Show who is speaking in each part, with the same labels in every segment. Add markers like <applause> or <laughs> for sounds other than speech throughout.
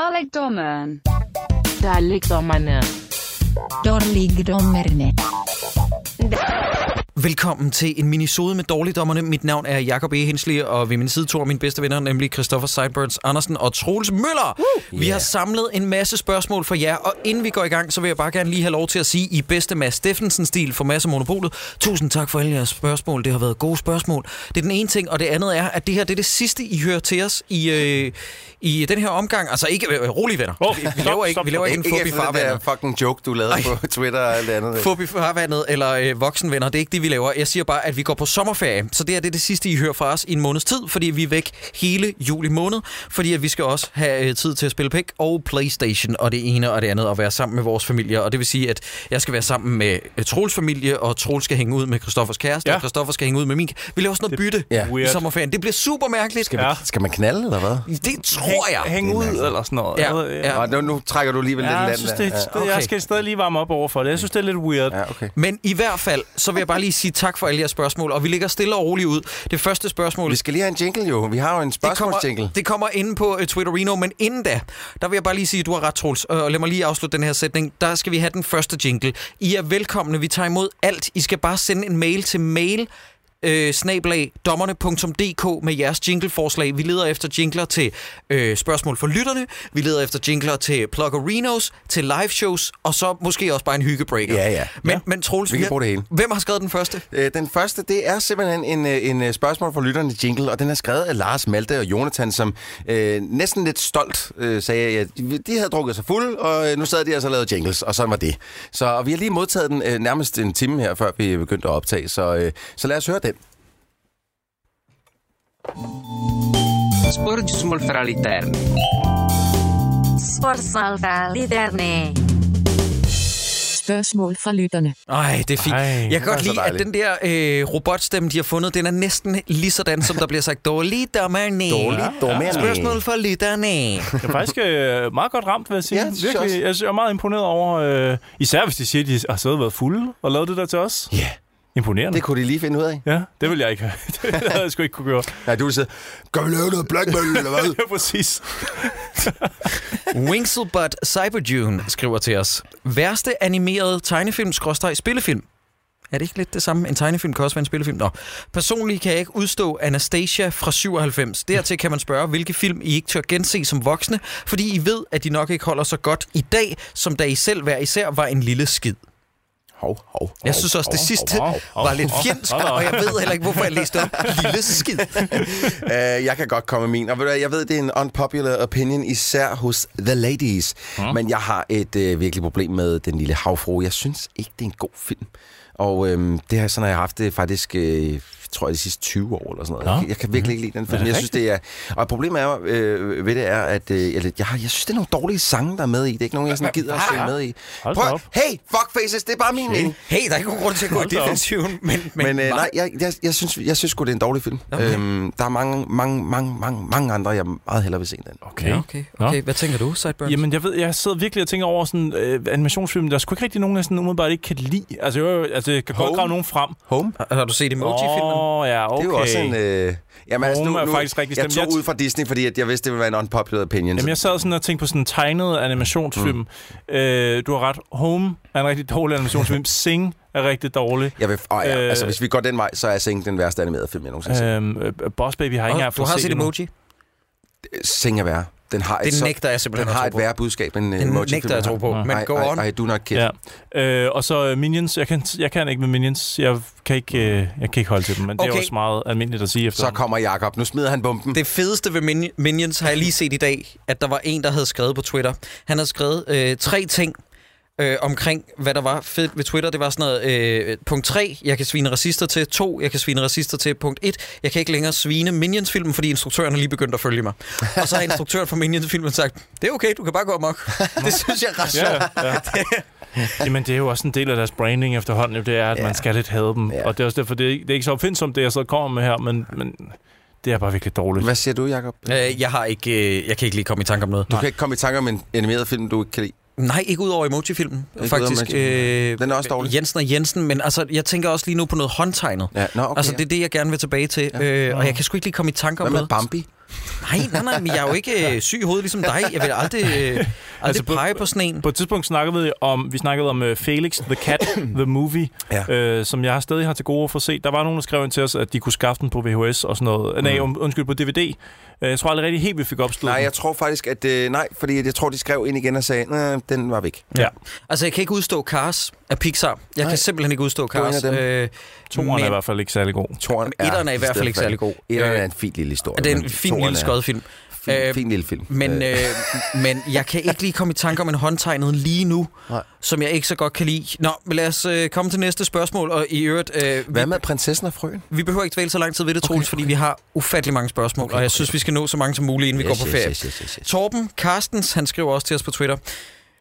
Speaker 1: Dalekdommeren.
Speaker 2: Dalekdommerne.
Speaker 3: Dårligdommerne.
Speaker 4: Velkommen til en minisode med dårligdommerne. Mit navn er Jakob E. Hensley, og ved min side to af mine bedste venner, nemlig Christoffer Seiburns Andersen og Troels Møller. Uh, vi har samlet en masse spørgsmål for jer, og inden vi går i gang, så vil jeg bare gerne lige have lov til at sige i bedste Mads Steffensen-stil for Mads og Monopolet. Tusind tak for alle jeres spørgsmål. Det har været gode spørgsmål. Det er den ene ting, og det andet er, at det her det er det sidste, I hører til os i, øh, i den her omgang. Altså ikke øh, rolig venner.
Speaker 5: Åh,
Speaker 4: vi, vi
Speaker 5: stop,
Speaker 4: laver ikke,
Speaker 5: stop,
Speaker 4: vi laver
Speaker 5: stop.
Speaker 4: ikke en
Speaker 6: Ikke
Speaker 4: fubi
Speaker 6: efter den der
Speaker 4: farvandet.
Speaker 6: fucking joke, du lavede på Twitter og alt andet.
Speaker 4: Fubi Øh. farvandet eller øh, voksenvenner, det er ikke det, vi laver. Jeg siger bare, at vi går på sommerferie. Så det er det, er det sidste, I hører fra os i en måneds tid, fordi vi er væk hele juli måned. Fordi at vi skal også have øh, tid til at spille pæk og Playstation og det ene og det andet og være sammen med vores familier. Og det vil sige, at jeg skal være sammen med øh, Troels familie, og Troels skal hænge ud med Christoffers kæreste, ja.
Speaker 5: Ja.
Speaker 4: og Christoffer skal hænge ud med min. Vi laver sådan noget bytte
Speaker 6: Ja.
Speaker 4: i
Speaker 5: Weird.
Speaker 4: sommerferien. Det bliver super mærkeligt. Skal
Speaker 5: Ja.
Speaker 6: Skal man knalde, eller hvad?
Speaker 4: Det tror jeg.
Speaker 5: Hæng, hæng ud eller sådan noget.
Speaker 4: Ja,
Speaker 5: Jeg ved-
Speaker 4: ja.
Speaker 6: Og nu, nu trækker du alligevel
Speaker 5: Ja,
Speaker 6: lidt
Speaker 5: jeg
Speaker 6: land.
Speaker 5: synes,
Speaker 6: der.
Speaker 5: det, er et sted-
Speaker 4: Okay.
Speaker 5: jeg skal stadig lige varme op over for det. Jeg synes, det er lidt weird.
Speaker 6: Ja, okay.
Speaker 4: Men i hvert fald, så vil jeg bare lige sige tak for alle jeres spørgsmål, og vi ligger stille og roligt ud. Det første spørgsmål,
Speaker 6: Vi skal lige have en jingle, jo. Vi har jo en
Speaker 4: det
Speaker 6: spørgsmålsjingle.
Speaker 4: kommer, det kommer inde på uh, Twitterino, men inden da, der vil jeg bare lige sige, at du har ret, Troels. Og lad mig lige afslutte den her sætning. Der skal vi have den første jingle. I er velkomne. Vi tager imod alt. I skal bare sende en mail til mail øh, snablag dommerne.dk med jeres jingleforslag. Vi leder efter jingler til øh, spørgsmål for lytterne. Vi leder efter jingler til pluggerinos, til live shows, og så måske også bare en hyggebreaker.
Speaker 6: Ja, ja.
Speaker 4: Men, men Troels,
Speaker 6: Vi kan bruge det hele.
Speaker 4: hvem har skrevet den første?
Speaker 6: Øh, Den første, det er simpelthen en, øh, en øh, spørgsmål fra lytterne jingle, og den er skrevet af Lars Malte og Jonathan, som øh, næsten lidt stolt øh, sagde, at de- de havde drukket sig fuld, og øh, nu sad de altså og lavede jingles, og sådan var det. Så og vi har lige modtaget den øh, nærmest en time her, før vi begyndte at optage, så, øh, så lad os høre den.
Speaker 2: Sporgi smol fra literne.
Speaker 3: Sportsalvaliderne.
Speaker 7: Spørgsmål fra lytterne.
Speaker 4: Ej, det er fint. Ej,
Speaker 5: Ej,
Speaker 4: jeg kan
Speaker 5: det
Speaker 4: godt
Speaker 6: så
Speaker 4: lide, at
Speaker 6: dejligt.
Speaker 4: den der øh, robotstemme, de har fundet, den er næsten lige sådan, som der bliver sagt, dårlig dommerne.
Speaker 6: Dårligt, dårligt.
Speaker 4: Spørgsmål for lytterne.
Speaker 5: Det er faktisk øh, meget godt ramt, vil jeg sige.
Speaker 6: Ja, det synes jeg
Speaker 5: Virkelig,
Speaker 6: også.
Speaker 5: jeg, synes, jeg er meget imponeret over, øh, især hvis de siger, at de har siddet og været fulde og lavet det der til os.
Speaker 6: Ja,
Speaker 5: Imponerende.
Speaker 6: det
Speaker 5: Det...
Speaker 6: kunne de lige finde ud af.
Speaker 5: Ja, det vil jeg ikke. <laughs> det havde jeg sgu ikke kunne gøre.
Speaker 6: Nej, du ville sidde, kan vi lave noget blackmail, eller hvad?
Speaker 5: Ja, præcis.
Speaker 4: Winkselbutt Cyberjune skriver til os, værste animerede tegnefilm spillefilm. Er det ikke lidt det samme? En tegnefilm kan også være en spillefilm. Nå. Personligt kan jeg ikke udstå Anastasia fra 97. Dertil kan man spørge, hvilke film I ikke tør gense som voksne, fordi I ved, at de nok ikke holder så godt i dag, som da I selv hver især var en lille skid.
Speaker 6: <laughs> Hov, hov, hov,
Speaker 4: Jeg synes også, det
Speaker 6: hov,
Speaker 4: sidste
Speaker 6: hov, hov.
Speaker 4: var lidt fjendsk, og jeg ved heller ikke, hvorfor jeg læste op. Lille skid.
Speaker 6: Uh, jeg kan godt komme med min. Og ved du, hvad, jeg ved, det er en unpopular opinion, især hos The Ladies. Mm. Men jeg har et uh, virkelig problem med Den Lille Havfru. Jeg synes ikke, det er en god film. Og øhm, det har sådan har jeg haft det faktisk, øh, tror jeg, de sidste 20 år eller sådan noget.
Speaker 5: Nå.
Speaker 6: Jeg kan virkelig
Speaker 4: Mm-hmm.
Speaker 6: ikke lide den film.
Speaker 5: det
Speaker 6: Jeg synes, det er... Og problemet er, øh, ved det er, at øh, jeg, jeg, har- jeg synes, det er nogle dårlige sange, der er med i. Det er ikke nogen, jeg sådan gider at
Speaker 4: <laughs>
Speaker 6: synge med i.
Speaker 5: Hold da op.
Speaker 6: hey, fuckfaces, det er bare min mening.
Speaker 4: Hey, der er ikke nogen grund til
Speaker 6: <laughs>
Speaker 4: at gå i
Speaker 5: Hold da op.
Speaker 4: defensiven, men, men,
Speaker 6: Men, men øh, nej, jeg, jeg, jeg synes, jeg synes sgu, det er en dårlig film. Okay. Øhm, der er mange, mange, mange, mange, mange andre, jeg meget hellere vil se end den.
Speaker 5: Okay.
Speaker 4: Okay, okay.
Speaker 5: Nå.
Speaker 4: Hvad tænker du, Sideburns?
Speaker 5: Jamen, jeg ved, jeg sidder virkelig og tænker over sådan øh, animationsfilm. Der er sgu ikke rigtig nogen, jeg sådan umiddelbart ikke kan lide. Altså, jo, jo, altså jeg kan
Speaker 6: Home.
Speaker 5: godt grave nogen frem.
Speaker 6: Home?
Speaker 4: Har, har du set Emoji-filmen?
Speaker 5: Åh, oh, ja, okay.
Speaker 6: Det er jo også en... Øh, jamen,
Speaker 5: Home er faktisk rigtig
Speaker 6: jeg
Speaker 5: stemt.
Speaker 6: tog
Speaker 5: Jeg-
Speaker 6: ud fra Disney, fordi at jeg vidste, det ville være en unpopular opinion.
Speaker 5: Jamen, jeg
Speaker 4: Altså-
Speaker 5: sad sådan og tænkte på sådan en tegnet animationsfilm. Mm. Øh, du har ret. Home er en rigtig dårlig
Speaker 4: <laughs>
Speaker 5: animationsfilm. Sing er rigtig dårlig.
Speaker 6: jeg vil, åh, ja,
Speaker 5: Øh,
Speaker 6: altså, hvis vi går den vej, så er Sing den værste animerede film, jeg nogensinde har set.
Speaker 5: Øhm, øh, Boss Baby har jeg ikke engang
Speaker 4: Og, du
Speaker 5: fået
Speaker 4: har
Speaker 5: set
Speaker 4: set
Speaker 5: endnu.
Speaker 4: Emoji?
Speaker 6: Sing er værre. Den har et,
Speaker 4: Øh- Det
Speaker 6: så-
Speaker 4: nægter jeg simpelthen
Speaker 6: den har
Speaker 4: at
Speaker 6: et
Speaker 4: tro på.
Speaker 6: værre budskab, end øh,
Speaker 4: Den nægter jeg at tro på, men go on.
Speaker 6: I, I do not care.
Speaker 5: Ja. Øh, og så øh, Minions. Jeg kan, jeg kan ikke med Minions. Jeg kan ikke, øh, jeg kan ikke holde til dem, men okay. det
Speaker 4: Okay.
Speaker 5: er også meget almindeligt at sige efter.
Speaker 6: Så kommer Jakob. Nu smider han bomben.
Speaker 4: Det fedeste ved Min- Minions har jeg lige set i dag, at der var en, der havde skrevet på Twitter. Han havde skrevet øh, tre ting øh, omkring, hvad der var fedt ved Twitter. Det var sådan noget, øh, punkt 3, jeg kan svine racister til. 2, jeg kan svine racister til. Punkt 1, jeg kan ikke længere svine Minions-filmen, fordi instruktøren er lige begyndt at følge mig. Og så har instruktøren for Minions-filmen sagt, det er okay, du kan bare gå amok. <laughs> Det synes jeg er ret sjovt.
Speaker 5: Ja, ja.
Speaker 4: <laughs>
Speaker 5: Jamen, det er jo også en del af deres branding efterhånden, jo, det er, at ja. man skal lidt have dem.
Speaker 6: Ja.
Speaker 5: Ja. Og det er også derfor, det er, ikke- det er ikke så opfindsomt, det jeg så kommer med her, men, men det er bare virkelig dårligt.
Speaker 6: Hvad siger du, Jakob?
Speaker 4: Øh, jeg, har ikke, øh, jeg kan ikke lige komme i tanke om noget.
Speaker 6: Du kan ikke komme i tanke om en animeret film, du ikke kan lide.
Speaker 4: Nej, ikke ud over emoji-filmen,
Speaker 6: udover
Speaker 4: faktisk.
Speaker 6: Emoji-filmen.
Speaker 4: Øh,
Speaker 6: Den er også dårlig.
Speaker 4: Jensen og Jensen, men altså, jeg tænker også lige nu på noget håndtegnet.
Speaker 6: Ja, nå, okay.
Speaker 4: Altså, det er det, jeg gerne vil tilbage til, ja. øh, og jeg kan sgu ikke lige komme i tanke om
Speaker 6: Hvad
Speaker 4: noget.
Speaker 6: med Bambi?
Speaker 4: Nej, nej, nej, men jeg er jo ikke øh, syg i hovedet ligesom dig. Jeg vil aldrig,
Speaker 6: <laughs>
Speaker 4: øh, aldrig altså,
Speaker 5: Altså, på-
Speaker 4: pege på sneen.
Speaker 5: På et tidspunkt snakkede vi om, vi snakkede om øh, Felix the Cat, The Movie,
Speaker 6: Ja.
Speaker 5: ja. øh, som jeg stadig har til gode at få set. Der var nogen, der skrev ind til os, at de kunne skaffe den på VHS og sådan noget. Mm. Nej, um, undskyld, på DVD. Øh, Jeg tror aldrig rigtig helt, vi fik opstået
Speaker 6: Nej,
Speaker 5: den.
Speaker 6: jeg tror faktisk, at... Øh, nej, fordi jeg tror, de skrev ind igen og sagde, "Nå, den var væk.
Speaker 5: Ja.
Speaker 4: Altså, jeg kan ikke udstå Cars af Pixar. Jeg
Speaker 6: Nej.
Speaker 4: kan simpelthen ikke udstå
Speaker 6: var en
Speaker 4: Cars.
Speaker 6: af dem.
Speaker 4: Øh,
Speaker 5: Toren er i hvert fald ikke særlig god.
Speaker 6: Toren
Speaker 4: Jamen, etteren er i hvert fald
Speaker 6: stedet
Speaker 4: ikke
Speaker 6: for-
Speaker 4: særlig god.
Speaker 6: Etteren
Speaker 4: Øh,
Speaker 6: er en fin lille historie.
Speaker 4: det er en
Speaker 6: men
Speaker 4: fin
Speaker 6: toeren
Speaker 4: lille
Speaker 6: er
Speaker 4: skødfilm.
Speaker 6: Fin,
Speaker 4: Øh,
Speaker 6: fin lille film.
Speaker 4: Men,
Speaker 6: Øh,
Speaker 4: øh, men jeg kan ikke lige komme i tanke om en håndtegnet lige nu,
Speaker 6: Nej.
Speaker 4: Nej. som jeg ikke så godt kan lide. Nå, men lad os øh, komme til næste spørgsmål, og i øvrigt, øh, vi,
Speaker 6: Hvad med prinsessen og frøen?
Speaker 4: vi behøver ikke dvæle så lang tid ved det, Troels, okay, fordi vi har ufattelig mange spørgsmål, okay, og jeg synes, vi skal nå så mange som muligt, inden vi går på ferie.
Speaker 6: Yes, yes, yes, yes.
Speaker 4: Torben Carstens, han skriver også til os på Twitter.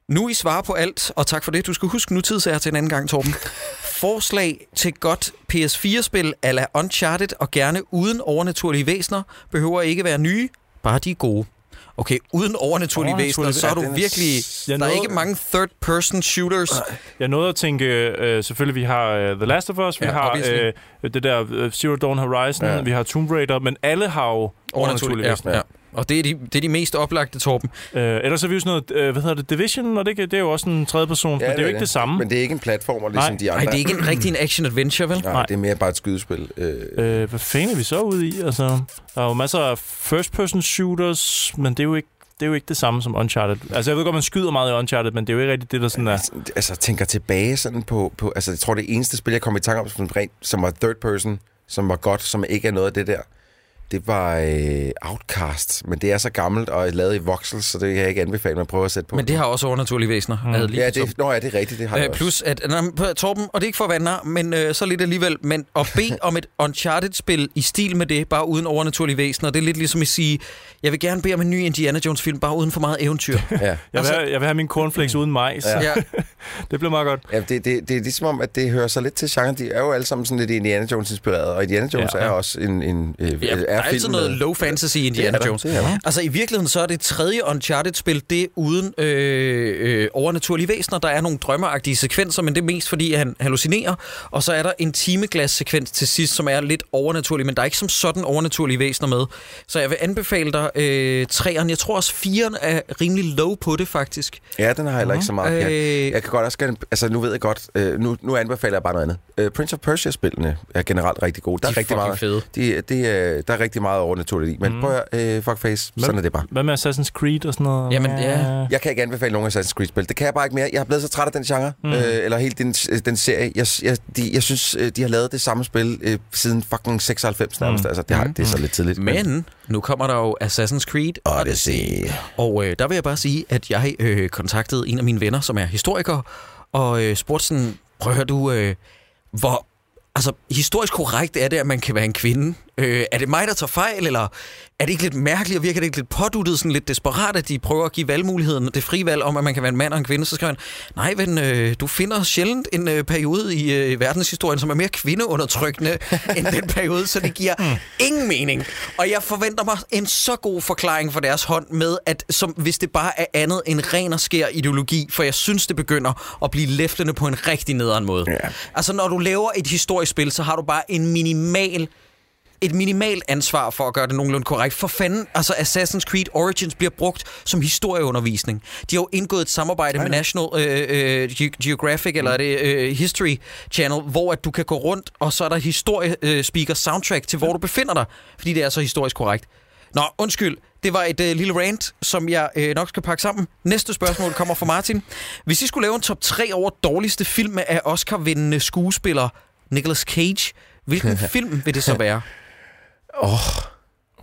Speaker 4: Nu I svarer på alt, og tak for det. Du skal huske nutidsager til en anden gang, Torben. Forslag til godt PS4-spil ala Uncharted og gerne uden overnaturlige væsener behøver ikke være nye, bare de er gode. Okay, uden overnaturlige
Speaker 5: Overnaturlige
Speaker 4: væsener, så er
Speaker 6: væ-
Speaker 4: du
Speaker 6: den er
Speaker 4: virkelig...
Speaker 6: s-
Speaker 5: jeg
Speaker 4: Der er
Speaker 5: nåede-
Speaker 4: ikke mange third-person shooters.
Speaker 5: Jeg nåede at tænke, øh, selvfølgelig vi har øh, The Last of Us, vi
Speaker 4: Ja,
Speaker 5: ja, har
Speaker 4: obviously.
Speaker 5: øh, det der øh, Zero Dawn Horizon,
Speaker 6: Ja.
Speaker 5: ja. vi har Tomb Raider, men alle har jo overnaturlige
Speaker 4: ja,
Speaker 5: væsener.
Speaker 4: ja. Og det er, de, det er de mest oplagte, Torben.
Speaker 5: Øh, ellers er vi jo sådan noget, øh, hvad hedder det, Division, og det, kan- det er jo også en tredje person, ja, men det er jo ikke det samme.
Speaker 6: Men det er ikke en platformer, ligesom
Speaker 5: Nej.
Speaker 6: de andre.
Speaker 4: Nej, det er ikke en rigtig en action-adventure, vel?
Speaker 6: Nej,
Speaker 5: Nej.
Speaker 6: det er mere bare et skydespil. Øh,
Speaker 5: Øh, hvad fanden er vi så ude i? Altså, der er jo masser af first-person shooters, men det er jo ikke det er jo ikke det samme som Uncharted. Altså, jeg ved godt, man skyder meget i Uncharted, men det er jo ikke rigtigt det, der sådan er...
Speaker 6: altså, tænker tilbage sådan på, på... Altså, jeg tror, det eneste spil, jeg kom i tanke om, som, rent, som var third person, som var godt, som ikke er noget af det der, det var øh, Outcast. Men det er så gammelt og lavet i voxel, så det kan jeg ikke anbefale, at man prøver at sætte på.
Speaker 4: Men det har også overnaturlige væsener.
Speaker 5: Mm.
Speaker 4: havde lige
Speaker 6: ja,
Speaker 4: forstået.
Speaker 6: det, nå, ja, det er rigtigt, det har jeg
Speaker 4: Øh, plus, at nej, men, p- Torben, og det er ikke for at være nar, men øh, så lidt alligevel, men at bede
Speaker 6: <laughs>
Speaker 4: om et Uncharted-spil i stil med det, bare uden overnaturlige væsener, det er lidt ligesom at sige, jeg vil gerne bede om en ny Indiana Jones-film, bare uden for meget eventyr.
Speaker 6: også. Ja.
Speaker 5: Jeg vil,
Speaker 4: Altså-
Speaker 5: have, jeg vil have min cornflakes uden majs. Ja.
Speaker 4: ja.
Speaker 5: Det bliver meget godt.
Speaker 6: Ja, det, det, det er ligesom om, at det hører sig lidt til genren. De er jo alle sammen sådan lidt Indiana Jones-inspireret, og Indiana Jones ja,
Speaker 5: Ja.
Speaker 6: er også en... en øh,
Speaker 4: ja,
Speaker 6: er
Speaker 4: der er altid
Speaker 6: film
Speaker 4: noget
Speaker 6: med-
Speaker 4: low fantasy i
Speaker 6: Det er
Speaker 4: Indiana
Speaker 6: der,
Speaker 4: Jones.
Speaker 6: det er der.
Speaker 4: Altså i virkeligheden, så er det tredje Uncharted-spil, det er uden øh, øh, overnaturlige væsener. Der er nogle drømmeragtige sekvenser, men det er mest fordi, han hallucinerer. Og så er der en timeglas-sekvens til sidst, som er lidt overnaturlig, men der er ikke som sådan overnaturlige væsener med. Så jeg vil anbefale dig øh, træerne. Jeg tror også, firen er rimelig low på det, faktisk.
Speaker 6: Ja, den har jeg heller ikke så meget.
Speaker 4: Øh,
Speaker 6: Øh... Jeg kan godt også gerne... Altså, nu ved jeg godt... Øh, nu, nu anbefaler jeg bare noget andet. Øh, Prince of Persia-spillene er generelt rigtig gode. Der er,
Speaker 4: de er
Speaker 6: rigtig
Speaker 4: fucking
Speaker 6: meget,
Speaker 4: fede.
Speaker 6: de, de, øh, der er rigtig meget overnaturligt i. Men mm.
Speaker 5: Mm.
Speaker 6: prøv at høre, øh, fuckface,
Speaker 5: Men-
Speaker 6: sådan er det bare.
Speaker 5: Hvad med Assassin's Creed og sådan noget?
Speaker 4: Jamen, ja.
Speaker 6: Jeg kan ikke anbefale nogen Assassin's Creed-spil. Det kan jeg bare ikke mere. Jeg er blevet så træt af den genre, mm. øh, eller hele den, den serie. Jeg, jeg, de, jeg synes, øh, de har lavet det samme spil øh, siden fucking 96 nærmest. Mm. Altså, det, har, det er så lidt tidligt.
Speaker 4: Men nu kommer der jo Assassin's Creed
Speaker 6: Odyssey.
Speaker 4: Og øh, der vil jeg bare sige, at jeg øh, kontaktede en af mine venner, som er historiker, og øh, spurgte sådan, prøv at høre du, øh, hvor altså, historisk korrekt er det, at man kan være en kvinde? Øh, er det mig, der tager fejl, eller er det ikke lidt mærkeligt, og virker det ikke lidt påduttet, sådan lidt desperat, at de prøver at give valgmuligheden, det frie valg om, at man kan være en mand og en kvinde? Så skriver han, nej, men øh, du finder sjældent en øh, periode i øh, verdenshistorien, som er mere kvindeundertrykkende end den periode, så det giver ingen mening. Og jeg forventer mig en så god forklaring fra deres hånd med, at som, hvis det bare er andet end ren og skær ideologi, for jeg synes, det begynder at blive læftende på en rigtig nederen måde.
Speaker 6: Ja.
Speaker 4: Altså, når du laver et historisk spil, så har du bare en minimal et minimalt ansvar for at gøre det nogenlunde korrekt. For fanden, altså Assassin's Creed Origins bliver brugt som historieundervisning. De har jo indgået et samarbejde med National øh, øh, Ge- Geographic, eller er det øh, History Channel, hvor at du kan gå rundt, og så er der historiespeaker soundtrack til, hvor du befinder dig, fordi det er så historisk korrekt. Nå, undskyld. Det var et øh, lille rant, som jeg øh, nok skal pakke sammen. Næste spørgsmål kommer fra Martin. Hvis I skulle lave en top 3 over dårligste film af Oscar-vindende skuespiller Nicolas Cage, hvilken film vil det så være?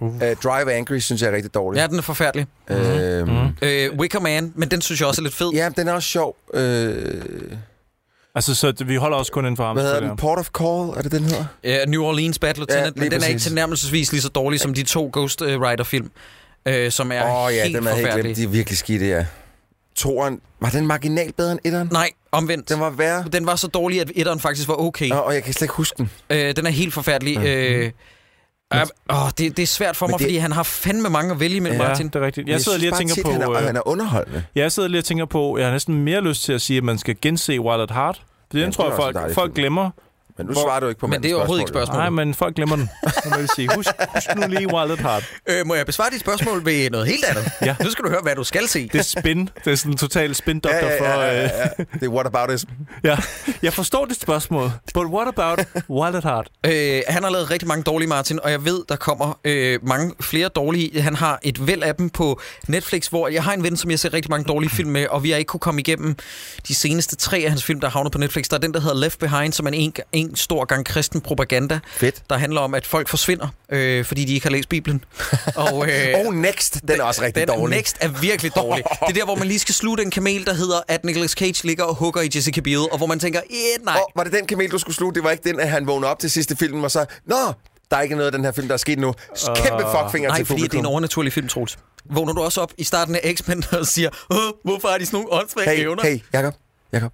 Speaker 6: Øh, Drive Angry synes jeg er rigtig dårlig.
Speaker 4: Ja, den er forfærdelig.
Speaker 6: Øhm, mm.
Speaker 4: Øh, Wicker Man, men den synes jeg også er lidt fed.
Speaker 6: Ja, den er også sjov. Øh, hvad
Speaker 5: Altså, så vi holder også kun inden for ham.
Speaker 6: hedder
Speaker 5: selvfølgelig.
Speaker 6: den? Port of Call? Er det den hedder?
Speaker 4: Ja. Øh, New Orleans Bad
Speaker 6: Ja,
Speaker 4: Lieutenant,
Speaker 6: lige
Speaker 4: men den er ikke
Speaker 6: præcis.
Speaker 4: tilnærmelsesvis lige så dårlig som de to Ghost Rider-film, øh, som er
Speaker 6: Åh
Speaker 4: oh,
Speaker 6: oh, ja,
Speaker 4: helt
Speaker 6: den er helt
Speaker 4: forfærdelige.
Speaker 6: glemt. De er virkelig skidte, ja. Toren, var den marginalt bedre end etteren?
Speaker 4: Nej, omvendt.
Speaker 6: Den var værre,
Speaker 4: Den var så dårlig, at etteren faktisk var okay.
Speaker 6: og, og jeg kan slet ikke huske den.
Speaker 4: Øh, den er helt forfærdelig. Øh, øh, åh, det, det er svært for
Speaker 6: Mhm. Men
Speaker 4: mig,
Speaker 6: det-
Speaker 4: det... fordi han har fandme mange at vælge imellem,
Speaker 5: Ja,
Speaker 4: ja. Martin.
Speaker 5: det er rigtigt. Jeg
Speaker 6: Men
Speaker 5: sidder
Speaker 6: synes
Speaker 5: lige og
Speaker 6: bare
Speaker 5: tænker
Speaker 6: tit,
Speaker 5: på...
Speaker 6: Han er,
Speaker 5: øh,
Speaker 6: han er underholdende.
Speaker 5: Jeg sidder lige og tænker på, jeg har næsten mere lyst til at sige, at man skal gense Wild at Heart. For den
Speaker 6: Ja,
Speaker 5: ja, tror
Speaker 6: det
Speaker 5: jeg,
Speaker 6: er også en
Speaker 5: folk,
Speaker 6: dejlig
Speaker 5: folk
Speaker 6: film.
Speaker 5: glemmer.
Speaker 6: Men nu svarer du ikke på
Speaker 4: Men det er
Speaker 6: mandens
Speaker 4: overhovedet ikke spørgsmål.
Speaker 5: Nej, men folk glemmer den. Det må jeg sige. Husk, husk nu lige Wild at Heart.
Speaker 4: Øh, må jeg besvare dit spørgsmål ved noget helt andet?
Speaker 5: Ja.
Speaker 4: Nu skal du høre, hvad du skal se.
Speaker 5: Det er spin. Det er sådan en total spin-doktor
Speaker 6: Ja,
Speaker 5: for...
Speaker 6: ja, ja,
Speaker 5: øh,
Speaker 6: ja, ja. Det er what about is.
Speaker 5: Ja, jeg forstår dit spørgsmål. But what about Wild at Heart?
Speaker 4: Øh, han har lavet rigtig mange dårlige, Martin, og jeg ved, der kommer øh, mange flere dårlige. Han har et væld af dem på Netflix, hvor jeg har en ven, som jeg ser rigtig mange dårlige film med, og vi har ikke kunne komme igennem de seneste tre af hans film, der havner på Netflix. Der er den, der hedder Left Behind, som er en, en stor gang kristen propaganda,
Speaker 6: Fedt.
Speaker 4: der handler om, at folk forsvinder, øh, fordi de ikke har læst
Speaker 6: <laughs>
Speaker 4: Bibelen. Og, øh,
Speaker 6: Og Next, den er også rigtig
Speaker 4: den
Speaker 6: dårlig.
Speaker 4: Next er virkelig dårlig. Det er der, hvor man lige skal slutte en kamel, der hedder, at Nicolas Cage ligger og hugger i Jessica Biel, og hvor man tænker, eh, nej.
Speaker 6: Og var det den kamel, du skulle sluge? Det var ikke den, at han vågnede op til sidste film og så... Nå, der er ikke noget af den her film, der er sket nu. Kæmpe fuckfinger
Speaker 4: Nej,
Speaker 6: til
Speaker 4: fordi det er en
Speaker 6: publikum.
Speaker 4: overnaturlig film, Troels. Vågner du også op i starten af X-Men <laughs> og siger, Åh, hvorfor har de sådan nogle åndssvage
Speaker 6: Hey,
Speaker 4: evner?
Speaker 6: hey, Jacob. Jacob.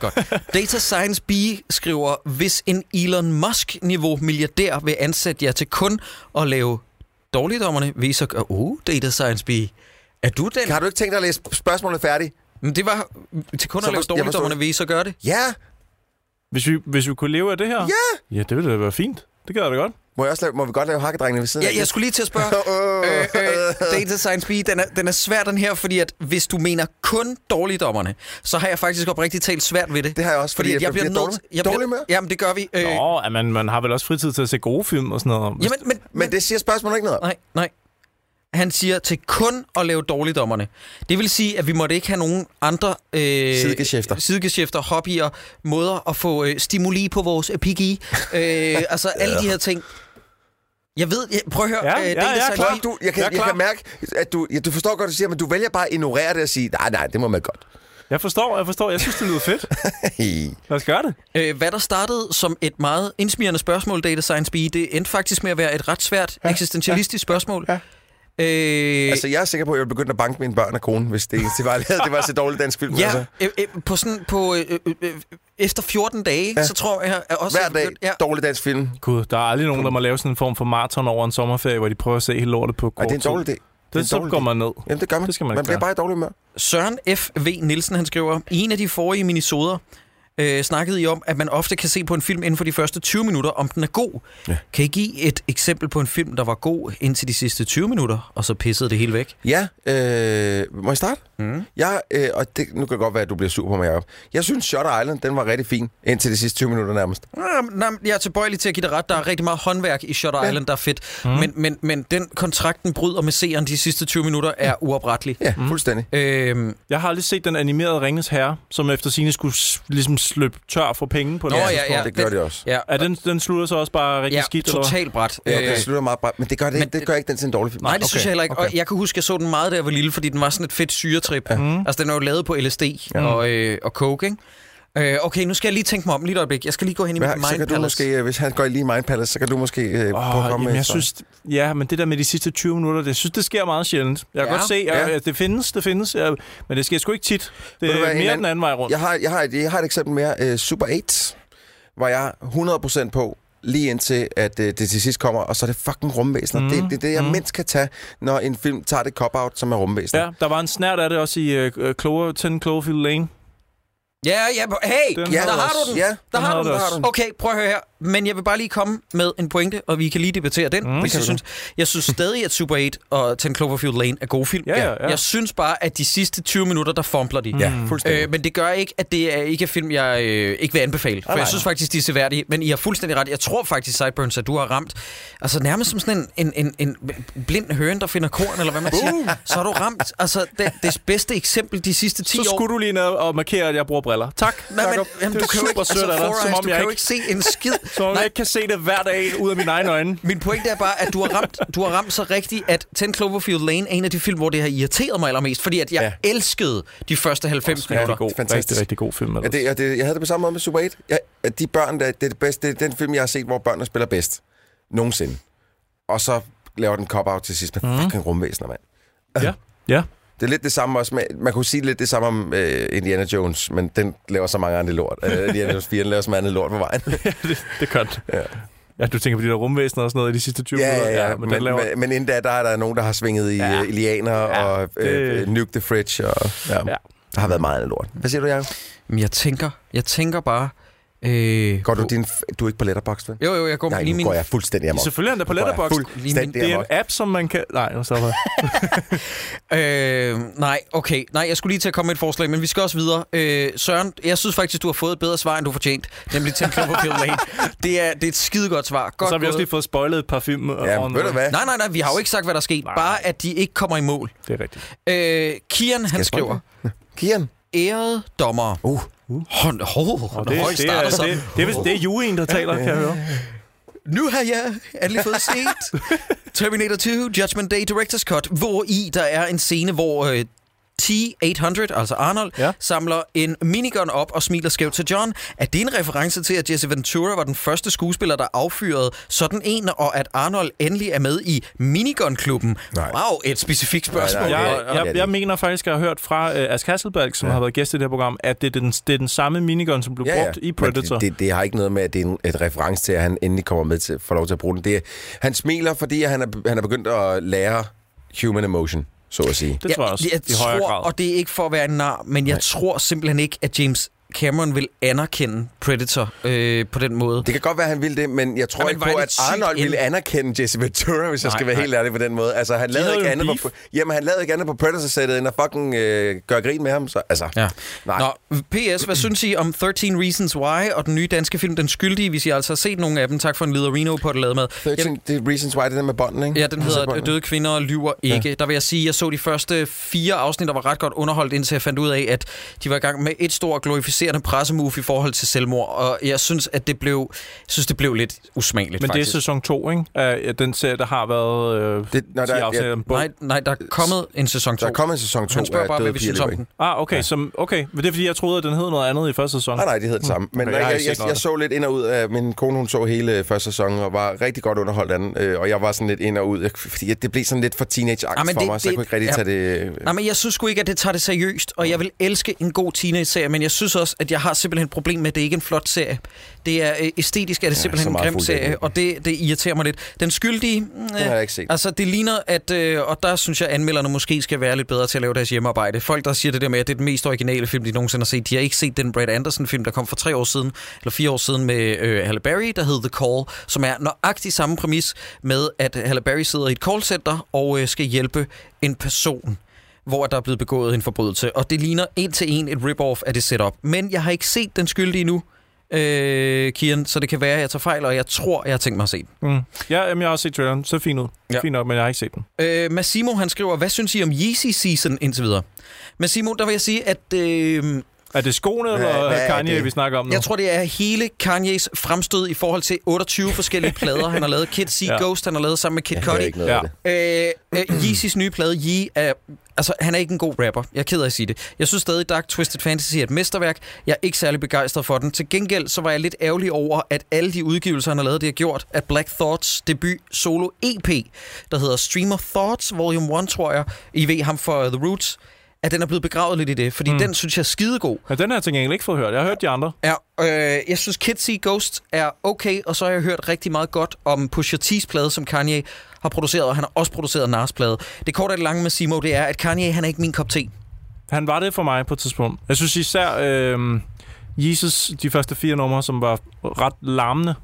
Speaker 4: Godt. Data Science B skriver, hvis en Elon Musk-niveau milliardær vil ansætte jer til kun at lave dårligdommerne, vil I så gøre, oh, Data Science B, er du den?
Speaker 6: Har du ikke tænkt dig at læse spørgsmålet færdigt?
Speaker 4: Men det var til kun
Speaker 6: Så
Speaker 4: at lave
Speaker 6: forstår- jeg
Speaker 4: dårligdommerne,
Speaker 6: forstår-
Speaker 4: vil I så gøre det?
Speaker 6: Ja,
Speaker 5: Hvis vi, hvis vi kunne leve af det
Speaker 4: Ah.
Speaker 5: her?
Speaker 6: ja.
Speaker 5: Ja, det ville da være fint. Det gad jeg da godt.
Speaker 6: Må, jeg også lave, må vi godt lave hakkedrengene ved siden
Speaker 4: Ja,
Speaker 6: af?
Speaker 4: jeg skulle lige til at spørge.
Speaker 6: <laughs> Åh.
Speaker 4: øh, øh, Data Science B, den er, den er svær den her, fordi at hvis du mener kun dårligdommerne, så har jeg faktisk oprigtigt talt svært ved det.
Speaker 6: Det har jeg også, fordi,
Speaker 4: at
Speaker 6: jeg bliver dårlig-
Speaker 4: jeg
Speaker 6: dårlig humør.
Speaker 4: Jamen, det gør vi. Øh,
Speaker 5: Nå, at man, man har vel også fritid til at se gode film og sådan noget. Hvis-
Speaker 4: jamen, men,
Speaker 6: Men det siger spørgsmålet ikke noget om.
Speaker 4: Nej, nej. Han siger til kun at lave dårligdommerne. Det vil sige, at vi måtte ikke have nogen andre øh,
Speaker 6: Sidegeschæfter.
Speaker 4: sidegeschæfter, hobbyer, måder at få øh, stimuli på vores øh, pik i. Øh, altså alle de her ting. Jeg ved, jeg, prøv at høre. øh,
Speaker 5: Ja, ja,
Speaker 4: Data
Speaker 5: ja,
Speaker 4: Science
Speaker 5: klar.
Speaker 4: B-
Speaker 6: Du, jeg, kan,
Speaker 5: Jeg
Speaker 6: jeg,
Speaker 5: er
Speaker 6: jeg
Speaker 5: klar.
Speaker 6: kan mærke, at du, ja, du forstår godt, hvad du siger, men du vælger bare at ignorere det og sige, nej, nej, det må man godt. <laughs>
Speaker 5: Jeg forstår, jeg forstår. Jeg synes, det lyder fedt. Lad os gøre det.
Speaker 4: Øh, hvad der startede som et meget indsmirrende spørgsmål, Data Science B, det endte faktisk med at være et ret svært ja, eksistentialistisk ja, spørgsmål. Ja. Øh,
Speaker 6: altså, jeg er sikker på, at jeg begyndte at banke mine børn og kone, hvis det eneste, det var, det var så dårlig dansk film. Altså.
Speaker 4: <laughs> ja, øh, øh, på sådan, på, øh, øh, øh, efter 14 dage, ja. så tror jeg at også...
Speaker 6: Hver dag,
Speaker 4: Ja,
Speaker 6: dårlig dansk film.
Speaker 5: Gud, der er aldrig nogen, der må lave sådan en form for maraton over en sommerferie, hvor de prøver at se hele lortet på kort
Speaker 6: Ej, det er en dårlig
Speaker 5: tid.
Speaker 6: idé.
Speaker 5: Det,
Speaker 6: en
Speaker 5: så
Speaker 6: dårlig
Speaker 5: går
Speaker 6: idé.
Speaker 5: man ned.
Speaker 6: Jamen, det gør man.
Speaker 5: Det skal man
Speaker 6: man
Speaker 5: ikke
Speaker 6: bliver
Speaker 5: gøre.
Speaker 6: bare i dårlig humør.
Speaker 4: Søren F. V. Nielsen, han skriver, i en af de forrige minisoder øh, snakkede I om, at man ofte kan se på en film inden for de første 20 minutter, om den er god. Ja. Kan I give et eksempel på en film, der var god indtil de sidste 20 minutter, og så pissede det hele væk?
Speaker 6: Ja, øh, må jeg starte? Mm. Jeg, øh, og det, nu kan det godt være, at du bliver sur på mig, Jacob. Jeg synes, Shutter Island, den var rigtig fin, indtil de sidste 20 minutter nærmest.
Speaker 4: Ah, men, nej, men Jeg er tilbøjelig til at give dig ret. Der er rigtig meget håndværk i Shutter Island, der er fedt.
Speaker 6: Mhm.
Speaker 4: Mm. Men, men, men den kontrakten bryder med seeren de sidste 20 minutter er uoprettelig.
Speaker 6: Ja, mm. fuldstændig.
Speaker 4: Øhm,
Speaker 5: Jeg har aldrig set den animerede Ringens Herre, som efter sine skulle s- ligesom sløbe tør for penge på det.
Speaker 4: Nå,
Speaker 5: her
Speaker 4: ja,
Speaker 5: tidspunkt.
Speaker 4: ja.
Speaker 6: Det gør
Speaker 4: den-
Speaker 6: det også.
Speaker 4: ja,
Speaker 5: Er den, den slutter så også bare rigtig
Speaker 4: ja
Speaker 5: skidt? eller hvad?
Speaker 4: totalt bræt.
Speaker 6: Ja, okay.
Speaker 4: Øh,
Speaker 6: det slutter meget bra, men det gør, det,
Speaker 4: Men-
Speaker 6: men, det gør ikke den til en dårlig film.
Speaker 4: Nej, det okay. synes jeg heller ikke. Okay. Og jeg kan huske, at jeg så den meget, da jeg var lille, fordi den var sådan et fedt syretrip. Ja. Altså, den er jo lavet på LSD ja. og, øh, og coke, ikke? Øh, okay, nu skal jeg lige tænke mig om lige et øjeblik. Jeg skal lige gå hen i mit
Speaker 6: Hvad, så kan
Speaker 4: Mind
Speaker 6: du
Speaker 4: Palace.
Speaker 6: måske, øh, hvis han går lige i Mind Palace, så kan du måske øh, oh,
Speaker 5: Åh,
Speaker 6: prøve at komme
Speaker 5: jamen,
Speaker 6: med.
Speaker 5: jeg
Speaker 6: så.
Speaker 5: synes, ja, men det der med de sidste 20 minutter, det, jeg synes, det sker meget sjældent. Jeg kan
Speaker 4: Ja,
Speaker 5: godt se, at,
Speaker 6: ja.
Speaker 5: at det findes, det findes, ja, men det sker sgu ikke tit. Det
Speaker 6: Ved
Speaker 5: er
Speaker 6: du hvad,
Speaker 5: mere
Speaker 6: en
Speaker 5: anden,
Speaker 6: anden-
Speaker 5: den anden vej rundt.
Speaker 6: jeg, har, jeg, har et, jeg har et eksempel mere. Øh, Super 8 var jeg 100% på, lige indtil at øh, det til sidst kommer, og så er det fucking rumvæsener. Mm. Det, det er det, jeg mm. mindst kan tage, når en film tager det cop-out, som er rumvæsener.
Speaker 5: Ja, der var en snært af det også i øh, øh, Clover, 10 Cloverfield Lane.
Speaker 4: Ja, ja, hey,
Speaker 5: Den
Speaker 4: ja,
Speaker 5: havde
Speaker 4: der har
Speaker 5: også-
Speaker 4: du den.
Speaker 6: Ja,
Speaker 4: Der har,
Speaker 5: havde
Speaker 4: du,
Speaker 5: det
Speaker 4: den.
Speaker 5: også.
Speaker 4: Okay, prøv at høre her. Men jeg vil bare lige komme med en pointe, og vi kan lige debattere den. Mm, hvis jeg, synes, jeg synes stadig, at Super 8 og 10 Cloverfield Lane er gode film.
Speaker 5: Ja, ja, ja.
Speaker 4: Jeg synes bare, at de sidste 20 minutter, der fompler de.
Speaker 6: ja fuldstændig.
Speaker 4: Øh, men det gør ikke, at det er ikke er film, jeg øh, ikke vil anbefale.
Speaker 5: Ah,
Speaker 4: For jeg synes faktisk, de er seværdige. Men I har fuldstændig ret. Jeg tror faktisk, Sideburns, at du har ramt altså nærmest som sådan en, en, en, en blind høne, der finder korn, eller hvad man
Speaker 5: Uh!
Speaker 4: siger. Så har du ramt altså, det, det bedste eksempel de sidste 10
Speaker 5: Så
Speaker 4: år.
Speaker 5: skulle du lige ned og markere, at jeg bruger briller. Tak,
Speaker 4: Men, men,
Speaker 5: Jacob.
Speaker 4: jamen,
Speaker 5: det
Speaker 4: du
Speaker 5: er
Speaker 4: kan jo
Speaker 5: super
Speaker 4: ikke,
Speaker 5: sødt af dig,
Speaker 4: for
Speaker 5: som
Speaker 4: us,
Speaker 5: om
Speaker 4: du
Speaker 5: jeg
Speaker 4: kan jo
Speaker 5: ikke,
Speaker 4: ikke se en skid.
Speaker 5: <laughs> som om jeg
Speaker 4: Nej,
Speaker 5: ikke kan se det hver dag ud af mine egne øjne.
Speaker 4: min pointe er bare, at du har ramt, du har ramt så rigtigt, at 10 Cloverfield Lane er en af de film, hvor det har irriteret mig allermest, fordi at jeg ja. elskede de første 90 minutter.
Speaker 5: Rigtig god,
Speaker 6: fantastisk.
Speaker 5: rigtig, rigtig god film.
Speaker 6: Ja, det, og det, jeg havde det på samme måde med Super 8. Jeg, at de børn, der, det er det bedste, det er den film, jeg har set, hvor børnene spiller bedst. Nogensinde. Og så laver den cop-out til sidst
Speaker 5: Mhm.
Speaker 6: med mm. fucking rumvæsener, mand.
Speaker 5: Ja, ja.
Speaker 6: Det er lidt det samme også med, man kunne sige lidt det samme om øh, Indiana Jones, men den laver så mange andre lort. Øh, Indiana Jones 4 den laver så mange andre lort på vejen.
Speaker 5: det, det kan ja. ja, du tænker på de der rumvæsener og sådan noget i de sidste 20
Speaker 6: ja,
Speaker 5: minutter.
Speaker 6: ja, ja.
Speaker 5: men,
Speaker 6: Men,
Speaker 5: den laver...
Speaker 6: men, men inden da, der er der nogen, der har svinget i ja. lianer ja, og øh,
Speaker 5: det-
Speaker 6: Nuke the Fridge. Og, ja.
Speaker 5: Ja.
Speaker 6: Der har været meget andet lort. Hvad siger du, Jacob?
Speaker 4: Men jeg tænker, jeg tænker bare, Øh,
Speaker 6: Går du, din, f- du er ikke på letterbox, vel?
Speaker 4: jo, jo, jeg går
Speaker 6: Nej,
Speaker 4: lige
Speaker 6: nu
Speaker 4: min...
Speaker 6: går jeg fuldstændig amok.
Speaker 5: Selvfølgelig er han der på
Speaker 6: Nu går jeg
Speaker 5: Letterboxd.
Speaker 6: Fuldstændig
Speaker 5: Det er
Speaker 6: amok.
Speaker 5: en app, som man kan... Nej, nu stopper jeg.
Speaker 4: Øh, nej, okay. Nej, jeg skulle lige til at komme med et forslag, men vi skal også videre. Øh, Søren, jeg synes faktisk, du har fået et bedre svar, end du fortjent. Nemlig 10 Cloverfield
Speaker 6: <laughs>
Speaker 4: Lane. Det er, det er et skidegodt svar. Godt
Speaker 5: Så har vi også
Speaker 4: gået.
Speaker 5: lige fået spoilet et par film. øh,
Speaker 6: Ja,
Speaker 5: over
Speaker 6: ved du
Speaker 5: noget.
Speaker 6: hvad?
Speaker 4: Nej, nej, nej, vi har jo ikke sagt, hvad der er sket.
Speaker 5: Nej.
Speaker 4: Bare, at de ikke kommer i mål.
Speaker 5: Det er rigtigt.
Speaker 4: Øh, Kian, han
Speaker 6: jeg
Speaker 4: skriver,
Speaker 6: spoil Kian,
Speaker 4: ærede dommer.
Speaker 6: Uh.
Speaker 4: Hånd, ho, ho,
Speaker 5: Og
Speaker 4: det, høj
Speaker 5: det, er, altså.
Speaker 4: starter
Speaker 5: det,
Speaker 4: sig.
Speaker 5: det, er, vist- det er juryen, der taler, kan jeg
Speaker 6: <laughs>
Speaker 5: høre.
Speaker 4: Nu har jeg
Speaker 5: <laughs>
Speaker 4: endelig fået set Terminator 2 Judgment Day Director's Cut, hvor i der er en scene, hvor øh, T-800, altså Arnold, ja.
Speaker 5: Ja.
Speaker 4: samler en minigun op og smiler skævt til John. Er det en reference til, at Jesse Ventura var den første skuespiller, der affyrede sådan en, og at Arnold endelig er med i minigun-klubben?
Speaker 6: Nej.
Speaker 4: Wow, et specifikt spørgsmål.
Speaker 6: Nej, nej,
Speaker 5: Jeg,
Speaker 6: det er det
Speaker 5: jeg, jeg
Speaker 6: ikke.
Speaker 5: mener faktisk, at jeg har hørt fra uh, Ask Hasselberg, som ja. har været gæst i det her program, at det er den, det er den samme minigun, som blev ja, brugt i
Speaker 6: Men
Speaker 5: Predator.
Speaker 6: Det, det, det har ikke noget med, at det er en et reference til, at han endelig kommer med til får lov til at bruge den. Det er, han smiler, fordi han er, han er begyndt at lære human emotion, så at sige.
Speaker 5: det tror jeg også,
Speaker 4: jeg
Speaker 5: i højere
Speaker 4: tror,
Speaker 5: grad.
Speaker 4: Og det er ikke for at være en nar, men jeg
Speaker 6: Nej.
Speaker 4: tror simpelthen ikke, at James Cameron vil anerkende Predator øh, på den måde.
Speaker 6: Det kan godt være, han ville det, men jeg tror
Speaker 4: Jamen,
Speaker 6: ikke
Speaker 4: hvor er
Speaker 6: på,
Speaker 4: det
Speaker 6: at
Speaker 4: sygt
Speaker 6: Arnold
Speaker 4: ind-
Speaker 6: ville anerkende Jesse Ventura, hvis jeg
Speaker 4: Nej,
Speaker 6: skal være
Speaker 4: nej.
Speaker 6: helt ærlig på den måde. Altså, han
Speaker 5: havde
Speaker 6: lavede ikke
Speaker 5: jo en
Speaker 6: andet på,
Speaker 5: beef.
Speaker 6: jamen, han lavede ikke andet på Predator-sættet, end at fucking øh, gøre grin med ham. Så, altså,
Speaker 4: Ja.
Speaker 6: nej.
Speaker 4: Nå, PS, hvad synes I om 13 Reasons Why og den nye danske film Den Skyldige, hvis I altså har set nogle af dem? Tak for en leder Reno på at lade med.
Speaker 6: 13,
Speaker 4: Jamen-
Speaker 6: det er Reasons Why, Mm-hmm. det er den med bånden, ikke?
Speaker 4: Ja, den
Speaker 6: Altså,
Speaker 4: hedder øh,
Speaker 6: bånden.
Speaker 4: Døde kvinder lyver ikke. Ja. Der vil jeg sige, at jeg så de første fire afsnit, der var ret godt underholdt, indtil jeg fandt ud af, at de var i gang med et stort glorificerende pressemove i forhold til selvmord. Og jeg synes, at det blev, jeg synes, det blev lidt usmageligt,
Speaker 5: Men det er
Speaker 4: faktisk.
Speaker 5: sæson 2, ikke? Uh, den serie, der har været øh,
Speaker 6: Det-
Speaker 5: det,
Speaker 6: nå,
Speaker 5: når 10
Speaker 6: der-
Speaker 5: der, afsnit
Speaker 6: ja,
Speaker 5: af en bog.
Speaker 4: Nej, nej, der er kommet en sæson 2.
Speaker 6: Der er kommet en sæson 2
Speaker 4: Han spørger bare,
Speaker 6: Døde
Speaker 4: hvad vi
Speaker 6: Piger
Speaker 4: synes om
Speaker 6: Løber Ikke.
Speaker 4: den.
Speaker 5: Ah, okay, som, okay. Men det er, fordi jeg troede, at den hed noget andet i første sæson.
Speaker 6: Nej, nej, det hedder det samme. Men
Speaker 5: Okay,
Speaker 6: jeg,
Speaker 5: jeg har
Speaker 6: jeg,
Speaker 5: ikke set
Speaker 6: jeg,
Speaker 5: noget
Speaker 6: jeg
Speaker 5: af
Speaker 6: så lidt ind og ud af... Min kone, hun så hele øh, første sæson og var rigtig godt underholdt af den. Øh, og jeg var sådan lidt ind og ud, jeg- fordi jeg- det blev sådan lidt for teenage
Speaker 4: Ah,
Speaker 6: angst
Speaker 4: men
Speaker 6: for
Speaker 4: det-
Speaker 6: mig, så jeg
Speaker 4: det-
Speaker 6: kunne ikke rigtig
Speaker 4: ja.
Speaker 6: tage det...
Speaker 4: Nej, men jeg synes sgu ikke, at det tager det seriøst, og jeg vil elske en god teenage-serie, men jeg synes også, at jeg har simpelthen et problem med, at det ikke er en flot serie. Det er øh, æstetisk, er det
Speaker 6: Ja,
Speaker 4: simpelthen
Speaker 6: så
Speaker 4: en
Speaker 6: meget
Speaker 4: grim
Speaker 6: fuldt
Speaker 4: serie,
Speaker 6: dækkende.
Speaker 4: og det, det irriterer mig lidt. Den skyldige, mm,
Speaker 6: Den har
Speaker 4: øh,
Speaker 6: jeg ikke set.
Speaker 4: altså det ligner, at, øh, og der synes jeg, at anmelderne måske skal være lidt bedre til at lave deres hjemmearbejde. Folk, der siger det der med, at det er den mest originale film, de nogensinde har set, de har ikke set den Brad Anderson-film, der kom for tre år siden, eller fire år siden med øh, Halle Berry, der hed The Call, som er nøjagtig samme præmis med, at Halle Berry sidder i et callcenter og øh, skal hjælpe en person hvor der er blevet begået en forbrydelse. Og det ligner en til en et rip-off af det setup. Men jeg har ikke set den skyldige endnu, øh, Kian, så det kan være, at jeg tager fejl, og jeg tror, jeg har tænkt mig at se den.
Speaker 5: Mm. Ja, jamen, jeg har også set traileren. Så fint ud.
Speaker 4: Ja.
Speaker 5: Ja. Fint nok, men jeg har ikke set den.
Speaker 4: Øh, Massimo, han skriver, hvad synes I om Yeezy Season indtil videre? Massimo, der vil jeg sige, at øh,
Speaker 5: Er det skoene
Speaker 6: Hvad-
Speaker 5: eller
Speaker 6: hvad er
Speaker 5: Kanye,
Speaker 6: det?
Speaker 5: vi snakker om nu?
Speaker 4: jeg tror, det er hele Kanyes fremstød i forhold til 28 forskellige plader, han har lavet. Kid See
Speaker 5: Ja.
Speaker 4: Ghost, han har lavet sammen med Kid
Speaker 6: Jeg hører
Speaker 4: Cudi.
Speaker 6: ikke noget
Speaker 5: Ja.
Speaker 6: af det.
Speaker 4: Øh, øh, Yeezys nye plade, Yee, er, altså, han er ikke en god rapper. Jeg er ked af at sige det. Jeg synes stadig, Dark Twisted Fantasy er et mesterværk. Jeg er ikke særlig begejstret for den. Til gengæld så var jeg lidt ærgerlig over, at alle de udgivelser, han har lavet, det har gjort, at Black Thoughts debut solo EP, der hedder Streamer Thoughts Volume 1, tror jeg, I ved ham for The Roots, at den er blevet begravet lidt i det, fordi mm. den synes jeg er skidegod.
Speaker 5: Men den her ting, jeg egentlig ikke fået hørt. Jeg har hørt de andre.
Speaker 4: Ja, øh, jeg synes Kids See Ghost er okay, og så har jeg hørt rigtig meget godt om Pusha T's plade, som Kanye har produceret, og han har også produceret Nas plade. Det korte af det lange med Simo, det er, at Kanye, han er ikke min kop te.
Speaker 5: Han var det for mig på et tidspunkt. Jeg synes især øh, Jesus, de første fire numre, som var ret larmende,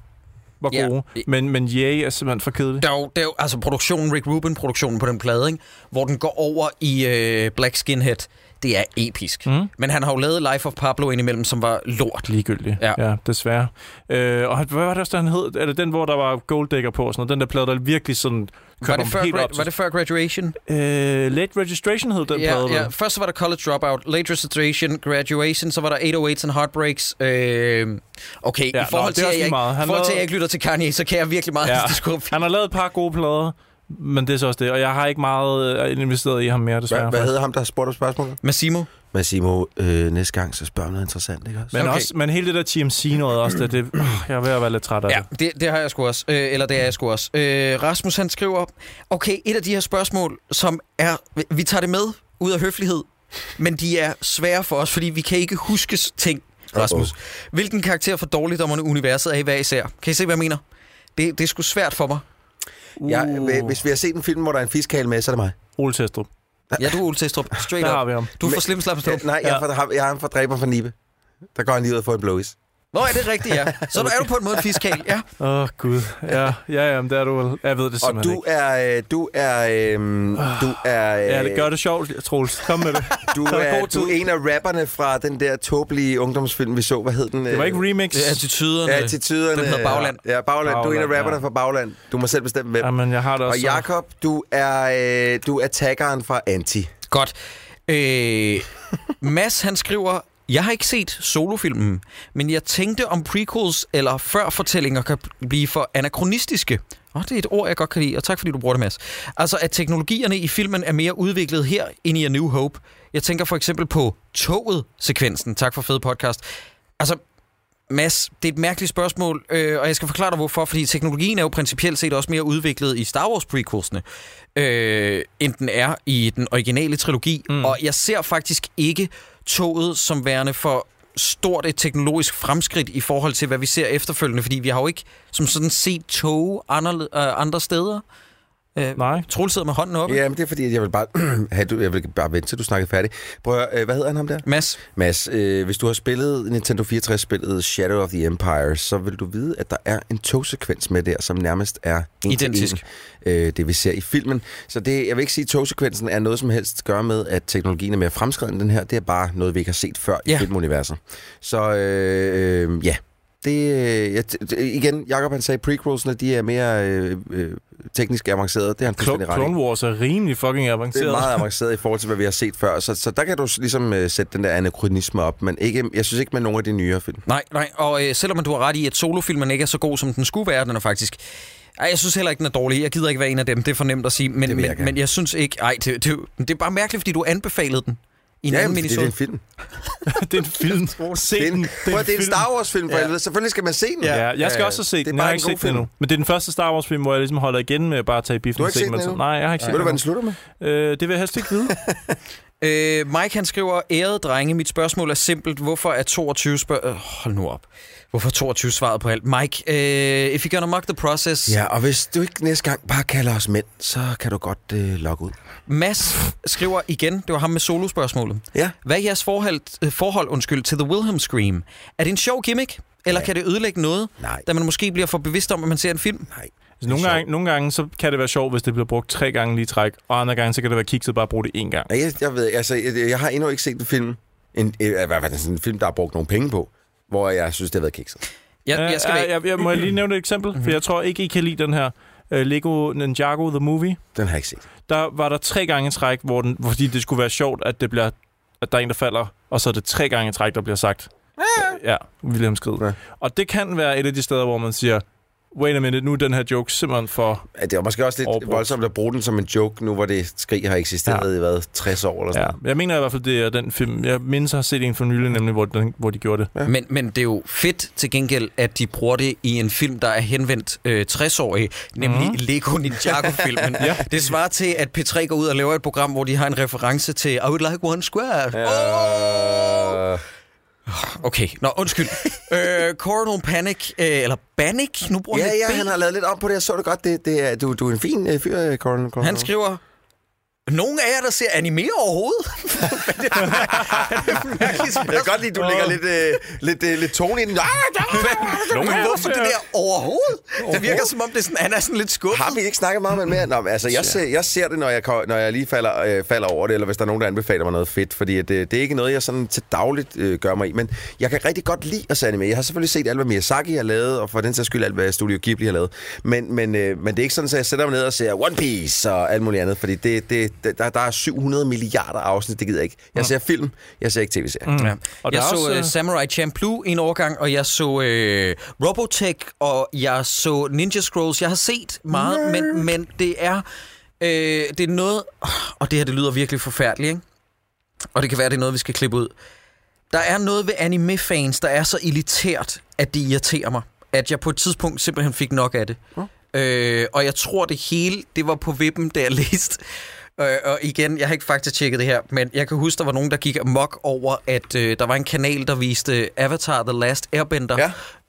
Speaker 5: var
Speaker 4: Ja.
Speaker 5: gode. Men, men Ye er simpelthen for kedelig.
Speaker 4: Der er jo, der er jo altså produktionen, Rick Rubin-produktionen på den plade, ikke? hvor den går over i øh, Black Skinhead. Det er episk. Mm. Men han har jo lavet Life of Pablo indimellem, som var lort.
Speaker 5: Ligegyldig,
Speaker 4: Ja.
Speaker 5: ja, ja desværre. Øh, og han- hvad var det også, der han hed? Er det den, hvor der var golddækker på? og Sådan noget? Den der plade, der virkelig sådan
Speaker 4: Var
Speaker 5: kørte
Speaker 4: det,
Speaker 5: ham
Speaker 4: før,
Speaker 5: helt op.
Speaker 4: gra- var det før Graduation?
Speaker 5: til- øh, Late Registration hed den
Speaker 4: ja,
Speaker 5: plade.
Speaker 4: ja.
Speaker 5: vel?
Speaker 4: Først så var der College Dropout, Late Registration, Graduation, så var der 808's and Heartbreaks. Øh, okay, ja,
Speaker 5: Ja,
Speaker 4: i forhold
Speaker 5: nå, det er
Speaker 4: til,
Speaker 5: også lige
Speaker 4: at jeg, ikke,
Speaker 5: meget.
Speaker 4: forhold
Speaker 5: Han
Speaker 4: til, at
Speaker 5: lavede-
Speaker 4: jeg ikke lytter til Kanye, så kan jeg virkelig meget ja.
Speaker 5: Han har lavet et par gode plader, men det er så også det. Og jeg har ikke meget øh, investeret i ham mere, desværre.
Speaker 6: Hvad, hvad hedder ham, der har spurgt om spørgsmålet?
Speaker 4: Massimo.
Speaker 6: Massimo, øh, næste gang, så spørg om noget interessant, ikke også?
Speaker 5: men,
Speaker 4: Okay.
Speaker 5: okay. også, men hele det der TMC noget også, det,
Speaker 6: Mm.
Speaker 5: det, øh, jeg er ved at være lidt træt af
Speaker 4: Ja,
Speaker 5: det.
Speaker 4: det, det har jeg sgu også. Øh, eller det er jeg sgu også. Øh, Rasmus, han skriver, okay, et af de her spørgsmål, som er, vi- vi tager det med ud af høflighed, men de er svære for os, fordi vi kan ikke huskes ting, Rasmus.
Speaker 6: Uh.
Speaker 4: Hvilken karakter for dårligdommerne universet er i hver især? Kan I se, hvad jeg mener? Det, det er sgu svært for mig.
Speaker 6: Ja, hvi- hvis vi har set en film, hvor der er en fiskal med, så er det mig.
Speaker 5: Uh. Ole Testrup,
Speaker 4: Ja, du er Ole Testrup. Straight
Speaker 5: der har
Speaker 4: up.
Speaker 5: vi ham.
Speaker 4: Du er for
Speaker 6: Men-
Speaker 4: slim, slap, slap.
Speaker 6: Nej, jeg er fra, jeg er fra Dræber for Nibe. Der går han lige ud og får en blowies.
Speaker 4: Nå, er det rigtigt, ja. Så er du på en måde en fiskal, ja.
Speaker 5: Åh, oh, Gud. Ja, ja, jamen, det er du vel. Jeg ved det
Speaker 6: Og
Speaker 5: simpelthen
Speaker 6: du er, øh, du er, øhm, du er, øh,
Speaker 5: ikke. Ja, det gør det sjovt, Troels. Kom med det.
Speaker 6: Du
Speaker 5: Så er
Speaker 6: er,
Speaker 5: god
Speaker 6: du er en af rapperne fra den der tåbelige ungdomsfilm, vi så. Hvad hed den?
Speaker 5: Det
Speaker 6: <laughs>
Speaker 5: var ikke øh, remix.
Speaker 4: Det er attituderne.
Speaker 6: Attituderne.
Speaker 4: Den hedder Bagland.
Speaker 6: Ja, Bagland. Du er en
Speaker 5: Bagland,
Speaker 6: af rapperne
Speaker 5: ja.
Speaker 6: fra Bagland. Du må selv bestemme, hvem.
Speaker 5: Jamen, altså- jeg har det
Speaker 6: Og
Speaker 5: også.
Speaker 6: Jakob, du er, øh, du er taggeren fra Anti.
Speaker 4: Godt. Øh, Mads, han skriver, jeg har ikke set solofilmen, men jeg tænkte om prequels eller førfortællinger kan blive for anachronistiske. Og det er et ord, jeg godt kan lide, og tak fordi du bruger det, Mads. Altså, at teknologierne i filmen er mere udviklet her end i A New Hope. Jeg tænker for eksempel på toget-sekvensen. Tak for fed podcast. Altså, Mads, det er et mærkeligt spørgsmål, øh, og jeg skal forklare dig hvorfor, fordi teknologien er jo principielt set også mere udviklet i Star Wars prequelsene, øh, end den er i den originale trilogi, mm. og jeg ser faktisk ikke toget som værende for stort et teknologisk fremskridt i forhold til, hvad vi ser efterfølgende, fordi vi har jo ikke som sådan set tog andre, øh, andre steder. Øh,
Speaker 5: Nej.
Speaker 4: Troels sidder med hånden oppe. Yeah.
Speaker 6: Ja, men det er fordi, at jeg vil bare, <clears throat> have, du, jeg vil bare vente, til du snakker færdig. Prøv at, høre, øh, hvad hedder han ham der?
Speaker 4: Mads,
Speaker 6: Mads, øh, hvis du har spillet Nintendo 64-spillet Shadow of the Empire, så vil du vide, at der er en togsekvens med der, som nærmest er en til
Speaker 4: Identisk.
Speaker 6: En, øh, det vi ser i filmen. Så det, jeg vil ikke sige, at togsekvensen er noget som helst at gøre med, at teknologien er mere fremskreden end den her. Det er bare noget, vi ikke har set før ja.
Speaker 4: Ja.
Speaker 6: i filmuniverset. Så øh, øh, ja, det, øh, jeg, t- igen, Jacob han sagde, prequelsene de er mere øh, øh, teknisk avancerede. Det har han
Speaker 5: Clo-
Speaker 6: fuldstændig ret i.
Speaker 5: Clone Wars er rimelig fucking
Speaker 6: Det
Speaker 5: avanceret.
Speaker 6: er meget avanceret i forhold til, hvad vi har set før. Så, så der kan du s- ligesom øh, sætte den der anachronisme op, men ikke, jeg synes ikke med nogen af de nyere film.
Speaker 4: Nej, nej, og øh, selvom du har ret i, at solofilmen ikke er så god, som den skulle være, den er faktisk... Ej, jeg synes heller ikke, den er dårlig. Jeg gider ikke være en af dem, det er for nemt at sige. Men,
Speaker 6: Det vil jeg
Speaker 4: men,
Speaker 6: gerne.
Speaker 4: men jeg synes ikke... Ej, det, det, det er bare mærkeligt, fordi du anbefalede den. I en
Speaker 6: Ja,
Speaker 4: ja,
Speaker 6: men
Speaker 4: anden
Speaker 6: fordi det er en
Speaker 4: minisode.
Speaker 6: film.
Speaker 5: <laughs> det er en
Speaker 6: <laughs>
Speaker 5: film. Se
Speaker 6: Det er en,
Speaker 5: den.
Speaker 6: prøv, at- det er en
Speaker 5: film.
Speaker 6: Star Wars-film, for
Speaker 4: Ja.
Speaker 6: helvede. Selvfølgelig skal man se den.
Speaker 5: Ja, jeg skal
Speaker 6: Øh,
Speaker 5: også se
Speaker 6: det er
Speaker 5: den.
Speaker 6: bare
Speaker 5: Jeg har
Speaker 6: en
Speaker 5: ikke
Speaker 6: god
Speaker 5: set den
Speaker 6: film.
Speaker 5: endnu. Men det er den første Star Wars-film, hvor jeg ligesom holder igen med bare at tage i biffen.
Speaker 6: Du har
Speaker 5: og
Speaker 6: ikke
Speaker 5: se
Speaker 6: set den
Speaker 5: med-
Speaker 6: endnu?
Speaker 5: Nej, jeg har ikke set
Speaker 6: Ved du, hvad
Speaker 5: den
Speaker 6: den slutter med?
Speaker 5: endnu. Øh, det vil jeg helst ikke vide.
Speaker 4: Øh, Mike, han skriver, ærede drenge, mit spørgsmål er simpelt. Hvorfor er 22 spørg... Øh, hold nu op. Hvorfor er 22 svaret på alt? Mike, øh, if you're gonna mock the process...
Speaker 6: Ja, og hvis du ikke næste gang bare kalder os mænd, så kan du godt øh, logge ud.
Speaker 4: Mads skriver igen, det var ham med solospørgsmålet.
Speaker 6: Ja.
Speaker 4: Hvad er jeres forhold, øh, forhold undskyld, til The Wilhelm Scream? Er det en sjov gimmick, eller ja. kan det ødelægge noget,
Speaker 6: Nej.
Speaker 4: da man måske bliver for bevidst om, at man ser en film?
Speaker 6: Nej.
Speaker 5: Altså, Nogle gange, nogle gange så kan det være sjovt, hvis det bliver brugt tre gange lige i træk, og andre gange så kan det være kikset bare at bruge det én gang.
Speaker 6: Nej, jeg, jeg ved, altså, jeg, jeg har endnu ikke set en film, en, øh, hvad, hvad, sådan en film, der har brugt nogle penge på, hvor jeg synes, det har været kikset.
Speaker 4: Jeg, jeg skal
Speaker 5: Øh,
Speaker 4: væk.
Speaker 5: jeg, jeg, må jeg lige nævne et eksempel? For jeg tror ikke, I kan lide den her uh, Lego Ninjago The Movie.
Speaker 6: Den har jeg ikke set.
Speaker 5: Der var der tre gange i træk, hvor den, fordi det skulle være sjovt, at det bliver at der er en, der falder, og så er det tre gange i træk, der bliver sagt.
Speaker 4: Ah.
Speaker 5: Ja, William skrid.
Speaker 6: Ja.
Speaker 5: Ja. Og det kan være et af de steder, hvor man siger, wait a minute, nu er den her joke simpelthen for...
Speaker 6: Ja, Det var måske også lidt
Speaker 5: Overbrugt.
Speaker 6: voldsomt at bruge den som en joke, nu hvor det skrig har eksisteret ja. i, hvad, 60 år eller sådan
Speaker 5: Ja. Jeg mener i hvert fald, det er den film. Jeg mindes, jeg har set en for nylig, nemlig, hvor, den, hvor de gjorde det.
Speaker 4: Men, men det er jo fedt til gengæld, at de bruger det i en film, der er henvendt øh, 60-årige, nemlig mm. Lego Ninjago-filmen. <laughs> ja. Det svarer til, at P3 går ud og laver et program, hvor de har en reference til I would like one square.
Speaker 6: Øh,
Speaker 4: Okay, nå <laughs> undskyld. øh, Coronal Panic, øh, eller Panic, nu bruger
Speaker 6: ja,
Speaker 4: et
Speaker 6: ja,
Speaker 4: B.
Speaker 6: han har lavet lidt op på det. Jeg så det godt. Det, det er, du, du er en fin øh, fyr, øh, Coronel. Coronel.
Speaker 4: Han skriver... Nogen af jer, der ser anime overhovedet? Hvad er det for mærkeligt- mærkeligt
Speaker 6: <laughs> Jeg kan
Speaker 4: spørgsmål?
Speaker 6: godt lide, du lægger lidt, øh, lidt, øh, lidt tone i den. Ah, der,
Speaker 4: Men
Speaker 5: af jer
Speaker 4: Hvorfor det
Speaker 5: ser-
Speaker 4: der overhovedet? Det virker som om, det er sådan, han er sådan lidt skuffet.
Speaker 6: har vi ikke snakket meget om det mere? Nå, men altså, jeg ser, jeg ser det, når jeg, ko- når jeg lige falder, øh, falder over det, eller hvis der er nogen, der anbefaler mig noget fedt, fordi at, øh, det er ikke noget, jeg sådan til dagligt øh, gør mig i. Men jeg kan rigtig godt lide at se anime. Jeg har selvfølgelig set alt, hvad Miyazaki har lavet, og for den sags skyld alt, hvad Studio Ghibli har lavet. Men, men, øh, men det er ikke sådan, at jeg sætter mig ned og ser One Piece og alt muligt andet, fordi det, det, det- der, der er 700 milliarder afsnit, det gider jeg ikke. Jeg ser film, jeg ser ikke tv-serier. Mm.
Speaker 4: Ja.
Speaker 5: Og der
Speaker 4: Jeg
Speaker 5: er
Speaker 4: så
Speaker 5: også,
Speaker 4: også,
Speaker 5: øh,
Speaker 4: Samurai Champloo en årgang, og jeg så øh, Robotech, og jeg så Ninja Scrolls. Jeg har set meget, men, men det er øh, det er noget... Og det her, det lyder virkelig forfærdeligt, ikke? Og det kan være, det er noget, vi skal klippe ud. Der er noget ved anime-fans, der er så elitært, at det irriterer mig. At jeg på et tidspunkt simpelthen fik nok af det. Øh, og jeg tror, det hele, det var på vippen, da jeg <laughs> læste Øh, og igen, jeg har ikke faktisk tjekket det her, men jeg kan huske, der var nogen, der gik amok over, at øh, der var en kanal, der viste Avatar The Last Airbender,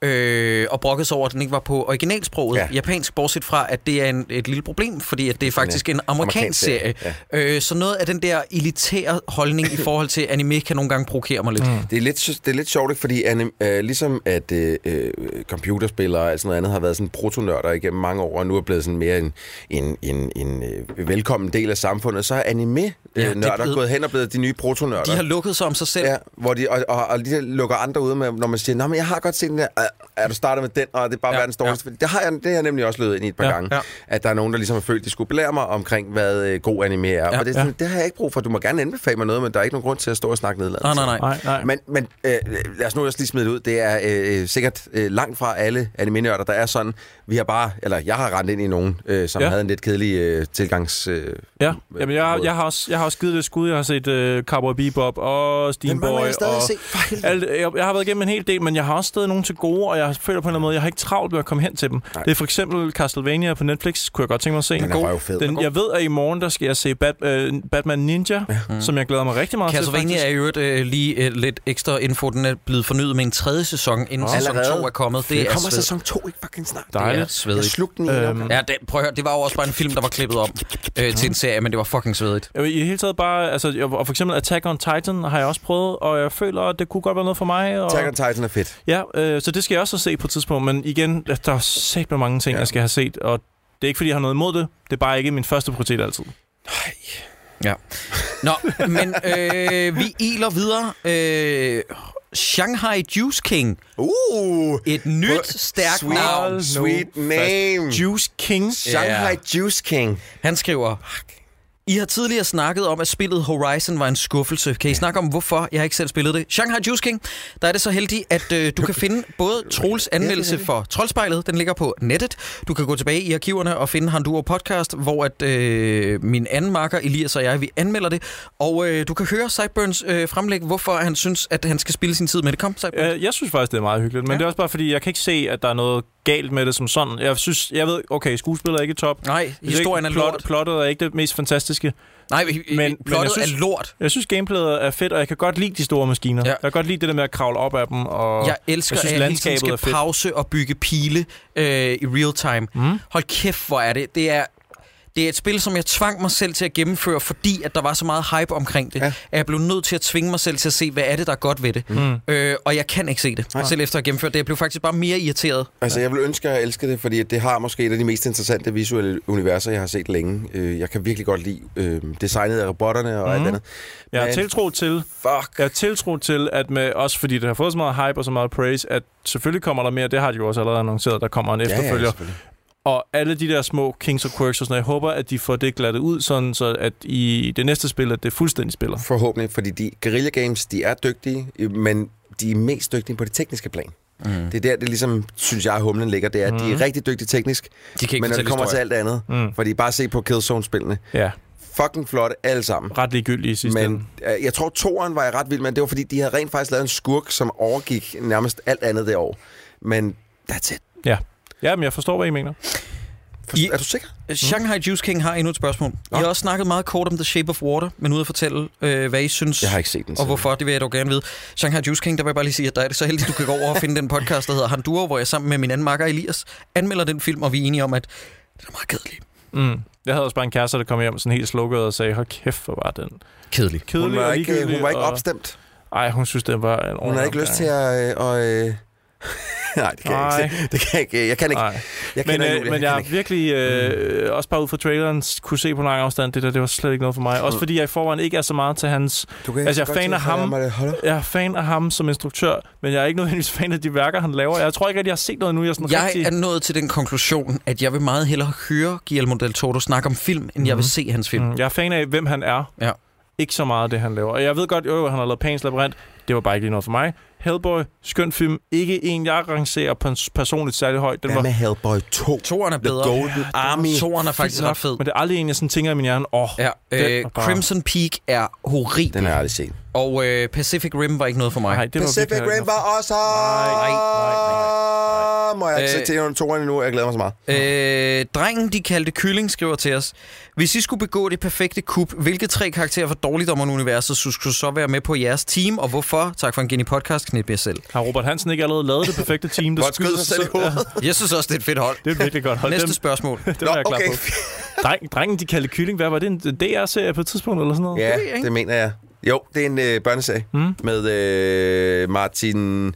Speaker 6: Ja.
Speaker 4: øh, og brokkede sig over, at den ikke var på originalsproget
Speaker 6: Ja.
Speaker 4: ja. japansk, bortset fra, at det er en, et lille problem, fordi at det er faktisk en amerikansk,
Speaker 6: amerikansk
Speaker 4: amerikansk
Speaker 6: serie,
Speaker 4: serie. Ja. Øh, så noget af den der elitære holdning i forhold til anime kan nogle gange provokere mig lidt. Mm.
Speaker 6: Det er lidt, det er lidt sjovt, ikke? fordi anim, øh, ligesom at øh, øh, computerspillere og alt sådan noget andet har været sådan protonørder igennem mange år, og nu er blevet sådan mere en, en, en, en øh, velkommen del af samfundet, så er
Speaker 4: Ja, det
Speaker 6: anime-nørder
Speaker 4: er
Speaker 6: ja, blevet...
Speaker 4: blevet-
Speaker 6: gået hen og blevet de nye protonørder.
Speaker 4: De har lukket sig om sig selv.
Speaker 6: Ja, hvor de, og, og, og de der lukker andre ude med, når man siger, Nå, men jeg har godt set den der, "Ah, er du startet med den, og det er bare ja,
Speaker 4: Ja,
Speaker 6: verdens dårligste. Ja. Det har jeg, det har jeg nemlig også løbet ind i et par ja,
Speaker 5: Ja,
Speaker 6: gange, ja.
Speaker 4: ja.
Speaker 6: at der er nogen, der ligesom har følt, de skulle belære mig omkring, hvad øh, god anime er. Ja,
Speaker 4: Ja,
Speaker 6: og det, er sådan, ja. det har jeg ikke brug for. Du må gerne anbefale mig noget, men der er ikke nogen grund til at stå og snakke
Speaker 4: Nej,
Speaker 6: nedladende.
Speaker 4: nej, nej.
Speaker 5: Nej, nej.
Speaker 6: Men, men øh, lad os nu også lige smide det ud. Det er øh, sikkert øh, langt fra alle anime-nørder, der er sådan. Vi har bare, eller jeg har rendt ind i nogen, øh, som ja.
Speaker 5: Ja.
Speaker 6: havde en lidt kedelig øh, tilgangs... Øh,
Speaker 5: Ja,
Speaker 6: øh,
Speaker 5: Jamen, jeg,
Speaker 6: måde.
Speaker 5: jeg, har også, jeg har også givet det et skud. Jeg har set uh, Cowboy Bebop og
Speaker 6: Den mangler
Speaker 5: Steamboy.
Speaker 6: jeg stadig
Speaker 5: og
Speaker 6: at <laughs> se. For helvede.
Speaker 5: alt, jeg, jeg har været igennem en hel del, men jeg har også stadig nogen til gode, og jeg føler på en eller anden måde, jeg har ikke travlt med at komme hen til dem.
Speaker 6: Nej.
Speaker 5: Nej. Det er for eksempel Castlevania på Netflix, kunne jeg godt tænke mig at se.
Speaker 6: Den er
Speaker 5: God.
Speaker 6: røvfed. Den er
Speaker 5: Den, jeg ved, at i morgen, der skal jeg se Bat, øh, Batman Ninja, ja. som jeg glæder mig rigtig meget til.
Speaker 4: Mm. Castlevania er
Speaker 5: faktisk.
Speaker 4: i øvrigt øh, lige øh, lidt ekstra info. Den er blevet fornyet med en tredje sæson, inden
Speaker 6: Åh.
Speaker 4: oh, sæson
Speaker 6: Allerede?
Speaker 4: 2 er kommet. Det
Speaker 6: Det
Speaker 4: er
Speaker 6: kommer
Speaker 4: sved-
Speaker 6: sæson 2 ikke fucking snart.
Speaker 4: det er
Speaker 5: Dejligt.
Speaker 6: Jeg
Speaker 4: svedigt.
Speaker 6: slugte den i øhm.
Speaker 5: Øhm,
Speaker 4: Ja, det, prøv at høre, det var jo også bare en film, der var klippet op øh, til en serie, men det var fucking svedigt.
Speaker 5: Jeg vil I det hele taget bare, altså, jeg, og for eksempel Attack on Titan har jeg også prøvet, og jeg føler, at det kunne godt være noget for mig. Og,
Speaker 6: Attack on Titan er fedt.
Speaker 5: Ja, øh, så det skal jeg også se på et tidspunkt, men igen, der er sæt med mange ting,
Speaker 6: Ja.
Speaker 5: ja. jeg skal have set, og det er ikke, fordi jeg har noget imod det, det er bare ikke min første prioritet altid.
Speaker 4: Nå, men øh, vi iler videre. Øh, Shanghai Juice King.
Speaker 6: Uh!
Speaker 4: Et nyt, stærkt
Speaker 6: sweet,
Speaker 4: navn.
Speaker 6: Sweet name.
Speaker 5: Juice King.
Speaker 6: Shanghai Juice King.
Speaker 4: Han skriver... I har tidligere snakket om, at spillet Horizon var en skuffelse. Kan I snakke om, hvorfor jeg har ikke selv spillet det? Shanghai Juice King, der er det så heldig, at øh, du kan finde
Speaker 5: <laughs>
Speaker 4: både Troels anmeldelse for Troldspejlet, den ligger på nettet. Du kan gå tilbage i arkiverne og finde Handuro Podcast, hvor at øh, min anden marker, Elias og jeg, vi anmelder det. Og øh, du kan høre Sideburns øh, fremlægge, hvorfor han synes, at han skal spille sin tid med det. Kom, Sideburns.
Speaker 5: Øh, jeg synes faktisk, det er meget hyggeligt, men
Speaker 4: Ja.
Speaker 5: ja. det er også bare, fordi jeg kan ikke se, at der er noget galt med det som sådan. Jeg synes, jeg ved, okay, skuespillet er ikke top.
Speaker 4: Nej,
Speaker 5: Jeg synes
Speaker 4: historien er
Speaker 5: ikke,
Speaker 4: lort.
Speaker 5: Plottet er ikke det mest fantastiske.
Speaker 4: Nej, men,
Speaker 5: men
Speaker 4: men plottet
Speaker 5: jeg synes-
Speaker 4: er lort.
Speaker 5: Jeg synes, gameplayet er fedt, og jeg kan godt lide de store maskiner.
Speaker 4: Ja.
Speaker 5: Jeg kan godt lide det der med at kravle op af dem. Og
Speaker 4: Jeg elsker,
Speaker 5: jeg synes,
Speaker 4: at jeg hele tiden
Speaker 5: landskabet er
Speaker 4: skal
Speaker 5: fedt.
Speaker 4: pause og bygge pile øh, i real time.
Speaker 5: Mm.
Speaker 4: Hold kæft, hvor er det. Det er, det er et spil, som jeg tvang mig selv til at gennemføre, fordi at der var så meget hype omkring det,
Speaker 6: Ja.
Speaker 4: ja. at jeg blev nødt til at tvinge mig selv til at se, hvad er det, der er godt ved det.
Speaker 5: Mm.
Speaker 4: Øh, og jeg kan ikke se det,
Speaker 6: Nej.
Speaker 4: Nej. selv efter at have gennemført det. Jeg blev faktisk bare mere irriteret.
Speaker 6: Altså, jeg vil ønske, at jeg elsker det, fordi det har måske et af de mest interessante visuelle universer, jeg har set længe. Øh, Jeg kan virkelig godt lide øh, designet af robotterne og mm. alt
Speaker 5: Mhm.
Speaker 6: andet.
Speaker 5: Jeg har
Speaker 6: Men-
Speaker 5: tiltro til,
Speaker 6: Fuck.
Speaker 5: Jeg har tiltro til, at med, også fordi det har fået så meget hype og så meget praise, at selvfølgelig kommer der mere, det har de jo også allerede annonceret, der kommer en efterfølger. Ja,
Speaker 6: selvfølgelig.
Speaker 5: ja, og alle de der små Kings og Quirks og sådan noget, jeg håber, at de får det glattet ud, sådan så at i det næste spil, at det fuldstændig spiller.
Speaker 6: Forhåbentlig, fordi de Guerrilla Games, de er dygtige, øh, men de er mest dygtige på det tekniske plan. Mm. Det er der, det ligesom, synes jeg, humlen ligger. Det er, at de er rigtig dygtige teknisk,
Speaker 4: De kan ikke
Speaker 6: men når det
Speaker 4: fortælle
Speaker 6: kommer til
Speaker 4: historien.
Speaker 6: alt andet. Mm.
Speaker 5: Mm.
Speaker 6: Fordi bare se på Killzone-spillene.
Speaker 5: Ja,
Speaker 6: Fucking flotte alle sammen.
Speaker 5: ret ligegyldigt i sidste ende.
Speaker 6: Men øh, jeg tror, toeren var jeg ret vild med. Det var, fordi de havde rent faktisk lavet en skurk, som overgik nærmest alt andet det år. Men that's it.
Speaker 5: Ja. ja, men jeg forstår, hvad I mener.
Speaker 6: For,
Speaker 4: I-
Speaker 6: er du sikker?
Speaker 4: Shanghai Juice King har endnu et spørgsmål.
Speaker 6: Mm. Nå.
Speaker 4: Jeg har også snakket meget kort om The Shape of Water, men ude at fortælle, øh, hvad I synes
Speaker 6: ikke set den.
Speaker 4: Og hvorfor, det vil jeg dog gerne vide. Shanghai Juice King, der vil jeg bare lige sige, at der er det så heldigt, du kan gå over og finde den podcast, der hedder Handuro, hvor jeg sammen med min anden makker Elias anmelder den film, og vi er enige om, at den er meget kedelig.
Speaker 5: Mm. Jeg havde også bare en kæreste, der kom hjem sådan helt slukket og sagde, hold kæft, hvor var den
Speaker 4: Kedelig.
Speaker 5: kedelig
Speaker 6: Hun var
Speaker 5: og
Speaker 6: ikke, øh,
Speaker 5: ligegyldig,
Speaker 6: hun var ikke
Speaker 5: og-
Speaker 6: opstemt.
Speaker 5: Ej, hun synes, det var en
Speaker 6: Hun har ikke lyst til at... Øh, og, øh, <laughs> nej, det kan jeg ikke. se. Det kan jeg ikke. Jeg kan ikke.
Speaker 5: Nej.
Speaker 6: Jeg
Speaker 5: Men,
Speaker 6: kender
Speaker 5: øh,
Speaker 6: Julie,
Speaker 5: men
Speaker 6: jeg
Speaker 5: jeg
Speaker 6: kan
Speaker 5: har
Speaker 6: ikke. Mm.
Speaker 5: virkelig, øh, også bare ud fra traileren, s- kunne se på lang afstand, det der, det var slet ikke noget for mig.
Speaker 6: Mm.
Speaker 5: Også fordi jeg i forvejen ikke er så meget til hans...
Speaker 6: Du kan
Speaker 5: altså, jeg
Speaker 6: godt
Speaker 5: faner
Speaker 6: tænke, at
Speaker 5: ham.
Speaker 6: måtte holde.
Speaker 5: Jeg er fan af ham som instruktør, men jeg er ikke <laughs> nødvendigvis fan af de værker, han laver. Jeg tror ikke, at jeg har set noget nu, jeg er sådan
Speaker 4: Jeg
Speaker 5: rigtig...
Speaker 4: er nået til den konklusion, at jeg vil meget hellere høre Guillermo del Toro snakke om film, end jeg vil se hans film.
Speaker 5: Mm, jeg er fan af, hvem han er.
Speaker 4: Ja.
Speaker 5: Ikke så meget af det, han laver. Og jeg ved godt, jo, han har lavet Pans Labyrinth. Det var bare ikke lige noget for mig. Hellboy, skøn film. Ikke en, jeg rangerer pers- personligt særlig højt. Den
Speaker 6: Hvad
Speaker 5: var,
Speaker 6: med Hellboy 2?
Speaker 4: Toren er bedre.
Speaker 6: Golden Army.
Speaker 4: Toren er faktisk
Speaker 5: Fint nok,
Speaker 4: ret fed.
Speaker 5: Men det er aldrig en, jeg sådan tænker i min hjerne, åh, oh,
Speaker 4: Ja, øh,
Speaker 5: var bare-
Speaker 4: Crimson Peak er horribel,
Speaker 6: Den har jeg aldrig set.
Speaker 4: og øh, Pacific Rim var ikke noget for mig.
Speaker 5: nej, det var
Speaker 6: Pacific
Speaker 5: virkelig-
Speaker 6: Rim var også
Speaker 5: nej, nej,
Speaker 6: Må jeg ikke
Speaker 4: Øh,
Speaker 6: se til under toeren endnu? Jeg glæder mig så meget.
Speaker 4: Øh, drengen, de kaldte Kylling, skriver til os. Hvis I skulle begå det perfekte kup, hvilke tre karakterer fra Dårligdommerne-universet skulle skulle så være med på jeres team, og hvorfor? Tak for en geni podcast, knip jer selv.
Speaker 5: Har Robert Hansen ikke allerede lavet det perfekte team, der
Speaker 6: Godt skyder sig
Speaker 5: <laughs>
Speaker 6: selv i hovedet.
Speaker 4: Jeg synes også, det er et fedt hold.
Speaker 5: Det er virkelig godt. Hold
Speaker 4: Næste
Speaker 5: dem,
Speaker 4: spørgsmål.
Speaker 5: det var jeg klar
Speaker 6: okay.
Speaker 5: på. Dreng, drengen, de kaldte kylling. Hvad var det? En DR-serie på et tidspunkt eller sådan noget?
Speaker 6: Ja,
Speaker 4: ved jeg ikke.
Speaker 6: det mener jeg. Jo, det er en øh, børneserie mm. med øh, Martin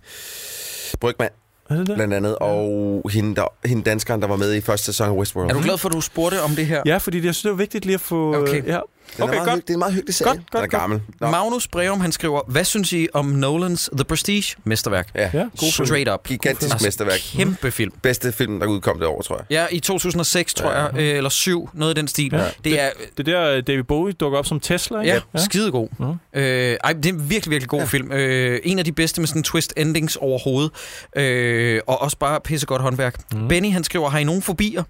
Speaker 6: Brygman
Speaker 5: Er det det?
Speaker 6: blandt andet, og hende, der, hende danskeren, der var med i første sæson af Westworld. Mm.
Speaker 4: Er du glad for, at du spurgte om det her?
Speaker 5: Ja, fordi det- jeg synes, det var vigtigt lige at få... øh,
Speaker 4: Okay.
Speaker 5: Ja.
Speaker 6: Den er
Speaker 5: Okay,
Speaker 6: meget
Speaker 5: godt.
Speaker 6: Hyg, det er en meget hyggelig serie.
Speaker 5: Godt, godt,
Speaker 6: den er
Speaker 5: godt.
Speaker 6: gammel. Nå,
Speaker 4: Magnus Breum, han skriver, hvad synes I om Nolans The Prestige mesterværk?
Speaker 6: ja.
Speaker 5: Ja, god film.
Speaker 4: Straight up.
Speaker 6: Gigantisk mesterværk.
Speaker 4: Kæmpe film.
Speaker 6: Bedste film, der udkom det år, tror jeg.
Speaker 4: Ja, i 2006, tror jeg, øh, eller 7, noget i den stil.
Speaker 5: Ja.
Speaker 4: Det er
Speaker 5: Det er der, øh, David Bowie dukker op som Tesla, ikke?
Speaker 4: Ja, ja. skidegod.
Speaker 5: Nå.
Speaker 4: Øh, ej, det er en virkelig, virkelig god ja. film. Øh, en af de bedste med sådan twist endings overhovedet. Øh, og også bare pissegodt håndværk. Mm. Benny, han skriver, har I nogen fobier?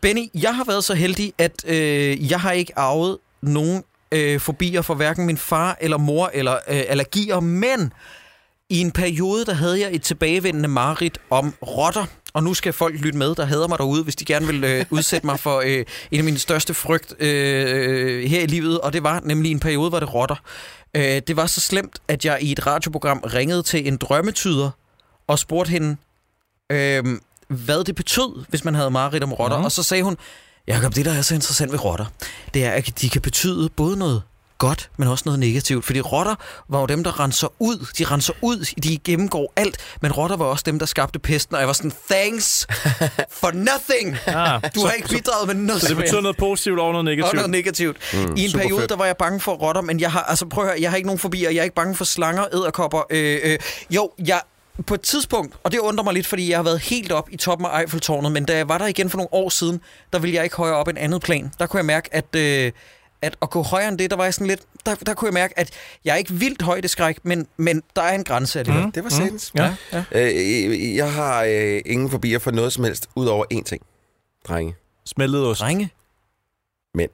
Speaker 4: Benny, jeg har været så heldig, at øh, jeg har ikke arvet nogen øh, fobier for hverken min far eller mor eller øh, allergier, men i en periode, der havde jeg et tilbagevendende mareridt om rotter. Og nu skal folk lytte med, der hader mig derude, hvis de gerne vil øh, udsætte mig for øh, en af mine største frygt øh, her i livet. Og det var nemlig en periode, hvor det rotter. Øh, det var så slemt, at jeg i et radioprogram ringede til en drømmetyder og spurgte hende, øh, hvad det betød, hvis man havde mareridt om rotter.
Speaker 5: Mhm.
Speaker 4: Mm. Og så sagde hun, Jacob, det der er så interessant ved rotter, det er, at de kan betyde både noget godt, men også noget negativt. Fordi rotter var jo dem, der renser ud. De renser ud, de gennemgår alt. Men rotter var også dem, der skabte pesten, og jeg var sådan,
Speaker 5: <laughs>
Speaker 4: thanks for nothing.
Speaker 5: Ah,
Speaker 4: Du har ikke bidraget med noget.
Speaker 5: så det
Speaker 4: som helst."
Speaker 5: betyder noget positivt og noget
Speaker 4: Og
Speaker 5: negativt.
Speaker 4: noget negativt. Mm, I en
Speaker 6: super
Speaker 4: periode,
Speaker 6: fedt.
Speaker 4: der var jeg bange for rotter, men jeg har, altså prøv at høre, jeg har ikke nogen fobier, jeg er ikke bange for slanger, æderkopper. Øh, øh. Jo, jeg på et tidspunkt, og det undrer mig lidt, fordi jeg har været helt op i toppen af Eiffeltårnet, men da jeg var der igen for nogle år siden, der ville jeg ikke højere op end andet plan. Der kunne jeg mærke, at, øh, at at gå højere end det, der var jeg sådan lidt, der, der kunne jeg mærke, at jeg er ikke vildt højdeskræk, men, men der er en grænse alligevel. Mm.
Speaker 6: Det var sent.
Speaker 5: Ja, ja.
Speaker 6: Øh, jeg har øh, ingen fobier for noget som helst, udover én ting. Drenge.
Speaker 5: Smeltet ost.
Speaker 4: Drenge.
Speaker 6: Mænd.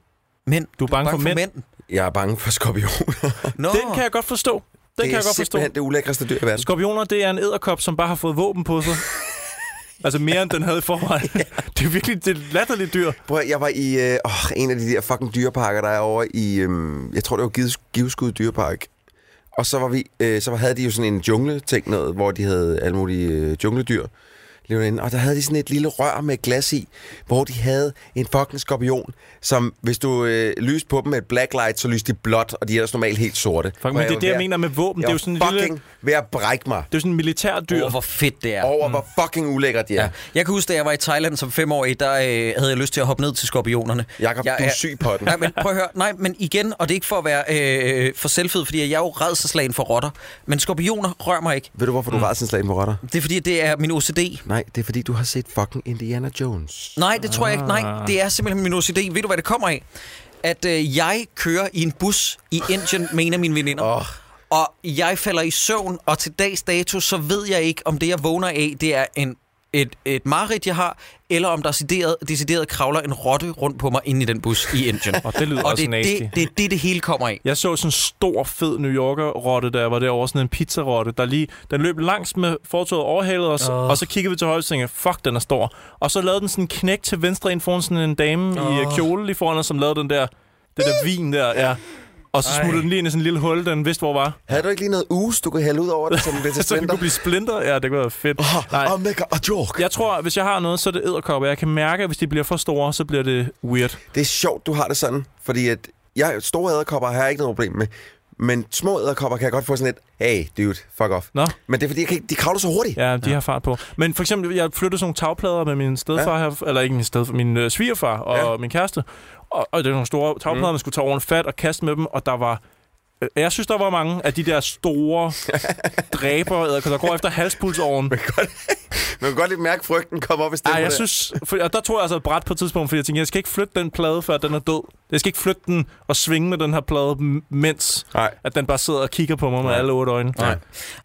Speaker 4: Mænd.
Speaker 5: Du er bange for mænd.
Speaker 6: Jeg er bange for skorpioner.
Speaker 4: Nå.
Speaker 5: Den kan jeg godt forstå. Den
Speaker 6: det
Speaker 5: kan jeg
Speaker 6: er
Speaker 5: godt forstå.
Speaker 6: simpelthen det ulækreste dyr i verden.
Speaker 5: Skorpioner, det er en æderkop, som bare har fået våben på sig. altså mere, end den havde i forvejen. det er virkelig det er et latterligt dyr.
Speaker 6: Prøv, at- jeg var i øh, åh, en af de der fucking dyreparker, der er over i, øh, jeg tror det var Gives, Giveskud Dyrepark. Og så var vi, øh, så havde de jo sådan en jungle-ting noget, hvor de havde alle mulige øh, jungledyr. levende inde. Og der havde de sådan et lille rør med glas i, hvor de havde en fucking skorpion, som hvis du øh, lyste på dem med et blacklight, så lyste de blåt, og de er ellers normalt helt sorte.
Speaker 5: Fuck, men
Speaker 6: Og
Speaker 5: det er
Speaker 6: var
Speaker 5: det, jeg
Speaker 6: ved-
Speaker 5: mener med våben. Det
Speaker 6: Jeg
Speaker 5: er
Speaker 6: det
Speaker 5: jo sådan en
Speaker 6: fucking
Speaker 5: lille...
Speaker 6: ved at brække mig
Speaker 5: Det er jo sådan en militærdyr.
Speaker 4: Åh, hvor fedt det er.
Speaker 6: over,
Speaker 5: Mm.
Speaker 6: hvor fucking ulækre de er.
Speaker 4: Ja. Jeg kan huske, da jeg var i Thailand som femårig, der øh, havde jeg lyst til at hoppe ned til skorpionerne.
Speaker 6: Jakob,
Speaker 4: jeg
Speaker 6: du er syg på den.
Speaker 4: Nej, men prøv at høre. Nej, men igen, og det er ikke for at være øh, for selvfed, fordi jeg er jo redselslagen for rotter. Men skorpioner rører mig ikke.
Speaker 6: Ved du, hvorfor du mm. var sådan slag med rotter?
Speaker 4: Det er fordi, det er min OCD.
Speaker 6: Nej, det er fordi, du har set fucking Indiana Jones.
Speaker 4: Nej, det tror jeg ikke.
Speaker 5: Ah.
Speaker 4: Nej, det er simpelthen min OCD. Ved du, hvad det kommer af? At øh, jeg kører i en bus i Indien med en af mine veninder. Oh. Og jeg falder i søvn, og til dags dato, så ved jeg ikke, om det, jeg vågner af, det er en, et, et mareridt, jeg har, eller om der decideret, decideret kravler en rotte rundt på mig inde i den bus i Indien.
Speaker 5: <laughs> Og det lyder
Speaker 4: og
Speaker 5: også
Speaker 4: det, er
Speaker 5: nasty.
Speaker 4: det, det er det, det hele kommer af.
Speaker 5: Jeg så sådan en stor, fed New Yorker-rotte, der var derovre, sådan en pizzarotte, der lige, den løb langs med fortoget overhalet os, oh. og så kiggede vi til højre og tænkte, fuck, den er stor. Og så lavede den sådan en knæk til venstre ind foran sådan en dame oh. i øh, kjole lige foran os, som lavede den der, det der vin der, ja. Og så smuttede den lige ind i sådan en lille hul, den vidste, hvor var.
Speaker 6: Havde du ikke lige noget us, du kunne hælde ud over det, som <laughs> blev til
Speaker 5: Så den
Speaker 6: splinter?
Speaker 5: kunne blive splinter. Ja, det kunne være fedt. Nej.
Speaker 6: Og mega og joke.
Speaker 5: Jeg tror, hvis jeg har noget, så er det æderkopper. Jeg kan mærke, at hvis de bliver for store, så bliver det weird.
Speaker 6: Det er sjovt, du har det sådan, fordi at jeg, store æderkopper har jeg ikke noget problem med. Men små æderkopper kan jeg godt få sådan et, hey dude, fuck off.
Speaker 5: Nå.
Speaker 6: Men det er fordi, jeg kan ikke, de kravler så hurtigt.
Speaker 5: Ja, de ja. har fart på. Men for eksempel, jeg flyttede sådan nogle tagplader med min stedfar ja. her, eller ikke min stedfar, min øh, svigerfar og ja. min kæreste. Og, og det var nogle store tagplader, mm. man skulle tage over en fat og kaste med dem, og der var øh, jeg synes, der var <laughs> mange af de der store dræber, der går efter halspulsåren.
Speaker 6: Men, godt, Man kan godt lige mærke, at frygten kommer op i stemmen.
Speaker 5: Nej,
Speaker 6: på
Speaker 5: jeg
Speaker 6: det.
Speaker 5: synes... For, og der tror jeg altså et bræt på et tidspunkt, fordi jeg tænkte, jeg skal ikke flytte den plade, før den er død. Jeg skal ikke flytte den og svinge med den her plade, m- mens
Speaker 6: Nej.
Speaker 5: at den bare sidder og kigger på mig med
Speaker 6: Nej.
Speaker 5: alle otte øjne.
Speaker 6: Nej.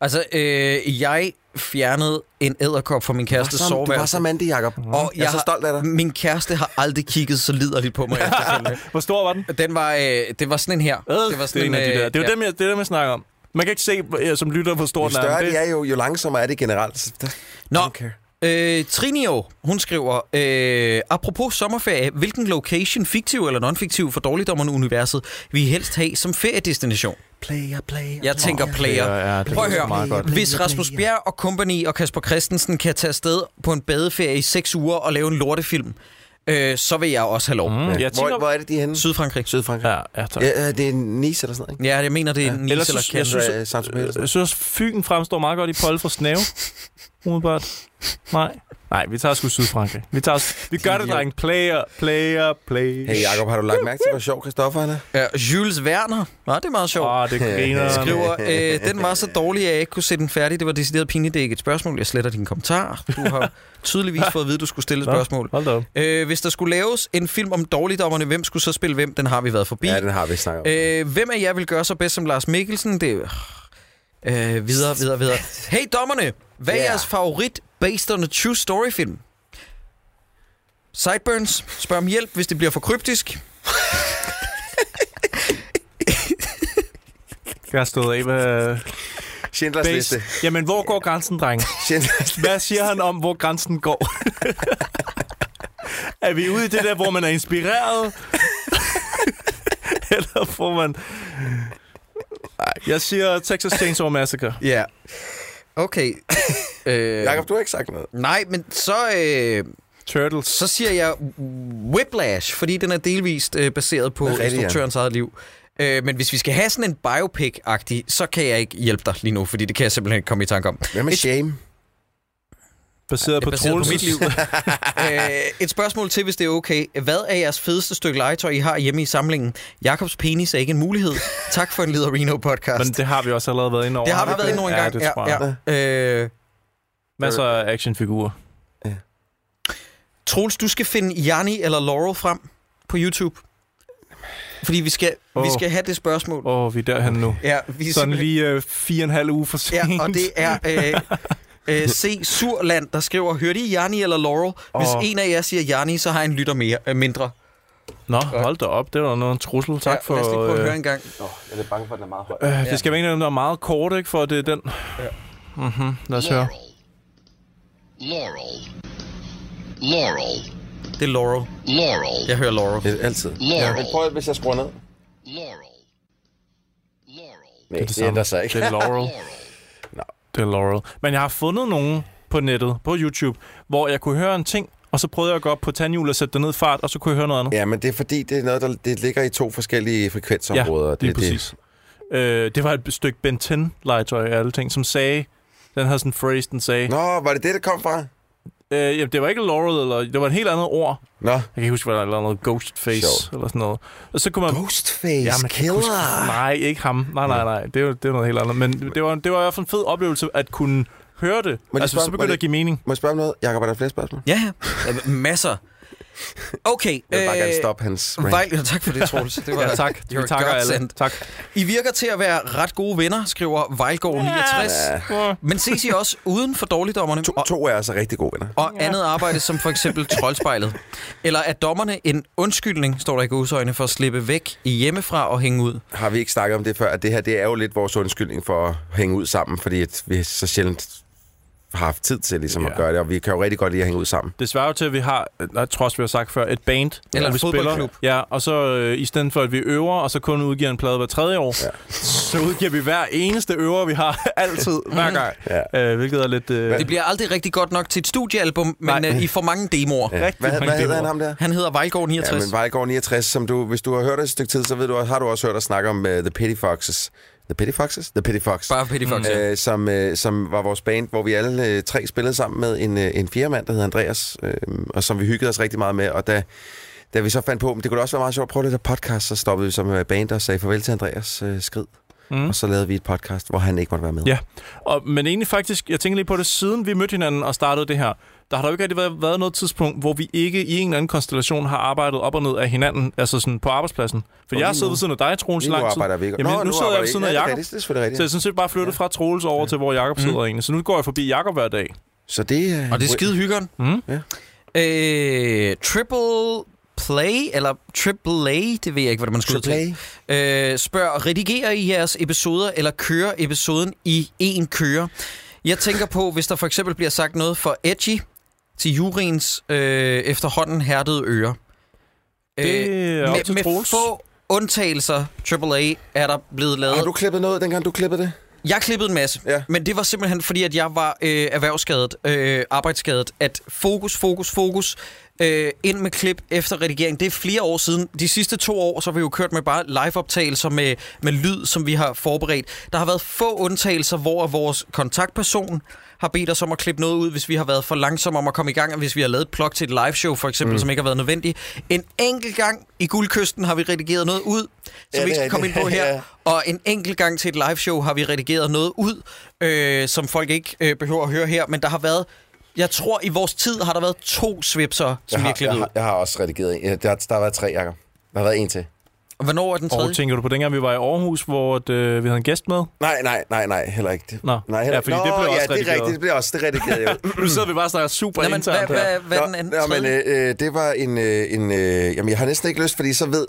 Speaker 4: Altså, øh, jeg fjernede en æderkop fra min kæreste
Speaker 6: Du var så- Du var
Speaker 4: soveværelse.
Speaker 6: så mandig, Jacob.
Speaker 4: Og
Speaker 6: Mhm. jeg, er så stolt af dig.
Speaker 4: Min kæreste har aldrig kigget så liderligt på mig
Speaker 5: <laughs>
Speaker 4: efterfølgende.
Speaker 5: Hvor stor var den?
Speaker 4: Den var, øh, det var sådan en her.
Speaker 5: Øh, det var sådan det er en af de der. Det er jo dem, jeg, det er dem, jeg snakker om. Man kan ikke se øh, som lytter, hvor stor
Speaker 6: Jo
Speaker 5: den er.
Speaker 6: større
Speaker 5: men
Speaker 6: de er, jo, jo langsommere er det generelt. Så der,
Speaker 4: Nå,
Speaker 6: Mm,
Speaker 4: øh, Trinio, hun skriver, øh, apropos sommerferie, hvilken location, fiktiv eller non-fiktiv for dårligdommerne universet, vil I helst have som feriedestination?
Speaker 6: player, player.
Speaker 4: Jeg tænker player.
Speaker 5: Ja, ja, det
Speaker 4: Prøv at
Speaker 5: lyder
Speaker 4: høre,
Speaker 5: meget godt.
Speaker 4: hvis Rasmus Bjerg og company og Kasper Christensen kan tage afsted på en badeferie i seks uger og lave en lortefilm, øh, så vil jeg også have lov. Mm.
Speaker 5: Mm, jeg
Speaker 6: Hvor,
Speaker 5: tænker...
Speaker 6: hvor er det, de er henne?
Speaker 4: Sydfrankrig.
Speaker 6: Sydfrankrig.
Speaker 5: Ja, ja, tak.
Speaker 6: Ja, øh, det er Nice eller sådan noget, ikke?
Speaker 4: Ja, jeg mener, det er ja. Nice
Speaker 5: Ellers
Speaker 4: eller
Speaker 5: synes- jeg
Speaker 4: Canada.
Speaker 5: synes-
Speaker 6: Øh, Samsung Mail eller sådan
Speaker 5: Jeg synes, Fyn fremstår meget godt i Polde fra Snæve. Umiddelbart. Nej. Nej, vi tager sgu Sydfrankrig. Vi, tager, os- vi gør det, dreng. Player, player, player.
Speaker 6: noget. Hey Jacob, har du lagt mærke til, hvor sjov Christoffer han er?
Speaker 4: Ja, Jules Werner. Nå, det er meget sjovt.
Speaker 5: Åh, det griner.
Speaker 4: skriver, øh, den var så dårlig, at jeg ikke kunne se den færdig. Det var decideret pinligt. Det er ikke et spørgsmål. Jeg sletter din kommentar. Du har tydeligvis fået at vide, at du skulle stille et
Speaker 5: Nå.
Speaker 4: spørgsmål.
Speaker 5: Hold da op.
Speaker 4: Øh, hvis der skulle laves en film om dårligdommerne, hvem skulle så spille hvem? Den har vi været forbi.
Speaker 6: Ja, den har vi snakket
Speaker 4: Øh,
Speaker 6: om.
Speaker 4: hvem af jer vil gøre sig bedst som Lars Mikkelsen? Det er... Øh, videre, videre, videre. Hey dommerne, hvad yeah. er
Speaker 6: Ja.
Speaker 4: jeres favorit based on a true story film? Sideburns, spørg om hjælp, hvis det bliver for kryptisk.
Speaker 5: Jeg har stået af med
Speaker 6: Schindlers liste.
Speaker 5: base. Jamen, hvor går grænsen, dreng?
Speaker 6: <laughs> Schindlers
Speaker 5: Hvad siger han om, hvor grænsen går? <laughs> er vi ude i det der, hvor man er inspireret? <laughs> Eller hvor man... Nej, jeg siger Texas Chainsaw Massacre.
Speaker 4: Ja.
Speaker 6: <laughs>
Speaker 4: Okay. øh,
Speaker 6: Jakob, du har ikke sagt noget.
Speaker 4: Nej, men så, øh,
Speaker 5: Turtles.
Speaker 4: så siger jeg Whiplash, fordi den er delvist øh, baseret på
Speaker 6: Det er rigtigt, ja.
Speaker 4: instruktørens eget liv. Øh, men hvis vi skal have sådan en biopic-agtig, så kan jeg ikke hjælpe dig lige nu, fordi det kan jeg simpelthen ikke komme i tanke om.
Speaker 6: Hvad med
Speaker 4: Et-
Speaker 6: Shame?
Speaker 5: Baseret på
Speaker 4: baseret på
Speaker 5: Troels'
Speaker 4: mit liv.
Speaker 5: <laughs>
Speaker 4: øh, et spørgsmål til, hvis det er okay. Hvad er jeres fedeste stykke legetøj, I har hjemme i samlingen? Jakobs penis er ikke en mulighed. Tak for en Liderino-podcast.
Speaker 5: Men det har vi også allerede været inde over.
Speaker 4: det har vi
Speaker 5: ikke
Speaker 4: været endnu en gang.
Speaker 5: Ja, det tror jeg.
Speaker 4: ja. Øh,
Speaker 5: Masser af actionfigurer.
Speaker 4: Troels, du skal finde Jani eller Laurel frem på YouTube. Fordi vi skal, oh. vi
Speaker 5: Åh.
Speaker 4: skal have det spørgsmål.
Speaker 5: Åh, oh, vi er derhen nu.
Speaker 4: Ja, vi er
Speaker 5: Sådan
Speaker 4: simpelthen-
Speaker 5: lige øh, fire og en halv uge for sent.
Speaker 4: Ja, og det er øh, øh, C. Surland, der skriver, hørte I Jani eller Laurel? Hvis
Speaker 5: Åh.
Speaker 4: en af jer siger Jani, så har jeg en lytter mere, øh, mindre.
Speaker 5: Nå, hold da op. Det var noget en trussel. Tak
Speaker 4: ja,
Speaker 5: for...
Speaker 4: Lad os lige prøve at
Speaker 5: øh,
Speaker 4: høre en gang.
Speaker 5: Øh, det skal være en af dem, der er meget kort, ikke? For det er den. Ja. Mm-hmm. Lad os høre.
Speaker 1: Laurel. Laurel. Laurel.
Speaker 4: Det er Laurel.
Speaker 1: Laurel.
Speaker 4: Jeg hører Laurel.
Speaker 6: Det er altid.
Speaker 1: Laurel.
Speaker 6: prøv, hvis jeg skruer ned.
Speaker 1: Laurel. Laurel.
Speaker 6: Nej, det, det
Speaker 5: samme.
Speaker 6: ændrer sig ikke.
Speaker 5: Det
Speaker 6: <laughs>
Speaker 5: er Laurel. det er Laurel. Men jeg har fundet nogen på nettet, på YouTube, hvor jeg kunne høre en ting, og så prøvede jeg at gå op på tandhjul og sætte det ned i fart, og så kunne jeg høre noget andet.
Speaker 6: Ja, men det er fordi, det er noget, der det ligger i to forskellige frekvensområder.
Speaker 5: det er præcis. Øh, det var et stykke Ben 10 legetøj og alle ting, som sagde... Den havde sådan en phrase, den sagde...
Speaker 6: Nå, var det det, det kom fra?
Speaker 5: Øh, jamen, det var ikke Laurel, eller, det var et helt andet ord.
Speaker 6: Nå.
Speaker 5: Jeg kan ikke huske, hvad der var noget Ghostface
Speaker 6: Sjovt.
Speaker 5: eller sådan noget. Og så kunne man...
Speaker 6: Ghostface,
Speaker 5: Ja, man kan ikke huske- Nej, ikke ham. Nej, nej, nej. Det er, jo- det er noget helt andet. Men det var, det var i hvert fald en fed oplevelse at kunne høre det.
Speaker 6: lige
Speaker 5: altså,
Speaker 6: spørg-
Speaker 5: så
Speaker 6: var
Speaker 5: begyndte
Speaker 6: det-
Speaker 5: det at give mening.
Speaker 6: Må jeg spørge om noget? Jakob, er der flere spørgsmål?
Speaker 4: Ja, ja. Øh, Masser. Okay.
Speaker 6: Jeg vil bare gerne
Speaker 4: øh,
Speaker 6: stoppe hans...
Speaker 4: Vejl, ja, tak for det, Troels. Det var,
Speaker 5: Ja,
Speaker 4: <laughs>
Speaker 5: tak. Vi
Speaker 4: You're
Speaker 5: takker alle.
Speaker 4: godsend.
Speaker 5: Tak.
Speaker 4: I virker til at være ret gode venner, skriver Vejlgaard69. Ja.
Speaker 5: Ja.
Speaker 4: Men ses I også uden for dårligdommerne
Speaker 6: To,
Speaker 4: og,
Speaker 6: to er altså rigtig gode venner.
Speaker 4: og andet arbejde, som for eksempel troldspejlet? Eller er dommerne en undskyldning, står der i godsøjne, for at slippe væk i hjemmefra og hænge ud?
Speaker 6: Har vi ikke snakket om det før, at det her det er jo lidt vores undskyldning for at hænge ud sammen, fordi at vi så sjældent har haft tid til ligesom,
Speaker 5: Ja.
Speaker 6: at gøre det, og vi kan jo rigtig godt lide at hænge ud sammen.
Speaker 5: Desværre jo til, at vi har, jeg tror også, vi har sagt før, et band.
Speaker 4: Eller
Speaker 5: hvor
Speaker 4: en
Speaker 5: vi spiller.
Speaker 4: fodboldklub.
Speaker 5: Ja, og så øh, i stedet for, at vi øver, og så kun udgiver en plade hver tredje år, ja. så udgiver vi hver eneste øver, vi har <laughs> altid, hver gang. Ja. Øh, hvilket er lidt... Øh,
Speaker 4: Det bliver aldrig rigtig godt nok til et studiealbum, men
Speaker 5: Nej.
Speaker 4: øh, I får mange demoer. Ja.
Speaker 5: rigtig
Speaker 6: Hvad,
Speaker 5: mange
Speaker 6: hvad hedder han
Speaker 5: demoer.
Speaker 6: ham der?
Speaker 4: Han hedder Vejlgaard69.
Speaker 6: Ja, men Vejgaard 69, som du, hvis du har hørt os et stykke tid, så ved du, også- har du også hørt os snakke om uh, The Petty Foxes. The Petty Foxes? The Petty Fox.
Speaker 4: Bare Petty Fox, ja.
Speaker 6: Øh, som, øh, som var vores band, hvor vi alle øh, tre spillede sammen med en, øh, en firemand, der hedder Andreas, øh, og som vi hyggede os rigtig meget med. Og da, da vi så fandt på, men det kunne da også være meget sjovt at prøve lidt af podcast, så stoppede vi så med at være band og sagde farvel til Andreas øh, Skrid. mm. og så lavede vi et podcast, hvor han ikke måtte være med.
Speaker 5: Ja, og, men egentlig faktisk, jeg tænker lige på det, siden vi mødte hinanden og startede det her, der har der jo ikke rigtig været, været noget tidspunkt, hvor vi ikke i en eller anden konstellation har arbejdet op og ned af hinanden, altså sådan på arbejdspladsen. For jeg har siddet ved siden af dig, Troels,
Speaker 6: Lige nu
Speaker 5: lang tid.
Speaker 6: arbejder vi ikke.
Speaker 5: Jamen,
Speaker 6: Nå,
Speaker 5: nu,
Speaker 6: nu
Speaker 5: nu sidder jeg
Speaker 6: arbejder
Speaker 5: ved
Speaker 6: I-
Speaker 5: siden
Speaker 6: ja,
Speaker 5: af
Speaker 6: det er
Speaker 5: Jakob.
Speaker 6: rigtigt, det er Mm. selvfølgelig rigtigt.
Speaker 5: Så jeg er sådan set bare flyttet ja. fra Troels over ja. til, hvor Jakob sidder egentlig. Så nu går jeg forbi Jakob hver dag.
Speaker 6: Så det, øh,
Speaker 4: Og det er skide hyggeren.
Speaker 5: Mm.
Speaker 6: Ja.
Speaker 4: Øh, triple Play, eller Triple A, det ved jeg ikke, hvordan man skal udtale.
Speaker 6: Triple
Speaker 4: Øh, spørg, redigerer I jeres episoder, eller kører episoden i én kører? Jeg tænker på, hvis der for eksempel bliver sagt noget for edgy til juriens øh, efterhånden hærdede ører. Øh,
Speaker 5: Det er op til
Speaker 4: med, med
Speaker 5: Troels.
Speaker 4: få undtagelser, AAA, er der blevet lavet.
Speaker 6: Har du klippet noget, dengang du klippede det?
Speaker 4: Jeg klippede en masse, ja.
Speaker 6: Ja.
Speaker 4: men det var simpelthen fordi, at jeg var øh, erhvervsskadet, øh, arbejdsskadet, at fokus, fokus, fokus, øh, ind med klip efter redigering. Det er flere år siden. De sidste to år, så har vi jo kørt med bare live-optagelser med, med lyd, som vi har forberedt. Der har været få undtagelser, hvor vores kontaktperson har bedt os om at klippe noget ud, hvis vi har været for langsomme om at komme i gang, og hvis vi har lavet et plug til et liveshow, for eksempel, mm. som ikke har været nødvendigt. En enkelt gang i Guldkysten har vi redigeret noget ud, som ja,
Speaker 6: det
Speaker 4: vi ikke
Speaker 6: er
Speaker 4: skal komme ind
Speaker 6: rigtigt. <laughs>
Speaker 4: på her.
Speaker 6: Ja.
Speaker 4: Og en enkelt gang til et liveshow har vi redigeret noget ud, øh, som folk ikke øh, behøver at høre her, men der har været, jeg tror i vores tid har der været to svipser, som vi har klippet ud.
Speaker 6: jeg har også redigeret en. Der, der har været tre, Jacob. Der har været en til.
Speaker 4: Hvornår er den tredje?
Speaker 5: Og tænker du på dengang, vi var i Aarhus, hvor at, øh, vi havde en gæst med?
Speaker 6: Nej, nej, nej, nej, heller ikke. Det-
Speaker 5: Nå.
Speaker 6: nej, heller.
Speaker 5: Ja,
Speaker 6: ikke.
Speaker 5: fordi det blev
Speaker 6: ja,
Speaker 5: også
Speaker 6: det er
Speaker 5: redigeret.
Speaker 6: rigtigt, det blev også det redigeret. Jo. <laughs>
Speaker 5: Nu sidder vi bare og snakker super
Speaker 4: Nå, men hvad,
Speaker 5: internt her.
Speaker 4: hvad, hvad er den anden?
Speaker 6: Nå,
Speaker 4: tredje?
Speaker 6: men øh, øh, det var en... Øh, en øh, jamen, jeg har næsten ikke lyst, fordi så ved,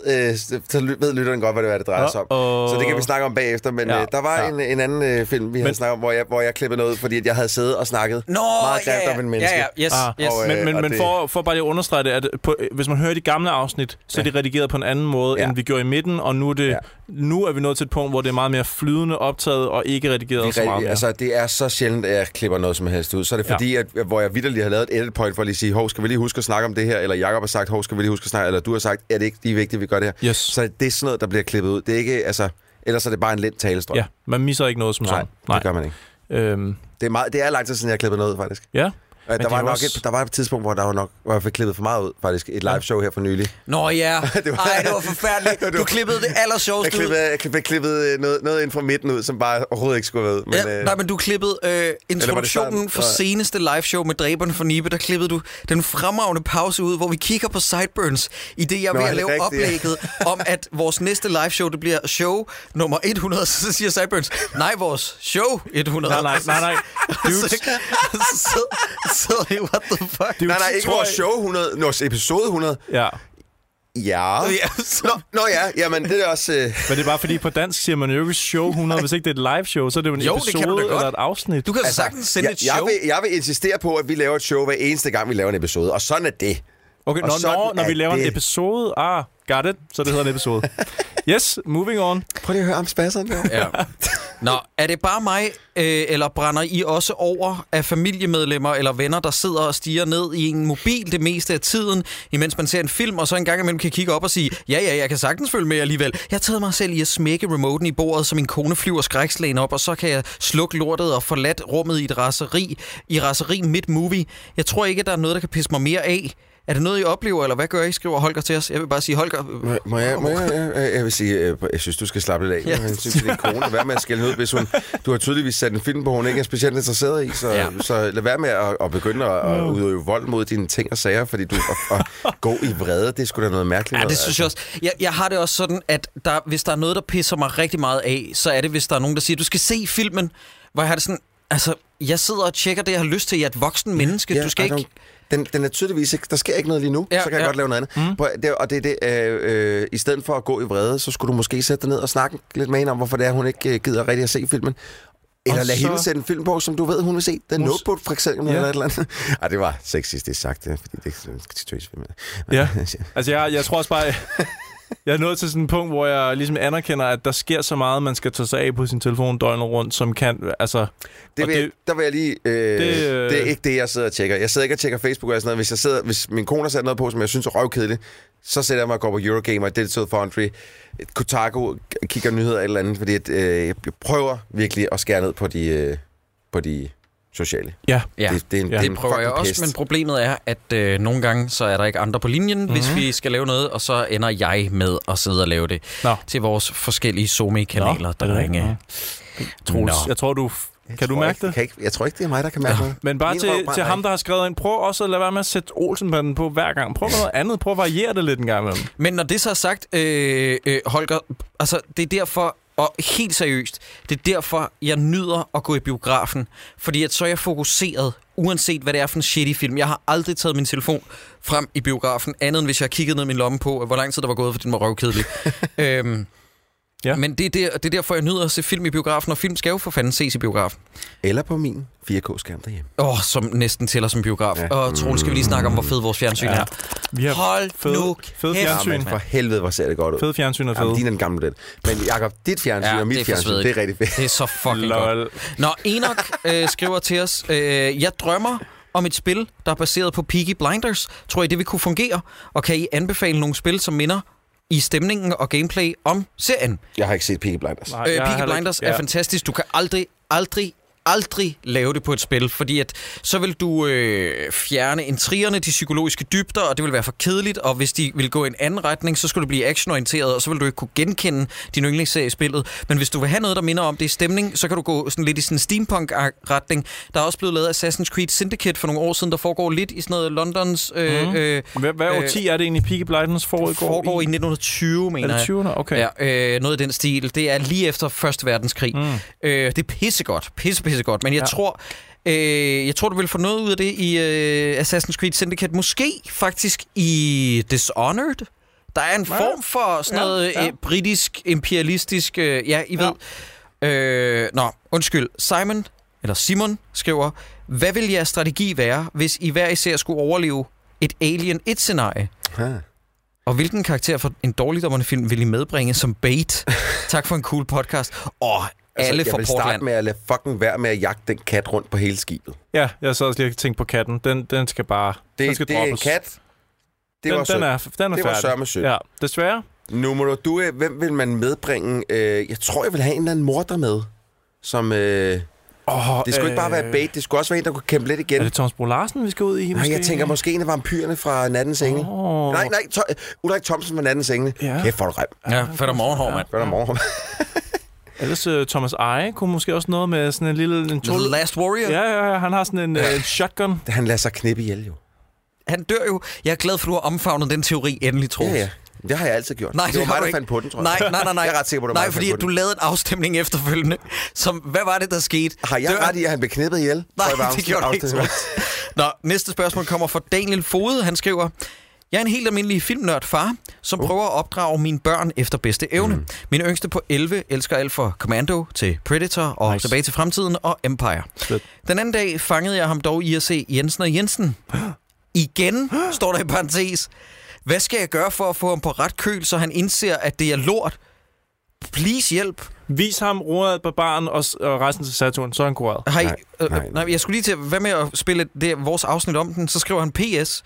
Speaker 6: øh, så ly- ved lytteren godt, hvad det, er, det drejer sig om.
Speaker 5: Uh-oh.
Speaker 6: Så det kan vi snakke om bagefter. Men
Speaker 5: Ja,
Speaker 6: ja, øh, der var
Speaker 5: ja.
Speaker 6: ja. en, en anden øh, film, vi men... havde snakket om, hvor jeg, hvor jeg klippede noget ud, fordi at jeg havde siddet og snakket
Speaker 4: Nå,
Speaker 6: meget grimt
Speaker 4: ja,
Speaker 6: om en
Speaker 4: ja,
Speaker 6: menneske.
Speaker 4: ja, ja, yes,
Speaker 5: Ah,
Speaker 4: ah, yes.
Speaker 6: og,
Speaker 5: Men,
Speaker 6: Øh,
Speaker 5: men, men
Speaker 6: det-
Speaker 5: for, for bare lige at understrege det, at på, øh, hvis man hører de gamle afsnit, så er de redigeret på en anden måde, ja.
Speaker 6: Ja.
Speaker 5: end vi gjorde i midten, og nu er, det, ja.
Speaker 6: Ja.
Speaker 5: nu er vi nået til et punkt, hvor det er meget mere flydende optaget og ikke redigeret så meget
Speaker 6: Rigtig,
Speaker 5: mere.
Speaker 6: altså, det er så sjældent, at jeg klipper noget som helst ud. Så er det
Speaker 5: Ja.
Speaker 6: fordi, at, hvor jeg vidderligt har lavet et edit point for at lige sige, hov, skal vi lige huske at snakke om det her? Eller Jakob har sagt, hov, skal vi lige huske at snakke? Eller du har sagt, er det ikke lige vigtigt, at vi gør det her?
Speaker 5: Yes.
Speaker 6: Så det er sådan noget, der bliver klippet ud. Det er ikke, altså, ellers er det bare en lidt talestrøm.
Speaker 5: Ja, man misser ikke noget som
Speaker 6: Nej,
Speaker 5: sådan.
Speaker 6: det gør man ikke.
Speaker 5: Øhm,
Speaker 6: Det er, meget, det er lang tid siden, jeg har klippet noget ud, faktisk.
Speaker 5: ja.
Speaker 6: Ja,
Speaker 5: det
Speaker 6: der, var
Speaker 5: er jo
Speaker 6: nok
Speaker 5: også-
Speaker 6: et, der var et tidspunkt, hvor der var nok hvor jeg fik klippet for meget ud, faktisk. Et live show her for nylig.
Speaker 4: Nå ja,
Speaker 6: <laughs> Det var-
Speaker 4: Ej, det var
Speaker 6: <laughs>
Speaker 4: forfærdeligt. Du klippede det
Speaker 6: Jeg
Speaker 4: allersjoveste ud.
Speaker 6: klippede, jeg klippede, jeg klippede øh, noget, noget ind fra midten ud, som bare overhovedet ikke skulle være ud. Men, øh,
Speaker 4: Men, ja, nej, men du klippede øh, introduktionen
Speaker 6: starten?
Speaker 4: for
Speaker 6: Nej.
Speaker 4: seneste liveshow med Dræberne for Nibe. Der klippede du den fremragende pause ud, hvor vi kigger på Sideburns, i det jeg er
Speaker 6: Nå,
Speaker 4: ved
Speaker 6: er
Speaker 4: at
Speaker 6: det
Speaker 4: lave
Speaker 6: rigtigt, ja?
Speaker 4: oplægget
Speaker 6: <laughs>
Speaker 4: om, at vores næste liveshow, det bliver show nummer 100. Så siger Sideburns, nej, vores show 100.
Speaker 5: Nej, nej, nej,
Speaker 6: <laughs>
Speaker 5: nej.
Speaker 4: <laughs> Så,
Speaker 5: Dude,
Speaker 4: så sidder- sidder vi, what the fuck?
Speaker 6: nej, nej, ikke
Speaker 5: tror
Speaker 6: vores
Speaker 5: jeg-
Speaker 6: show 100, vores episode 100.
Speaker 5: ja.
Speaker 6: Ja.
Speaker 4: Ja, så,
Speaker 6: Nå, nå ja, jamen det er
Speaker 4: <laughs>
Speaker 6: også... Øh,
Speaker 5: Men det er bare fordi, på dansk siger man jo ikke show 100. Hvis ikke det er et live show, så er det jo en
Speaker 4: Jo, det kan
Speaker 5: episode
Speaker 4: du da godt.
Speaker 5: eller et afsnit.
Speaker 4: du kan altså, sagtens sende
Speaker 6: jeg,
Speaker 4: et
Speaker 6: jeg,
Speaker 4: show.
Speaker 6: vil, jeg vil insistere på, at vi laver et show hver eneste gang, vi laver en episode. Og sådan er det.
Speaker 5: Okay,
Speaker 6: Og
Speaker 5: når,
Speaker 6: sådan
Speaker 5: når, når vi
Speaker 6: er
Speaker 5: laver det.
Speaker 6: det.
Speaker 5: en episode, ah, got it, så det hedder en
Speaker 6: <laughs>
Speaker 5: episode. yes, moving on.
Speaker 6: Prøv lige at høre om spasseren der.
Speaker 4: Ja. Nå, er det bare mig, øh, eller brænder I også over af familiemedlemmer eller venner, der sidder og stiger ned i en mobil det meste af tiden, imens man ser en film, og så en gang imellem kan kigge op og sige, ja, ja, jeg kan sagtens følge med alligevel. Jeg har taget mig selv i at smække remoten i bordet, så min kone flyver skrækslægen op, og så kan jeg slukke lortet og forlade rummet i et raseri, i raseri midt movie. Jeg tror ikke, at der er noget, der kan pisse mig mere af. Er det noget, I oplever, eller hvad gør I, skriver Holger til os? Jeg vil bare sige, Holger... øh,
Speaker 6: Må jeg, må jeg, jeg, jeg vil sige, øh, jeg synes, du skal slappe lidt af.
Speaker 4: Ja.
Speaker 6: Ja. Jeg synes, din kone er værd med at skælde ud, hvis hun... Du har tydeligvis sat en film på, hun ikke er specielt interesseret i, så,
Speaker 4: Ja.
Speaker 6: ja. så lad være med at, at begynde at, at udøve vold mod dine ting og sager, fordi du... Og, og gå i vrede, det skulle sgu da noget
Speaker 4: Ja,
Speaker 6: mærkeligt.
Speaker 4: det
Speaker 6: noget,
Speaker 4: synes jeg også. Jeg, jeg har det også sådan, at der, hvis der er noget, der pisser mig rigtig meget af, så er det, hvis der er nogen, der siger, du skal se filmen, hvor jeg har det sådan, altså, jeg sidder og tjekker det, jeg har lyst til. Jeg er et voksen menneske.
Speaker 6: Ja,
Speaker 4: du skal
Speaker 6: ej,
Speaker 4: ikke...
Speaker 6: der- Den, den er tydeligvis ikke... Der sker ikke noget lige nu,
Speaker 4: Ja,
Speaker 6: ja, så kan jeg
Speaker 4: ja.
Speaker 6: godt lave noget andet. Mm. Prøv, det, og det er det, øh, øh, i stedet for at gå i vrede, så skulle du måske sætte dig ned og snakke lidt med hende om, hvorfor det er, hun ikke øh, gider rigtig at se filmen. Eller
Speaker 5: Og
Speaker 6: lad
Speaker 5: så-
Speaker 6: så... hende sætte en film på, som du ved, hun vil se. Den
Speaker 5: Hun-
Speaker 6: Notebook, for eksempel,
Speaker 5: Ja.
Speaker 6: ja. eller et eller andet. <laughs> Ej, det var sexistisk sagt, det, fordi det er sådan en tøsfilm. <laughs>
Speaker 5: Ja. Altså, jeg, jeg tror også bare... <laughs> Jeg er nået til sådan et punkt, hvor jeg ligesom anerkender, at der sker så meget, man skal tage sig af på sin telefon døgnet rundt, som kan... Altså,
Speaker 6: Det
Speaker 5: og
Speaker 6: vil, det, der vil jeg lige... Øh, det,
Speaker 5: øh,
Speaker 6: øh... det er ikke det, jeg sidder og tjekker. Jeg sidder ikke og tjekker Facebook eller sådan noget. Hvis, jeg sidder, hvis min kone har sat noget på, som jeg synes er røvkedeligt, så sætter jeg mig og går på Eurogamer, Digital Foundry, Kotaku, k- kigger nyheder eller et eller andet, fordi at, øh, jeg prøver virkelig at skære ned på de, øh, på de sociale.
Speaker 5: Ja.
Speaker 4: Ja,
Speaker 6: Det- det er en- det er
Speaker 4: det
Speaker 6: en
Speaker 4: prøver jeg
Speaker 6: fucking
Speaker 4: også,
Speaker 6: pest.
Speaker 4: men problemet er, at øh, nogle gange, så er der ikke andre på linjen, mm-hmm. hvis vi skal lave noget, og så ender jeg med at sidde og lave det
Speaker 5: Nå.
Speaker 4: til vores forskellige Zoom-kanaler,
Speaker 5: er det
Speaker 4: der ringer.
Speaker 5: Troels,
Speaker 4: Nå.
Speaker 5: jeg tror, du... Kan du
Speaker 6: tror
Speaker 5: mærke
Speaker 6: ikke,
Speaker 5: det?
Speaker 6: Kan ikke, jeg tror ikke, det er mig, der kan mærke noget.
Speaker 5: Men bare
Speaker 6: Min
Speaker 5: til,
Speaker 6: røv brænder
Speaker 5: til ham,
Speaker 6: ikke.
Speaker 5: der har skrevet ind, prøv også at lade være med at sætte Olsenbanden på hver gang. Prøv noget andet, prøv at variere det lidt en gang imellem.
Speaker 4: Men når det så er sagt, øh, øh, Holger, altså det er derfor, og helt seriøst, det er derfor, jeg nyder at gå i biografen. Fordi at så er jeg fokuseret, uanset hvad det er for en shitty film. Jeg har aldrig taget min telefon frem i biografen, andet end hvis jeg kiggede ned i min lomme på, hvor lang tid der var gået, for den var røvkedelig. øhm,
Speaker 5: Ja.
Speaker 4: ja. Men det er, der, det er derfor, jeg nyder at se film i biografen, og film skal jo for fanden ses i biografen.
Speaker 6: Eller på min 4K-skærm derhjemme.
Speaker 4: Åh, oh, som næsten tæller som biograf.
Speaker 6: Ja.
Speaker 4: Ja. Og Troels, skal vi lige snakke om, hvor fed vores fjernsyn ja. er.
Speaker 5: Vi har
Speaker 4: Hold
Speaker 5: fed-
Speaker 4: nu
Speaker 5: fed
Speaker 4: kæft,
Speaker 5: fjernsyn.
Speaker 6: Men for helvede, hvor ser det godt ud.
Speaker 5: fed fjernsyn og
Speaker 6: Jamen,
Speaker 5: fed.
Speaker 6: din er den gamle model. Men Jacob, dit fjernsyn
Speaker 4: Ja,
Speaker 6: og
Speaker 4: det
Speaker 6: mit
Speaker 4: er for
Speaker 6: fjernsyn,
Speaker 4: svedigt.
Speaker 6: det er rigtig fedt.
Speaker 4: Det er så fucking godt.
Speaker 5: Lol.
Speaker 4: Nå, Enoch øh, skriver til os, øh, jeg drømmer om et spil, der er baseret på Peaky Blinders. Tror I, det vil kunne fungere? Og kan I anbefale nogle spil, som minder i stemningen og gameplay om serien?
Speaker 6: Jeg har ikke set Peaky Blinders.
Speaker 5: Nej,
Speaker 4: Øh,
Speaker 5: jeg har
Speaker 4: Peaky
Speaker 5: heller
Speaker 4: Blinders
Speaker 5: ikke-
Speaker 4: er fantastisk. Du kan aldrig, aldrig, aldrig lave det på et spil, fordi at så vil du øh, fjerne intrigerne, de psykologiske dybder, og det vil være for kedeligt, og hvis de vil gå i en anden retning, så skulle du blive actionorienteret, og så vil du ikke kunne genkende din yndlingsserie i spillet. Men hvis du vil have noget, der minder om det i stemning, så kan du gå sådan lidt i sådan en steampunk-retning. Der er også blevet lavet Assassin's Creed Syndicate for nogle år siden, der foregår lidt i sådan noget Londons... Øh, mm. øh,
Speaker 5: Hvad, hvad
Speaker 4: Øh,
Speaker 5: årti er det egentlig, Peaky Blinders foregår,
Speaker 4: foregår i 1920,
Speaker 5: Er
Speaker 4: mener
Speaker 5: det
Speaker 4: jeg.
Speaker 5: 20'erne? Okay. Ja.
Speaker 4: Ja, øh, noget af den stil. Det er lige efter Første Verdenskrig. Mm. Øh, det er pissegodt. Pisse, pissegodt. Men jeg
Speaker 5: Ja.
Speaker 4: ja. tror... Øh, jeg tror, du vil få noget ud af det i øh, Assassin's Creed Syndicate. Måske faktisk i Dishonored. Der er en
Speaker 5: Ja.
Speaker 4: form for sådan
Speaker 5: Ja,
Speaker 4: noget
Speaker 5: ja.
Speaker 4: Øh, britisk, imperialistisk... Øh, ja, I ved. Øh, nå, undskyld. Simon, eller Simon, skriver... Hvad vil jeres strategi være, hvis I hver især skulle overleve et Alien 1-scenarie?
Speaker 6: Ja.
Speaker 4: Og hvilken karakter for en dårligdommerne film vil I medbringe som bait?
Speaker 6: <laughs>
Speaker 4: tak for en cool podcast. Og alle
Speaker 6: Altså, jeg
Speaker 4: fra
Speaker 6: vil
Speaker 4: Portland.
Speaker 6: starte med at lade fucking være med at jagte den kat rundt på hele skibet.
Speaker 5: ja, jeg så også lige tænkt på katten. Den, den skal bare... den
Speaker 6: Det,
Speaker 5: skal
Speaker 6: det er en
Speaker 5: droppes.
Speaker 6: kat. Det
Speaker 5: den,
Speaker 6: var
Speaker 5: den,
Speaker 6: sødt.
Speaker 5: er, den er
Speaker 6: Det var
Speaker 5: færdig.
Speaker 6: sørme sødt.
Speaker 5: Ja, desværre.
Speaker 6: Numero due, øh, hvem vil man medbringe? Øh, jeg tror, jeg vil have en eller anden morder med. Som, øh, det
Speaker 5: Oh,
Speaker 6: skulle ikke bare være et bait, det skulle også være en, der kunne kæmpe lidt igen.
Speaker 5: Er det Thomas Bro Larsen, vi skal ud i?
Speaker 6: Nej, jeg tænker måske en af vampyrerne fra Nattens Engel.
Speaker 5: Åh.
Speaker 6: Nej, nej, to- Ulrik Thomsen fra Nattens Engel.
Speaker 5: Ja.
Speaker 6: Ja. Kæft, hvor er du rem.
Speaker 4: Ja, for der morgenhår, mand.
Speaker 6: Godt om morgenen.
Speaker 5: Ellers uh, Thomas Eje kunne måske også noget med sådan en lille... En
Speaker 4: The Last Warrior. Ja.
Speaker 5: Ja, ja, ja, han har sådan en uh, shotgun.
Speaker 6: <laughs> Han lader sig knippe ihjel, jo.
Speaker 4: Han dør jo. Jeg er glad for, du har omfavnet den teori endelig, Troels.
Speaker 6: Ja, ja. Det har jeg altid gjort.
Speaker 4: Nej,
Speaker 6: det,
Speaker 4: det
Speaker 6: var
Speaker 4: har
Speaker 6: mig,
Speaker 4: du
Speaker 6: der
Speaker 4: ikke.
Speaker 6: fandt på den, tror jeg.
Speaker 4: Nej, nej, nej, nej.
Speaker 6: Jeg er ret sikker på, det var mig,
Speaker 4: Nej,
Speaker 6: der
Speaker 4: fordi
Speaker 6: fandt på
Speaker 4: du
Speaker 6: den.
Speaker 4: lavede en afstemning efterfølgende. Som, hvad var det, der skete?
Speaker 6: Har jeg
Speaker 4: Dør-
Speaker 6: ret i, at han blev knippet ihjel? Tror jeg var
Speaker 4: Nej, det
Speaker 6: afsted-
Speaker 4: gjorde du ikke.
Speaker 6: afsted-
Speaker 4: Troels. Nå, næste spørgsmål kommer fra Daniel Fode. Han skriver, jeg er en helt almindelig filmnørd far, som prøver at opdrage mine børn efter bedste evne. Oh. Mm. Min yngste på 11 elsker alt fra Commando til Predator og nice. tilbage til fremtiden og Empire.
Speaker 5: Fedt.
Speaker 4: Den anden dag fangede jeg ham dog i at se Jensen og Jensen. Igen, står der i parentes. Hvad skal jeg gøre for at få ham på ret køl, så han indser, at det er lort? Please hjælp.
Speaker 5: Vis ham roret på baren og, s- og rejsen til Saturn, så er han kureret.
Speaker 4: Har I,
Speaker 6: Nej,
Speaker 4: nej, øh,
Speaker 6: nej,
Speaker 4: nej, nej. Jeg skulle lige til, hvad med at spille det, vores afsnit om den? Så skriver han PS.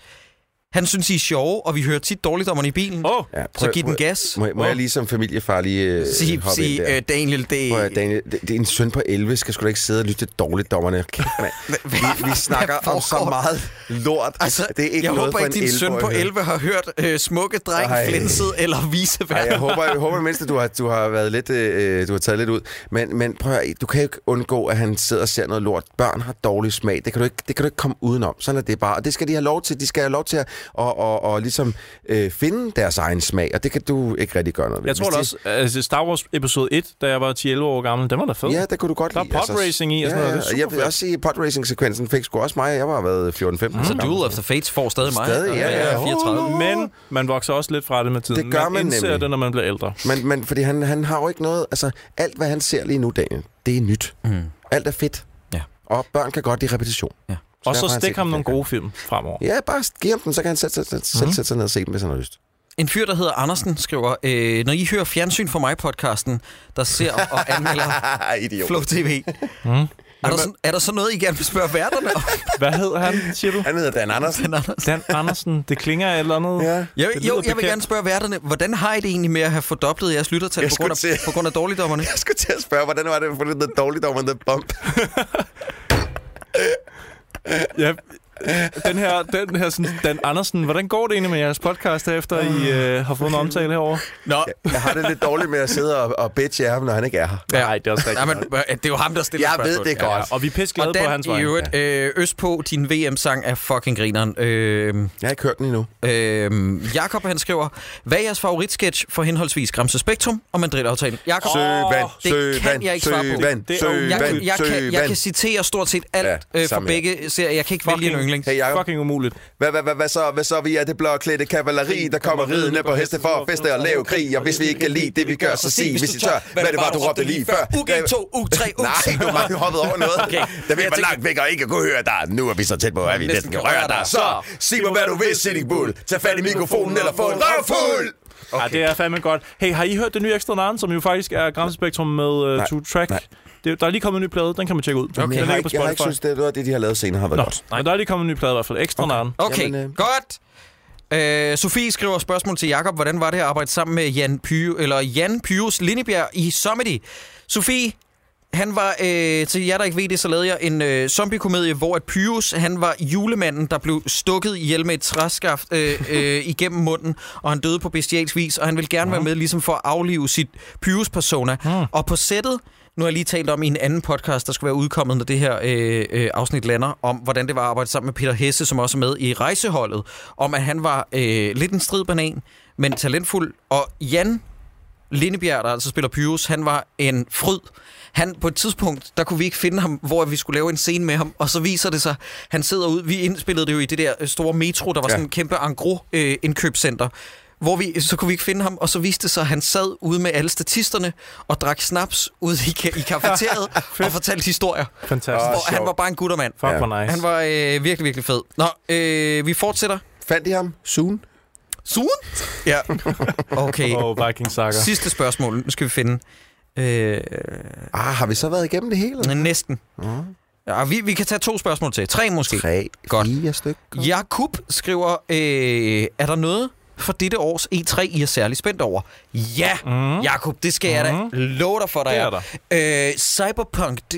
Speaker 4: Han synes, I er sjove, og vi hører tit dårligt om i bilen.
Speaker 5: Åh, oh,
Speaker 6: Ja,
Speaker 4: så giv den
Speaker 6: må-
Speaker 4: gas.
Speaker 6: Må, jeg- må jeg lige som familiefar lige øh,
Speaker 4: Sig,
Speaker 6: hoppe ind
Speaker 4: sig
Speaker 6: der?
Speaker 4: øh, Daniel, det...
Speaker 6: Prøv
Speaker 4: <laughs>
Speaker 6: at, høre, Daniel, det, det er en søn på 11, skal sgu da ikke sidde og lytte til dårligt dommerne. Kæft,
Speaker 4: <laughs>
Speaker 6: mand. vi, vi snakker om så
Speaker 4: foregår der?
Speaker 6: meget lort. Altså, det er ikke
Speaker 4: jeg
Speaker 6: noget
Speaker 4: håber
Speaker 6: for
Speaker 4: ikke,
Speaker 6: en
Speaker 4: din søn
Speaker 6: 11-årig
Speaker 4: på
Speaker 6: at høre.
Speaker 4: 11 har hørt øh, smukke dreng,
Speaker 6: Ej.
Speaker 4: flænset eller vise
Speaker 6: Ej, jeg
Speaker 4: verden.
Speaker 6: håber, jeg håber mindst, at du har, du har været lidt, øh, du har taget lidt ud. Men, men prøv at, høre, du kan jo ikke undgå, at han sidder og ser noget lort. Børn har dårlig smag. Det kan du ikke, det kan du ikke komme udenom. Sådan er det bare. Og det skal de have lov til. De skal have lov til at og, og, og ligesom, øh, finde deres egen smag. Og det kan du ikke rigtig gøre noget ved.
Speaker 5: Jeg tror
Speaker 6: Hvis
Speaker 5: da
Speaker 6: de-
Speaker 5: også, altså Star Wars episode 1, da jeg var 10-11 år gammel, den var da fed.
Speaker 6: Ja, det kunne du godt
Speaker 5: Der er
Speaker 6: lide. altså.
Speaker 5: podracing i og sådan noget, det er
Speaker 6: Jeg vil
Speaker 5: superfedt.
Speaker 6: også sige, at podracing-sekvensen fik sgu også mig. Jeg var været 14-15. Mm.
Speaker 4: Så Duel of the Fates får stadig mig. altså,
Speaker 6: Stadig, ja, ja.
Speaker 4: Jeg er 34.
Speaker 5: Men man vokser også lidt fra det med tiden.
Speaker 6: Det gør man
Speaker 5: indser
Speaker 6: nemlig.
Speaker 5: det, når man bliver ældre.
Speaker 6: Men, men fordi han, han har jo ikke noget... Altså, alt hvad han ser lige nu, Daniel, det er nyt. Mm. Alt er fedt.
Speaker 4: Ja.
Speaker 6: Og børn kan godt lide repetition.
Speaker 4: Ja.
Speaker 5: Og
Speaker 6: derfor
Speaker 5: så
Speaker 6: har han
Speaker 5: stik
Speaker 6: set
Speaker 5: ham
Speaker 6: den
Speaker 5: nogle
Speaker 6: flere
Speaker 5: gode film fremover.
Speaker 6: gange. Ja, bare giv ham den, så kan han sætte, sætte, selv sætte sig ned og se dem, hvis han har lyst.
Speaker 4: En fyr, der hedder Andersen, skriver, øh, når I hører fjernsyn fra mig-podcasten, der ser og anmelder
Speaker 6: Ah, idiot.
Speaker 4: Flow TV,
Speaker 6: Mm.
Speaker 4: er, der sådan, er der så noget, I gerne vil spørge værterne om? <laughs>
Speaker 5: Hvad hed han, siger du?
Speaker 6: Han hedder Dan Andersen. <laughs>
Speaker 4: Den Andersen.
Speaker 5: Dan Andersen. Det klinger af et eller andet.
Speaker 6: Ja.
Speaker 4: Jeg,
Speaker 5: Det lyder
Speaker 4: jo, jeg vil
Speaker 5: bekendt.
Speaker 4: gerne spørge værterne, hvordan har I det egentlig med at have fordoblet jeres lyttertal
Speaker 6: Jeg
Speaker 4: på grund,
Speaker 6: skulle
Speaker 4: af,
Speaker 6: til-
Speaker 4: på grund af dårligdommerne?
Speaker 6: Jeg skulle til at spørge, hvordan var det for det dårligt over The Bump?
Speaker 5: Ja, den her, den her sådan, Dan Andersen, hvordan går det egentlig med jeres podcast her, efter I
Speaker 6: Ah.
Speaker 5: øh, har fået en omtale herover?
Speaker 4: Nå,
Speaker 6: Jeg har det lidt dårligt med at sidde og, og bitche af ham, når han ikke er her.
Speaker 4: Ja.
Speaker 5: det er også
Speaker 4: Nej, men, øh, det er jo ham, der stiller
Speaker 6: Jeg ved
Speaker 4: spørgsmål.
Speaker 6: det godt.
Speaker 5: Og vi er pisseglade
Speaker 4: Og
Speaker 5: på
Speaker 4: Dan,
Speaker 5: hans
Speaker 4: i
Speaker 5: vej.
Speaker 4: øvrigt, øh, Østpå, din VM-sang er fucking grineren. Øh,
Speaker 6: Jeg har ikke hørt den endnu.
Speaker 4: øh, Jakob, han skriver, hvad er jeres favoritsketch for henholdsvis Gramse Spektrum og Madrid-aftalen? Jakob,
Speaker 6: Søvand,
Speaker 4: det
Speaker 6: søvand,
Speaker 4: kan jeg ikke svare på.
Speaker 6: søvand,
Speaker 5: Det-
Speaker 6: søvand,
Speaker 4: jeg, kan- jeg, kan, jeg kan
Speaker 6: søvand.
Speaker 4: citere stort set alt
Speaker 6: Ja,
Speaker 4: ja, øh, fra
Speaker 6: samme
Speaker 4: begge serier. Jeg kan ikke vælge en
Speaker 5: Fucking-
Speaker 4: yndlings.
Speaker 6: Hey, Jacob.
Speaker 5: Fucking umuligt.
Speaker 6: Hvad, hvad, hvad, hvad, så, hvad så? Vi er det blåklædte kavaleri, der kommer ridende på heste for at feste og lave krig. Og hvis vi ikke kan lide det, vi gør, så sig, hvis I tør, hvad det var, du råbte lige før.
Speaker 4: UG2, U3, U6.
Speaker 6: <laughs> Nej, du har hoppet over noget. Okay. Da vi
Speaker 4: Jeg
Speaker 6: var
Speaker 4: tænker-
Speaker 6: langt væk og ikke kunne høre dig. Nu er vi så tæt på, at vi næsten kan røre dig. Så sig mig, hvad du vil, Sitting Bull. Tag fat i mikrofonen eller få en røvfuld.
Speaker 5: Okay. Ja, Ah, det er fandme godt. Hey, har I hørt det nye Ekstra Narn, som jo faktisk er Gramsespektrum med uh, Two Track?
Speaker 6: nej.
Speaker 5: Det, der er lige kommet en ny plade, den kan man tjekke ud. Den
Speaker 6: Jeg har
Speaker 5: ligger på
Speaker 6: ikke, jeg har ikke
Speaker 5: Spotify.
Speaker 6: synes, det er noget af det, de har lavet senere, har været godt.
Speaker 5: Nå, men der er lige kommet en ny plade i hvert fald. Ekstra okay. Narn.
Speaker 4: Okay,
Speaker 6: Jamen, øh.
Speaker 4: Jamen, godt. Øh, Sofie skriver spørgsmål til Jakob. Hvordan var det at arbejde sammen med Jan, Py- eller Jan Pyus Lindebjerg i Somedy? Sofie, han var, øh, til jer der ikke ved det, så lavede jeg en øh, zombiekomedie, hvor at Pyrus, han var julemanden, der blev stukket ihjel med et træskaft
Speaker 6: <laughs>
Speaker 4: øh, øh, igennem munden, og han døde på bestialsk vis, og han ville gerne være med ligesom for at aflive sit Pyrus-persona. Og på sættet, nu har jeg lige talt om i en anden podcast, der skulle være udkommet, når det her øh, øh, afsnit lander, om hvordan det var at arbejde sammen med Peter Hesse, som også er med i rejseholdet, om at han var øh, lidt en stridbanan, men talentfuld, og Jan Lindebjerg, der altså spiller Pyrus, han var en fryd. Han, på et tidspunkt, der kunne vi ikke finde ham, hvor vi skulle lave en scene med ham, og så viser det sig, han sidder ud, vi indspillede det jo i det der øh, store metro, der var ja. sådan en kæmpe angro-indkøbscenter, hvor vi, så kunne vi ikke finde ham, og så viste det sig, at han sad ude med alle statisterne og drak snaps ude i, ka- i kafeteriet og fortalte historier.
Speaker 5: Fantastisk.
Speaker 4: Hvor han var bare en guttermand.
Speaker 5: Fuck,
Speaker 6: Ja.
Speaker 5: ja. hvor nice.
Speaker 4: Han var øh, virkelig, virkelig fed. Nå, øh, vi fortsætter.
Speaker 6: Fandt I ham? Soon?
Speaker 4: Soon? Ja. <laughs> Okay.
Speaker 5: Og Viking Saga.
Speaker 4: Sidste spørgsmål. Nu skal vi finde. Øh,
Speaker 6: Ah, har vi så været igennem det hele?
Speaker 4: næsten. Ja, vi, vi kan tage to spørgsmål til. Tre måske.
Speaker 6: Tre,
Speaker 4: Godt.
Speaker 6: fire stykker.
Speaker 4: Jakub skriver, øh, er der noget for dette års E3, I er særlig spændt over? Ja, mm. Jakob, det skal mm. jeg da love dig for, dig.
Speaker 5: Det er
Speaker 4: der. Øh, Cyberpunk d-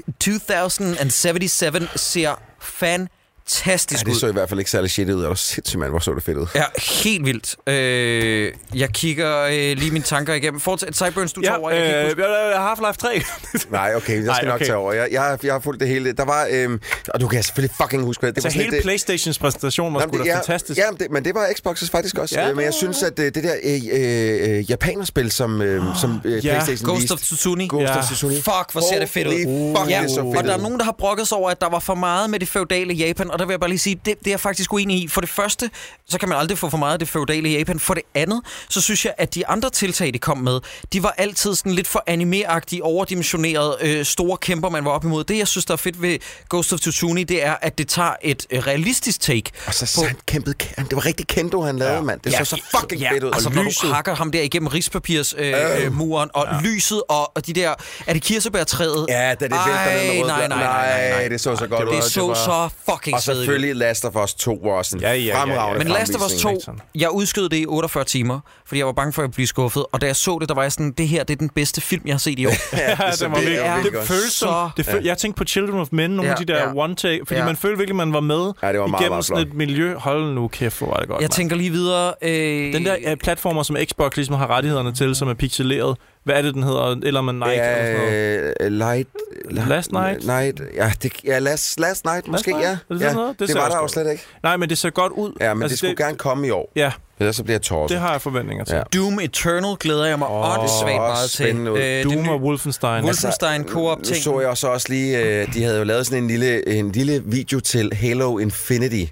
Speaker 4: 2077 ser fantastisk
Speaker 6: Ja,
Speaker 4: ud.
Speaker 6: det så i hvert fald ikke særlig shit ud. Og sindssygt, mand, hvor så det fedt ud.
Speaker 4: Ja, helt vildt. Øh, jeg kigger øh, lige mine tanker igennem. Fortsæt, Cyburns, du
Speaker 5: Ja,
Speaker 4: tager over. Jeg kan ikke
Speaker 5: øh,
Speaker 4: huske-
Speaker 5: jeg har Half-Life 3.
Speaker 6: Nej, okay, jeg skal
Speaker 5: Nej,
Speaker 6: Ej, okay. nok
Speaker 5: okay.
Speaker 6: tage over. Jeg, jeg, har- jeg har fulgt det hele. Der var, øhm, og du kan selvfølgelig fucking huske, hvad det
Speaker 5: Så
Speaker 6: var. sådan
Speaker 5: Altså, hele
Speaker 6: lidt, øh,
Speaker 5: Playstations præsentation var
Speaker 6: Jamen,
Speaker 5: sgu da
Speaker 6: det- ja,
Speaker 5: fantastisk.
Speaker 6: Ja, men det, men det var Xbox's faktisk også.
Speaker 5: Ja,
Speaker 6: Ja,
Speaker 5: det
Speaker 6: men jeg
Speaker 5: var-
Speaker 6: synes, at øh, det der øh, øh, øh, japanerspil, som, øh, som øh,
Speaker 5: ja.
Speaker 6: Playstation
Speaker 4: Ghost
Speaker 6: viste...
Speaker 4: of Tsushima.
Speaker 6: Ghost
Speaker 5: Ja.
Speaker 6: of Tsushima.
Speaker 4: Fuck, hvor ser det fedt ud.
Speaker 6: Holy Fuck,
Speaker 4: Ja,
Speaker 6: det så fedt
Speaker 4: og der er
Speaker 6: ud.
Speaker 4: nogen, der har brokket sig over, at der var for meget med det feudale Japan, og der vil jeg bare lige sige, det, det er jeg faktisk uenig i. For det første, så kan man aldrig få for meget af det feudale Japan. For det andet, så synes jeg, at de andre tiltag, de kom med, de var altid sådan lidt for animeagtige, overdimensionerede, øh, store kæmper, man var op imod. Det, jeg synes, der er fedt ved Ghost of Tsushima, det er, at det tager et øh, realistisk take
Speaker 6: Og så så han kæmpede... kæm- Det var rigtig kendo, han lavede, mand. Det så så fucking fedt ud.
Speaker 4: Altså,
Speaker 6: og
Speaker 4: når
Speaker 6: lyset.
Speaker 4: du hakker ham der igennem rispapirsmuren, øh, øh. muren, og ja. lyset, og, og de der... Er det kirsebærtræet?
Speaker 6: Ja, da det vælter ned med
Speaker 4: Ej,
Speaker 6: rød
Speaker 4: nej, nej,
Speaker 6: blad.
Speaker 4: nej, nej,
Speaker 6: Nej, det så så godt ud.
Speaker 4: Det
Speaker 6: og
Speaker 4: så så
Speaker 5: var-
Speaker 4: fucking
Speaker 6: Og
Speaker 4: svedigt.
Speaker 6: selvfølgelig Last of Us 2 var også en
Speaker 5: Ja, ja, ja, ja.
Speaker 6: fremragende
Speaker 4: Men Last of Us 2,
Speaker 5: Sådan.
Speaker 4: jeg udskød det i 48 timer, fordi jeg var bange for at blive skuffet. Og da jeg så det, der var jeg sådan, det her det er den bedste film, jeg har
Speaker 6: <laughs>
Speaker 4: set i
Speaker 5: <laughs>
Speaker 4: år.
Speaker 5: Ja,
Speaker 6: så
Speaker 5: det, var
Speaker 6: Altså, det er
Speaker 5: virkelig,
Speaker 4: virkelig
Speaker 5: det,
Speaker 6: godt.
Speaker 5: føles som,
Speaker 4: Så-
Speaker 5: det føl, Jeg tænkte på Children of Men, nogle af
Speaker 4: Ja,
Speaker 5: de der
Speaker 4: ja.
Speaker 5: one take, fordi
Speaker 4: Ja.
Speaker 5: man følte virkelig, man var med
Speaker 6: Ja, det var meget,
Speaker 5: igennem
Speaker 6: meget
Speaker 5: sådan
Speaker 6: flot.
Speaker 5: et miljø. Hold nu kæft, hvor var det godt.
Speaker 4: Jeg
Speaker 5: mand.
Speaker 4: tænker lige videre... Øh,
Speaker 5: Den der uh, platformer, som Xbox ligesom har rettighederne til, som er pixeleret. Hvad er det, den hedder? Eller man Nike eller sådan noget?
Speaker 6: Ja, øh, light, la-
Speaker 5: Last Night?
Speaker 6: Night. Ja, det, ja last, last Night måske,
Speaker 5: Night?
Speaker 6: ja.
Speaker 5: Er det sådan
Speaker 6: ja.
Speaker 5: noget? Det
Speaker 6: det,
Speaker 5: ser
Speaker 6: var
Speaker 5: også
Speaker 6: der jo
Speaker 5: godt
Speaker 6: slet ikke.
Speaker 5: Nej, men det ser godt ud.
Speaker 6: Ja, men altså, det skulle det, gerne komme i år.
Speaker 5: Ja,
Speaker 6: Ellers så bliver jeg torset.
Speaker 5: det har jeg forventninger til.
Speaker 6: Ja.
Speaker 5: Ja.
Speaker 4: Doom Eternal glæder jeg mig
Speaker 5: Åh,
Speaker 4: åndssvagt meget til. Øh,
Speaker 6: spændende ud.
Speaker 4: det
Speaker 5: Doom
Speaker 4: nye-
Speaker 5: og Wolfenstein.
Speaker 4: Wolf- Wolfenstein co-op
Speaker 6: Altså, Nu
Speaker 4: ting.
Speaker 6: så jeg så også lige, øh, de havde jo lavet sådan en lille, en lille video til Halo Infinity.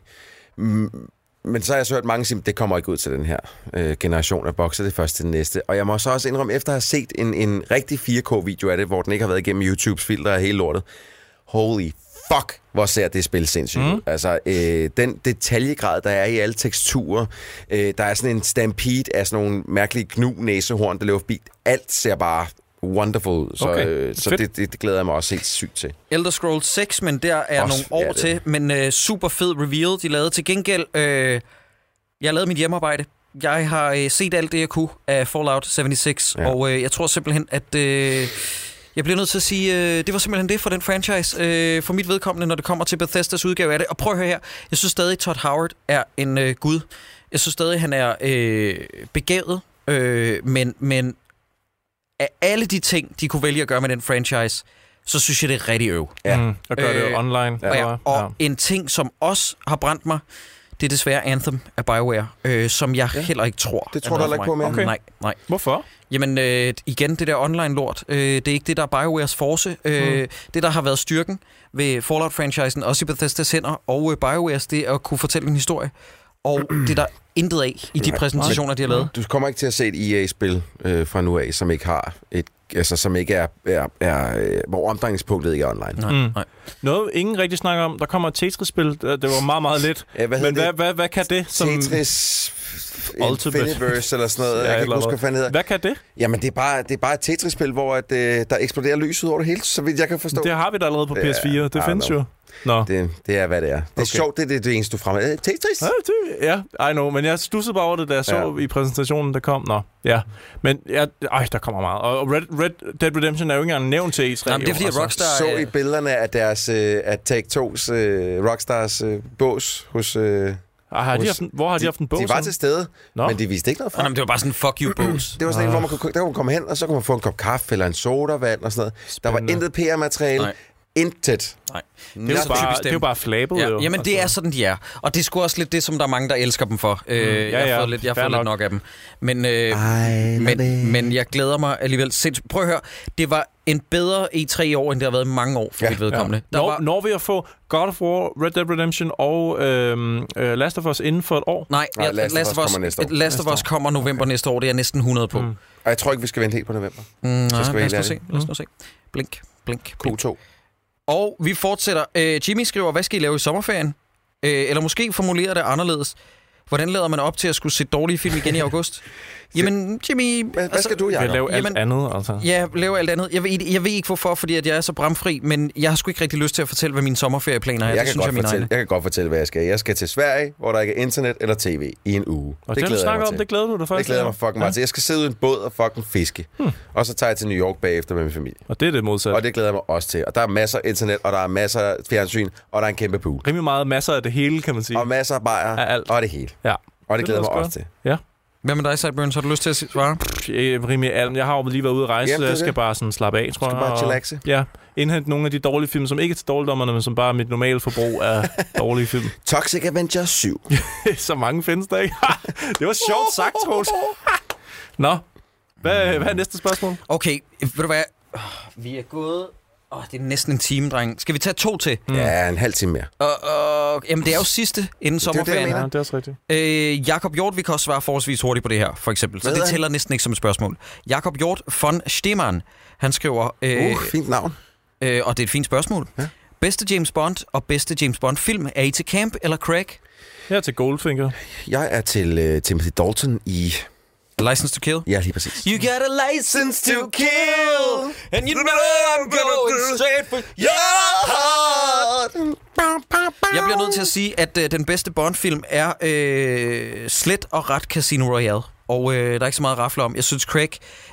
Speaker 6: Mm, Men så har jeg så hørt mange sige, det kommer ikke ud til den her øh, generation af bokser, det er først til den næste. Og jeg må så også indrømme, efter at have set en, en rigtig 4K-video af det, hvor den ikke har været igennem YouTubes filter og hele lortet. Holy fuck, hvor ser det spil sindssygt mm. Altså, øh, den detaljegrad, der er i alle teksturer, øh, der er sådan en stampede af sådan nogle mærkelige gnu-næsehorn, der løber forbi. Alt ser bare wonderful ud, så,
Speaker 5: Okay,
Speaker 6: okay. øh, så
Speaker 5: fedt.
Speaker 6: det, det, det glæder jeg mig også helt sygt til.
Speaker 4: Elder Scrolls 6, men der er
Speaker 6: Også,
Speaker 4: nogle
Speaker 6: ja,
Speaker 4: år
Speaker 6: det-
Speaker 4: til. Men øh, super fed reveal, de lavede. Til gengæld, øh, jeg lavede mit hjemmearbejde. Jeg har øh, set alt det, jeg kunne af Fallout 76,
Speaker 6: Ja.
Speaker 4: ja. og øh, jeg tror simpelthen, at øh, Jeg bliver nødt til at sige, øh, det var simpelthen det for den franchise, øh, for mit vedkommende, når det kommer til Bethesdas udgave af det. Og prøv at høre her, jeg synes stadig, Todd Howard er en øh, gud. Jeg synes stadig, han er øh, begavet, øh, men, men af alle de ting, de kunne vælge at gøre med den franchise, så synes jeg, det er rigtig øv.
Speaker 5: Ja. Mm, og gør øh, det
Speaker 4: Øh,
Speaker 5: online.
Speaker 4: Ja,
Speaker 5: eller
Speaker 4: ja.
Speaker 5: hvad?
Speaker 4: Og ja. en ting, som også har brændt mig, det er desværre Anthem af BioWare, øh, som jeg ja. heller ikke tror.
Speaker 6: Det
Speaker 4: er
Speaker 6: tror du
Speaker 4: noget
Speaker 6: heller
Speaker 4: for
Speaker 6: ikke
Speaker 4: mig.
Speaker 5: på mere?
Speaker 4: Nej, nej.
Speaker 5: Hvorfor?
Speaker 4: Jamen øh, igen, det der online-lort, øh, det er ikke det, der er BioWares force. Øh,
Speaker 6: Mm.
Speaker 4: Det, der har været styrken ved Fallout-franchisen, også i Bethesdas hænder, og øh, BioWares, det er at kunne fortælle en historie.
Speaker 6: <clears throat>
Speaker 4: Og det er der intet af i de
Speaker 6: Nej,
Speaker 4: præsentationer, de har lavet.
Speaker 6: Du kommer ikke til at se et EA-spil øh, fra nu af, som ikke har et altså, som ikke er, er, er øh, hvor omdrejningspunktet ikke er online.
Speaker 4: Nej,
Speaker 5: Mm.
Speaker 4: nej.
Speaker 5: Noget, ingen rigtig snakker om. Der kommer et Tetris-spil. Det det var meget, meget let.
Speaker 6: Ja, Øh, hvad
Speaker 5: Men
Speaker 6: hedder
Speaker 5: hvad,
Speaker 6: det?
Speaker 5: hvad, hvad kan det? Som,
Speaker 6: Tetris
Speaker 5: Ultimate.
Speaker 6: Infiniverse eller sådan noget.
Speaker 5: Ja,
Speaker 6: jeg kan ikke
Speaker 5: eller
Speaker 6: huske, hvad fanden det hedder.
Speaker 5: Hvad kan det?
Speaker 6: Jamen, det er bare, det er bare et Tetris-spil, hvor at, øh, der eksploderer lyset over det hele, så vidt jeg kan forstå.
Speaker 5: Det har vi da allerede på
Speaker 6: Ja,
Speaker 5: PS4.
Speaker 6: I
Speaker 5: Det
Speaker 6: don't
Speaker 5: findes
Speaker 6: know.
Speaker 5: jo. Nå.
Speaker 6: Det, det er, hvad det er. Det er
Speaker 5: Okay.
Speaker 6: okay. sjovt, det er det, det eneste, du fremhæver. Øh, Tetris?
Speaker 5: Ja, det, ja, I know, men jeg stussede bare over det, da jeg så ja.
Speaker 6: Ja.
Speaker 5: i præsentationen, der kom. Nå, ja. Men ja, ej, der kommer meget. Og Red, Red Dead Redemption er jo ikke engang nævnt til E3.
Speaker 4: Nej, men det er fordi,
Speaker 5: jo, Altså,
Speaker 4: at Rockstar...
Speaker 6: Så
Speaker 4: øh,
Speaker 6: i billederne af deres, øh, af Take-Two's, øh, Rockstars øh, bås hos... Øh,
Speaker 5: Ej, har de haft, en- hvor har de, haft en bog?
Speaker 6: De var
Speaker 5: sådan?
Speaker 6: til stede,
Speaker 5: Nå.
Speaker 6: Nå. men de viste ikke noget
Speaker 4: Nå,
Speaker 6: frem.
Speaker 4: men det var bare sådan, fuck you,
Speaker 6: <clears throat>
Speaker 4: Bose.
Speaker 6: Det var sådan en, hvor man kunne, der kunne man komme hen, og så kunne man få en kop kaffe eller en sodavand og sådan noget.
Speaker 5: Spændende.
Speaker 6: Der var intet PR-materiale.
Speaker 4: Nej.
Speaker 6: Intet.
Speaker 4: Nej.
Speaker 5: Det er jo
Speaker 4: så
Speaker 5: bare,
Speaker 4: typisk
Speaker 5: det er jo
Speaker 4: dem.
Speaker 5: bare flabet,
Speaker 4: Ja,
Speaker 5: jo. Altså.
Speaker 4: jamen det er sådan, de er. Og det er sgu også lidt det, som der er mange, der elsker dem for.
Speaker 5: Mm,
Speaker 4: Øh,
Speaker 5: ja,
Speaker 4: jeg
Speaker 5: ja,
Speaker 4: har fået lidt, jeg har
Speaker 5: fair
Speaker 4: fået lidt
Speaker 5: nok.
Speaker 4: nok af dem. Men, øh,
Speaker 6: Ej,
Speaker 4: men, men jeg glæder mig alligevel sindssygt. Prøv at høre, det var en bedre E3 i år, end det har været i mange år for ja,
Speaker 6: Ja,
Speaker 4: mit vedkommende. Ja. Der
Speaker 5: Når,
Speaker 4: var,
Speaker 5: når vi at få God of War, Red Dead Redemption og øhm, øh, Last of Us inden for et år?
Speaker 4: nej,
Speaker 6: Nej,
Speaker 4: jeg-
Speaker 6: Last of Us kommer næste år.
Speaker 4: Last of Us kommer november næste år, det er jeg næsten 100 på. Mm.
Speaker 5: Hmm.
Speaker 4: Mm,
Speaker 6: Og jeg tror ikke, vi skal vente helt på november.
Speaker 4: nej,
Speaker 6: skal vi
Speaker 4: lad os
Speaker 6: helt
Speaker 4: nu se,
Speaker 6: ærligt.
Speaker 4: lad os nu se. Blink, blink, blink.
Speaker 6: Q2.
Speaker 4: Og vi fortsætter. Øh, Jimmy skriver, hvad skal I lave i sommerferien? Øh, eller måske formulere det anderledes. Hvordan lader man op til at skulle se dårlige film igen i
Speaker 6: <laughs>
Speaker 4: august? Jamen, Jimmy...
Speaker 6: Hvad, hvad skal du,
Speaker 5: Vi kan
Speaker 6: Jacob?
Speaker 5: lave alt
Speaker 4: Jamen-
Speaker 5: andet, altså.
Speaker 4: Ja, lave alt andet. Jeg ved, jeg ved ikke hvorfor, fordi at jeg er så bramfri, men jeg har sgu ikke rigtig lyst til at fortælle, hvad mine sommerferieplaner er.
Speaker 6: Jeg
Speaker 4: det
Speaker 6: kan,
Speaker 4: synes jeg, er
Speaker 6: godt
Speaker 4: mine
Speaker 6: fortælle,
Speaker 4: egne.
Speaker 6: jeg kan godt fortælle, hvad jeg skal. Jeg skal til Sverige, hvor der ikke er internet eller tv i en uge.
Speaker 5: Og det, det du
Speaker 6: glæder jeg
Speaker 5: snakker
Speaker 6: mig
Speaker 5: om,
Speaker 6: til.
Speaker 5: det glæder du dig
Speaker 6: det
Speaker 5: faktisk.
Speaker 6: glæder jeg mig fucking meget til. Jeg skal sidde i en båd og fucking fiske. Hmm. Og så tager jeg til New York bagefter med min familie.
Speaker 5: Og det er det modsatte.
Speaker 6: Og det glæder jeg mig også til. Og der er masser af internet, og der er masser af fjernsyn, og der er en kæmpe pool.
Speaker 5: Rimelig meget masser af det hele, kan man sige.
Speaker 6: Og masser af bajer,
Speaker 5: Af alt.
Speaker 6: og det hele.
Speaker 5: Ja.
Speaker 6: Og det glæder
Speaker 5: lyder
Speaker 6: jeg mig
Speaker 5: også
Speaker 6: også til.
Speaker 5: Ja.
Speaker 4: Hvad med dig, Sideburns? Har du lyst til at svare?
Speaker 5: Pff, øh, rimelig alt. Jeg har jo lige været ude at rejse,
Speaker 6: Jamen,
Speaker 5: så
Speaker 6: det er
Speaker 5: jeg skal
Speaker 6: det.
Speaker 5: bare sådan slappe af, tror
Speaker 6: skal
Speaker 5: jeg.
Speaker 6: bare
Speaker 5: og-
Speaker 6: chillaxe.
Speaker 5: Ja, indhente nogle af de dårlige film, som ikke er til dårligdommerne, men som bare er mit normale forbrug <laughs> af dårlige film.
Speaker 6: Toxic Avenger 7.
Speaker 5: Så mange findes der ikke. <laughs> det var <laughs> sjovt sagt, Troels. Nå, hvad, hvad er næste spørgsmål?
Speaker 4: Okay, ved du hvad? Åh, Vi er gået... Åh, det er næsten en time, dreng. Skal vi tage to til? Mm.
Speaker 6: Ja, en halv time mere.
Speaker 4: Og, og, jamen, det er jo sidste inden
Speaker 6: er jo det, jeg
Speaker 4: sommerferien.
Speaker 6: mener.
Speaker 5: det er også rigtigt.
Speaker 4: Øh, Jakob Hjort, vi kan også svare forholdsvis hurtigt på det her, for eksempel. Så
Speaker 6: Hvad
Speaker 4: det
Speaker 6: hedder
Speaker 4: tæller næsten ikke som et spørgsmål. Jakob Hjort von Stemann, han skriver, øh,
Speaker 5: Eh.
Speaker 6: Uh, fint navn.
Speaker 4: øh, og det er et fint spørgsmål. Ja. Bedste James Bond og bedste James Bond-film, er I til Camp eller Craig?
Speaker 5: Her til Goldfinger.
Speaker 6: Jeg er til øh, Timothy Dalton i...
Speaker 4: License to Kill?
Speaker 6: Ja, lige præcis.
Speaker 4: You got a license to kill, and you know I'm going straight for you. Jeg bliver nødt til at sige, at øh, den bedste Bond-film er øh, slet og ret Casino Royale. Og øh, der er ikke så meget at rafle om. Jeg synes, Craig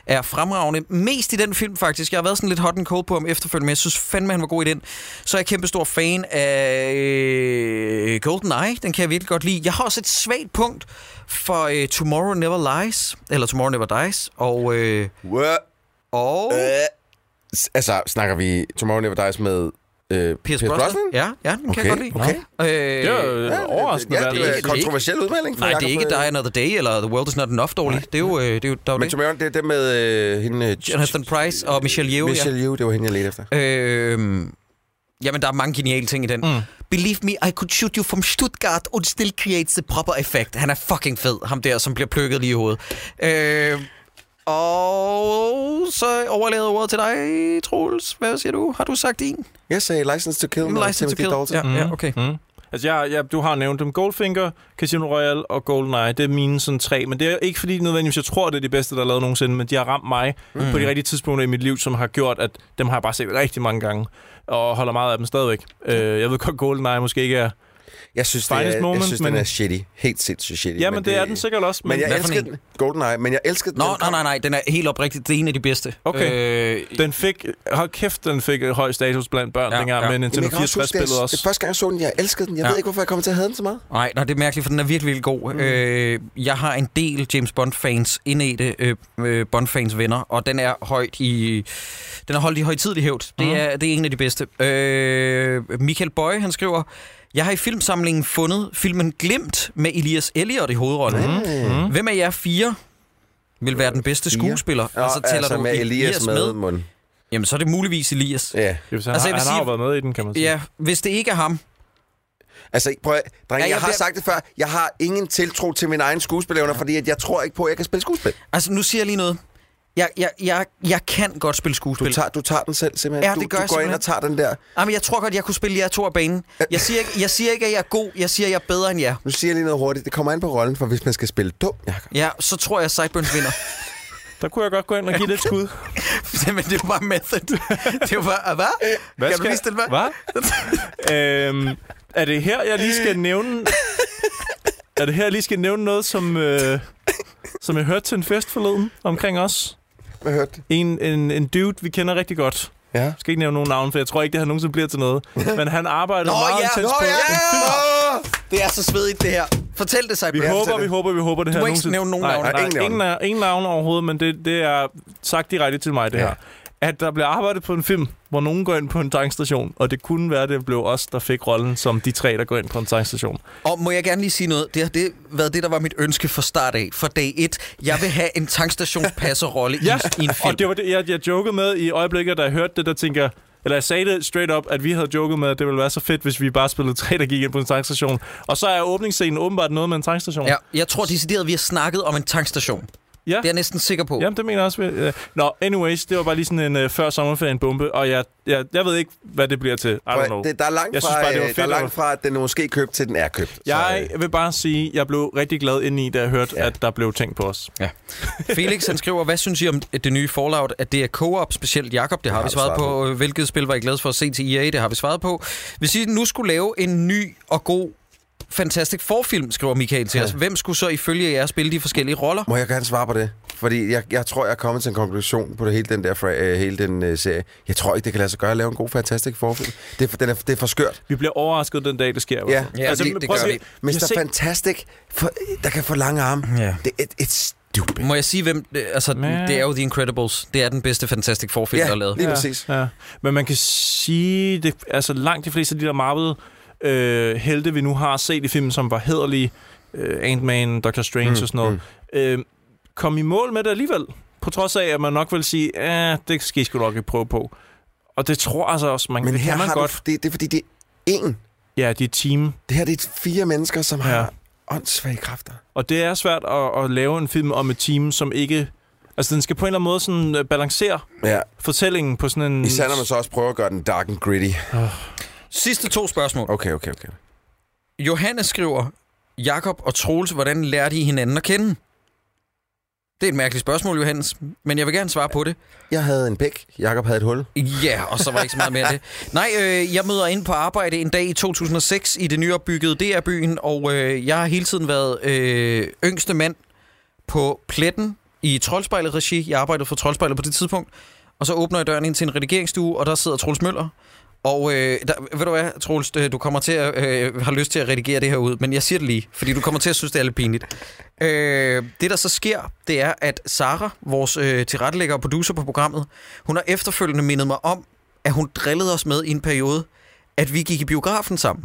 Speaker 4: er fremragende. Mest i den film, faktisk. Jeg har været sådan lidt hot and cold på ham efterfølgende, men jeg synes fandme, han var god i den. Så er jeg kæmpe stor fan af øh, GoldenEye. Den kan jeg virkelig godt lide. Jeg har også et svagt punkt for øh, Tomorrow Never Lies. Eller Tomorrow Never Dies. Og... Øh,
Speaker 6: Wha-
Speaker 4: og...
Speaker 6: øh. S- Altså, snakker vi Tomorrow Never Dies med øh,
Speaker 4: Pierce Brosnan? Ja, ja, den kan okay,
Speaker 6: Okay,
Speaker 4: jeg godt lide.
Speaker 6: okay.
Speaker 4: Øh,
Speaker 5: Det er jo øh, overraskende.
Speaker 6: Ja, det er en
Speaker 4: ikke-
Speaker 5: valg.
Speaker 6: kontroversiel udmelding. fra
Speaker 4: Nej, det er ikke
Speaker 6: Jacob, øh,
Speaker 4: Die Another Day, eller The World Is Not Enough dårligt. Det er jo, øh, det er jo, der er jo
Speaker 6: Men
Speaker 4: det.
Speaker 6: Tomorrow, det er det med øh, hende... øh,
Speaker 4: Jonathan Price og Michelle Yeoh,
Speaker 6: Michelle Yeoh, det var hende, jeg ledte efter.
Speaker 4: ja. Øhm, jamen, der er mange geniale ting i den. Mm. Believe me, I could shoot you from Stuttgart and still create the proper effect. Han er fucking fed, ham der, som bliver plukket lige i hovedet. Øh, og så overlader jeg ordet til dig, Troels. Hvad siger du? Har du sagt din?
Speaker 6: Jeg sagde License to Kill med
Speaker 4: License to
Speaker 6: Timothy
Speaker 4: Kill.
Speaker 6: Dalton.
Speaker 4: Ja, ja, okay.
Speaker 5: Mm. Altså, jeg, jeg, du har nævnt dem. Goldfinger, Casino Royale og GoldenEye. Det er mine sådan tre. Men det er ikke fordi nødvendigvis, jeg tror, det er de bedste, der er lavet nogensinde. Men de har ramt mig mm. på de rigtige tidspunkter i mit liv, som har gjort, at dem har jeg bare set rigtig mange gange. Og holder meget af dem stadigvæk. Øh, jeg ved godt, GoldenEye måske ikke er
Speaker 6: Jeg synes, det
Speaker 5: Finest
Speaker 6: er, moment,
Speaker 5: moment,
Speaker 6: jeg synes men... den
Speaker 5: men-
Speaker 6: er shitty. Helt sindssygt shitty.
Speaker 5: Jamen, det er den sikkert også,
Speaker 6: Men,
Speaker 5: men
Speaker 6: men jeg
Speaker 5: hvad
Speaker 4: for
Speaker 6: elskede
Speaker 4: en?
Speaker 6: den. GoldenEye, men jeg elskede
Speaker 4: Nå,
Speaker 6: den.
Speaker 4: nej, nej, nej, den er helt oprigtigt. Det er en af de bedste.
Speaker 5: Okay.
Speaker 4: Øh,
Speaker 5: Den fik, hold kæft, den fik høj status blandt børn
Speaker 4: Ja,
Speaker 5: ja, dengang
Speaker 4: ja.
Speaker 5: ja. med
Speaker 6: Jamen,
Speaker 5: Nintendo
Speaker 6: jeg kan også huske, da
Speaker 5: 64-spillet
Speaker 6: jeg-
Speaker 5: også.
Speaker 6: Første gang jeg så den, jeg elskede den. Jeg
Speaker 4: Ja.
Speaker 6: ja. ved ikke, hvorfor jeg kommer til at have den så meget.
Speaker 4: Nej, nej, det er mærkeligt, for den er virkelig, virkelig god. Mm. Øh, jeg har en del James Bond-fans inde i det, øh, øh, Bond-fans venner, og den er højt i, den er holdt i højtidlig hævd. Det, mm. er, det er en af de bedste. Øh, Michael Bøje, han skriver, jeg har i filmsamlingen fundet filmen Glimt med Elias Elliot i hovedrollen. Mm. Hvem af jer fire vil være den bedste skuespiller?
Speaker 6: Og så tæller altså, du med Elias med. med.
Speaker 4: Jamen, så er det muligvis Elias.
Speaker 6: Ja.
Speaker 5: Ja, hvis han,
Speaker 4: Altså,
Speaker 5: altså,
Speaker 4: jeg
Speaker 5: har,
Speaker 4: vil
Speaker 5: han har jo
Speaker 4: sige-
Speaker 5: været med i den, kan man sige.
Speaker 4: Ja, hvis det ikke er ham.
Speaker 6: Altså, prøv at, drenge,
Speaker 4: Ja,
Speaker 6: ja, jeg,
Speaker 4: jeg
Speaker 6: jeg har
Speaker 4: bliver-
Speaker 6: sagt det før. Jeg har ingen tiltro til min egen skuespillerevner, fordi at jeg tror ikke på, at jeg kan spille skuespil.
Speaker 4: Altså, nu siger jeg lige noget. Jeg, jeg, jeg, jeg kan godt spille skuespil.
Speaker 6: Du tager, du tager den selv, simpelthen.
Speaker 4: Ja,
Speaker 6: du,
Speaker 4: det gør
Speaker 6: du
Speaker 4: jeg
Speaker 6: går ind
Speaker 4: simpelthen.
Speaker 6: og tager den der.
Speaker 4: Jamen, Ah, jeg tror godt, jeg kunne spille jer to af banen. Jeg siger, ikke, jeg siger ikke, at jeg er god. Jeg siger, at jeg er bedre end jer.
Speaker 6: Nu siger jeg lige noget hurtigt. Det kommer an på rollen, for hvis man skal spille dum, Jacob.
Speaker 4: Ja, så tror jeg, at Sideburns <laughs> vinder.
Speaker 5: Der kunne jeg godt gå ind og give lidt skud.
Speaker 4: Men det var bare method. <laughs> Det var bare, ah, hvad?
Speaker 5: Hvad
Speaker 4: kan du lige stille mig?
Speaker 5: Hvad? <laughs> øhm, er det her, jeg lige skal nævne... Er det her, jeg lige skal nævne noget, som, øh, som jeg hørte til en fest forleden omkring os?
Speaker 6: Hvad hørte det?
Speaker 5: En, en, en dude, vi kender rigtig godt.
Speaker 6: Ja.
Speaker 5: Jeg skal ikke nævne nogen navn, for jeg tror ikke, det her nogensinde bliver til
Speaker 4: <laughs>
Speaker 5: noget. Men han arbejder
Speaker 4: Nå,
Speaker 5: meget
Speaker 4: ja.
Speaker 5: intens
Speaker 4: Nå,
Speaker 5: på.
Speaker 4: ja.
Speaker 5: en film.
Speaker 4: Det er så svedigt, det her. Fortæl det,
Speaker 5: Vi
Speaker 4: Sideburns.
Speaker 6: Ja,
Speaker 5: håber,
Speaker 6: fortæl
Speaker 5: vi
Speaker 6: det.
Speaker 5: håber, vi håber, det her
Speaker 4: må ikke
Speaker 5: nogensinde...
Speaker 4: nævne nogen
Speaker 5: nej,
Speaker 4: navne.
Speaker 5: Nej,
Speaker 6: Ingen
Speaker 5: ingen,
Speaker 6: navne.
Speaker 5: navn. ingen navn overhovedet, men det, det er sagt direkte til mig, det
Speaker 6: Ja.
Speaker 5: her. At der bliver arbejdet på en film, hvor nogen går ind på en tankstation, og det kunne være, det blev os, der fik rollen som de tre, der går ind på en tankstation.
Speaker 4: Og må jeg gerne lige sige noget? Det har det, været det, der var mit ønske fra start af. Fra dag 1. Jeg vil have en tankstationspasserrolle ja. i, en- i en film.
Speaker 5: og det var det, jeg, jeg jokede med i øjeblikket, da jeg hørte det, der tænker eller jeg sagde det straight up, at vi havde joket med, at det ville være så fedt, hvis vi bare spillede tre, der gik ind på en tankstation. Og så er åbningsscenen åbenbart noget med en tankstation.
Speaker 4: Ja, jeg tror decideret, at vi har snakket om en tankstation. Det
Speaker 5: ja.
Speaker 4: er jeg næsten sikker på.
Speaker 5: Jamen, det mener jeg også. vi- øh, Nå, anyways, det var bare lige sådan en øh, før sommerferien bombe, og jeg, jeg, jeg ved ikke, hvad det bliver til. I don't know.
Speaker 6: Det, der er langt
Speaker 5: Jeg
Speaker 6: fra,
Speaker 5: synes bare, det var
Speaker 6: øh,
Speaker 5: fedt,
Speaker 6: der er
Speaker 5: eller-
Speaker 6: langt fra, at den er måske købt til den er købt. Så,
Speaker 5: Jeg
Speaker 6: øh,
Speaker 5: vil bare sige, at jeg blev rigtig glad indeni, da jeg hørte,
Speaker 6: Ja.
Speaker 5: ja. at der blev tænkt på os.
Speaker 4: Ja. Felix, han skriver, hvad synes I om det nye Fallout, at det er co-op, specielt Jakob, det har, det har vi svaret på. Øh, Hvilket spil var I glade for at se til EA, det har vi svaret på. Hvis I nu skulle lave en ny og god Fantastic Four-film, skriver Michael til ja. os. Hvem skulle så ifølge jer spille de forskellige roller?
Speaker 6: Må jeg gerne svare på det? Fordi jeg, jeg tror, jeg er kommet til en konklusion på det, hele den der fra, øh, hele den øh, serie. Jeg tror ikke, det kan lade sig gøre at lave en god, fantastisk forfilm. Det, er for- den er, det er for skørt.
Speaker 5: Vi bliver overrasket den dag, det sker. i
Speaker 6: Ja,
Speaker 5: hvert fald.
Speaker 4: Ja, det-
Speaker 5: altså, men
Speaker 4: det
Speaker 5: prøv
Speaker 4: gør
Speaker 5: at se.
Speaker 4: vi.
Speaker 5: Vi har
Speaker 6: Mr.
Speaker 5: set-
Speaker 6: Fantastic, for, der kan få lange arme.
Speaker 4: Ja.
Speaker 6: Det er et stupid.
Speaker 4: Må jeg sige, hvem... øh, Altså,
Speaker 5: Men-
Speaker 4: det er jo The Incredibles. Det er den bedste Fantastic Four-film,
Speaker 6: Ja,
Speaker 4: der er lavet.
Speaker 6: lige præcis.
Speaker 5: Ja. Men man kan sige, det, altså langt de fleste af de der marvede øh, helte, vi nu har set i filmen, som var hederlige, øh, Ant-Man, Doctor Strange mm, og sådan noget, mm. øh, kom i mål med det alligevel. På trods af, at man nok vil sige, at det skal I sgu nok ikke prøve på. Og det tror altså også, man,
Speaker 6: Men
Speaker 5: det
Speaker 6: her
Speaker 5: kan man
Speaker 6: har
Speaker 5: godt.
Speaker 6: Du, det, det er fordi, det er én.
Speaker 5: Ja, de er team.
Speaker 6: Det her det er fire mennesker, som ja.
Speaker 5: Ja.
Speaker 6: har åndssvage kræfter.
Speaker 5: Og det er svært at, at lave en film om et team, som ikke... Altså, den skal på en eller anden måde sådan, øh, balancere
Speaker 6: Ja.
Speaker 5: fortællingen på sådan en...
Speaker 6: Især når man så også prøver at gøre den dark and gritty.
Speaker 4: Sidste to spørgsmål.
Speaker 6: Okay, okay, okay.
Speaker 4: Johannes skriver, Jakob og Troels, hvordan lærte I hinanden at kende? Det er et mærkeligt spørgsmål, Johannes, men jeg vil gerne svare på det.
Speaker 6: Jeg havde en pæk. Jakob havde et hul.
Speaker 4: Ja, og så var der ikke så meget mere af det. Nej, øh, jeg møder ind på arbejde en dag i 2006 i det nyopbyggede DR-byen, og øh, jeg har hele tiden været øh, yngste mand på pletten i Troldspejlet regi. Jeg arbejdede for Troldspejlet på det tidspunkt. Og så åbner jeg døren ind til en redigeringsstue, og der sidder Troels Møller. Og øh, der, ved du hvad, Troels, øh, du kommer til at øh, have lyst til at redigere det her ud, men jeg siger det lige, fordi du kommer til at synes, det er lidt pinligt. Øh, det, der så sker, det er, at Sara, vores øh, tilrettelægger og producer på programmet, hun har efterfølgende mindet mig om, at hun drillede os med i en periode, at vi gik i biografen sammen.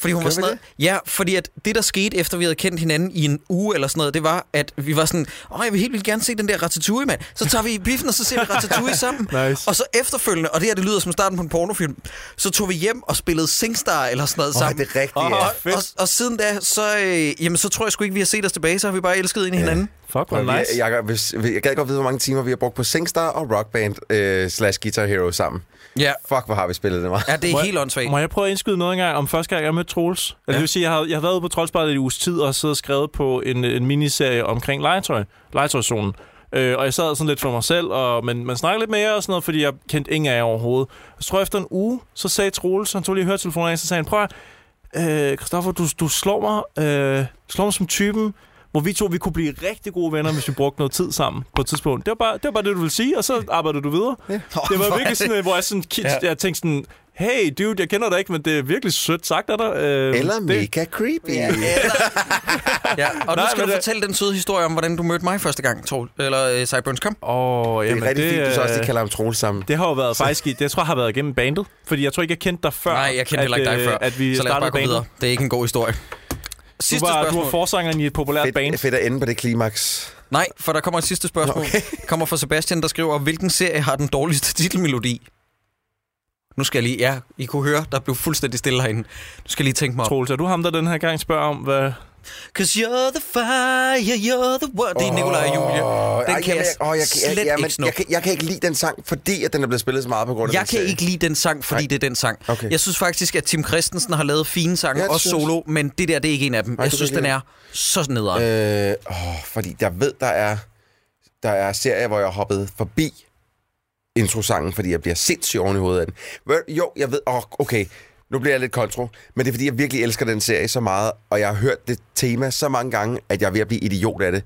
Speaker 4: Fordi hun
Speaker 6: Gør
Speaker 4: var
Speaker 6: vi
Speaker 4: sådan noget, Ja, fordi at det, der skete, efter vi havde kendt hinanden i en uge eller sådan noget, det var, at vi var sådan, åh, jeg vil helt vildt gerne se den der Ratatouille, mand. Så tager vi i biffen, og
Speaker 5: <laughs>
Speaker 4: så ser vi Ratatouille sammen.
Speaker 5: Nice.
Speaker 4: Og så efterfølgende, og det her, det lyder som starten på en pornofilm, så tog vi hjem og spillede Singstar eller sådan noget
Speaker 6: Åh,
Speaker 4: sammen.
Speaker 6: det er rigtigt, ja.
Speaker 4: og, og, og, og, siden da, så, øh, jamen, så tror jeg sgu ikke, vi har set os tilbage, så har vi bare elsket ind i hinanden.
Speaker 5: Fuck, hvor
Speaker 6: Prøv, nice.
Speaker 5: nice.
Speaker 6: Jacob, hvis, jeg gad godt vide, hvor mange timer vi har brugt på Singstar og Rock Band øh, slash Guitar Hero sammen.
Speaker 4: Ja.
Speaker 6: Fuck, hvor har vi spillet det meget.
Speaker 4: Ja, det er
Speaker 5: Må jeg-
Speaker 4: helt åndssvagt.
Speaker 5: Må jeg prøve at indskyde noget engang om første gang, jeg mødte Troels? Ja. Det vil sige, jeg har, jeg har været ude på Troldspejlet i uges tid og siddet og skrevet på en, en miniserie omkring legetøj, legetøjszonen. Øh, og jeg sad sådan lidt for mig selv, og, men man snakkede lidt med jer og sådan noget, fordi jeg kendte ingen af jer overhovedet. Jeg tror, efter en uge, så sagde Troels, han tog lige høretelefonen af, så sagde han, prøv at- øh, Christoffer, du, du slår, mig, øh, slår mig som typen, hvor vi to vi kunne blive rigtig gode venner, hvis vi brugte noget tid sammen på et tidspunkt. Det var bare det, var bare det du ville sige, og så arbejdede du videre. Ja. Det var virkelig sådan, øh, hvor jeg, sådan, ja. jeg tænkte sådan, hey dude, jeg kender dig ikke, men det er virkelig sødt sagt af dig. Øh,
Speaker 6: Eller
Speaker 5: det,
Speaker 6: mega creepy. Ja.
Speaker 4: Ja, og nu
Speaker 5: Nej,
Speaker 4: skal
Speaker 5: men det-
Speaker 4: du fortælle den søde historie om, hvordan du mødte mig første gang, Troel, eller øh, Cyburns kom.
Speaker 5: Åh,
Speaker 6: Det
Speaker 5: jamen,
Speaker 6: er rigtig fint, du så også
Speaker 5: øh,
Speaker 6: de kalder ham Troels sammen.
Speaker 5: Det har jo været faktisk i, jeg tror, jeg har været igennem bandet. Fordi jeg tror ikke, jeg kendte dig før.
Speaker 4: Nej, jeg kendte heller ikke dig
Speaker 5: øh,
Speaker 4: før,
Speaker 5: At vi
Speaker 4: så lad os bare
Speaker 5: startede
Speaker 4: gå
Speaker 5: bandet.
Speaker 4: videre. Det er ikke en god historie. Sidste
Speaker 5: Du var, du
Speaker 4: spørgsmål.
Speaker 5: var forsangeren i et populært band.
Speaker 6: Fedt, fedt at ende på det klimaks.
Speaker 4: Nej, for der kommer et sidste spørgsmål. Okay. <laughs> kommer fra Sebastian, der skriver, hvilken serie har den dårligste titelmelodi? Nu skal jeg lige... Ja, I kunne høre, der blev fuldstændig stille herinde. Nu skal jeg lige tænke mig om.
Speaker 5: Troels, er du ham, der den her gang spørger om, hvad...
Speaker 4: Cause you're the fire, you're the one. Det er Nikolaj og Julie.
Speaker 6: Åh,
Speaker 4: Den
Speaker 6: ej,
Speaker 4: kan jeg,
Speaker 6: åh,
Speaker 4: jeg slet
Speaker 6: jeg, jamen,
Speaker 4: ikke snuppe.
Speaker 6: jeg, kan, jeg kan ikke lide den sang, fordi at den er blevet spillet så meget på grund af
Speaker 4: Jeg
Speaker 6: den
Speaker 4: kan
Speaker 6: serie.
Speaker 4: ikke lide den sang, fordi
Speaker 6: Nej.
Speaker 4: det er den sang.
Speaker 6: Okay.
Speaker 4: Jeg synes faktisk, at Tim Christensen har lavet fine sange,
Speaker 6: Ja, det
Speaker 4: også
Speaker 6: synes jeg
Speaker 4: solo, men det der, det er ikke en af dem.
Speaker 6: Nej,
Speaker 4: jeg
Speaker 6: det
Speaker 4: synes,
Speaker 6: kan jeg
Speaker 4: den
Speaker 6: ikke
Speaker 4: er så nederen. Øh.
Speaker 6: Øh, åh, fordi jeg ved, der er, der er serier, hvor jeg er hoppet forbi introsangen, fordi jeg bliver sindssygt oven i hovedet af den. Hvor- Jo, jeg ved, åh, okay, nu bliver jeg lidt kontro, men det er, fordi jeg virkelig elsker den serie så meget, og jeg har hørt det tema så mange gange, at jeg er ved at blive idiot af det.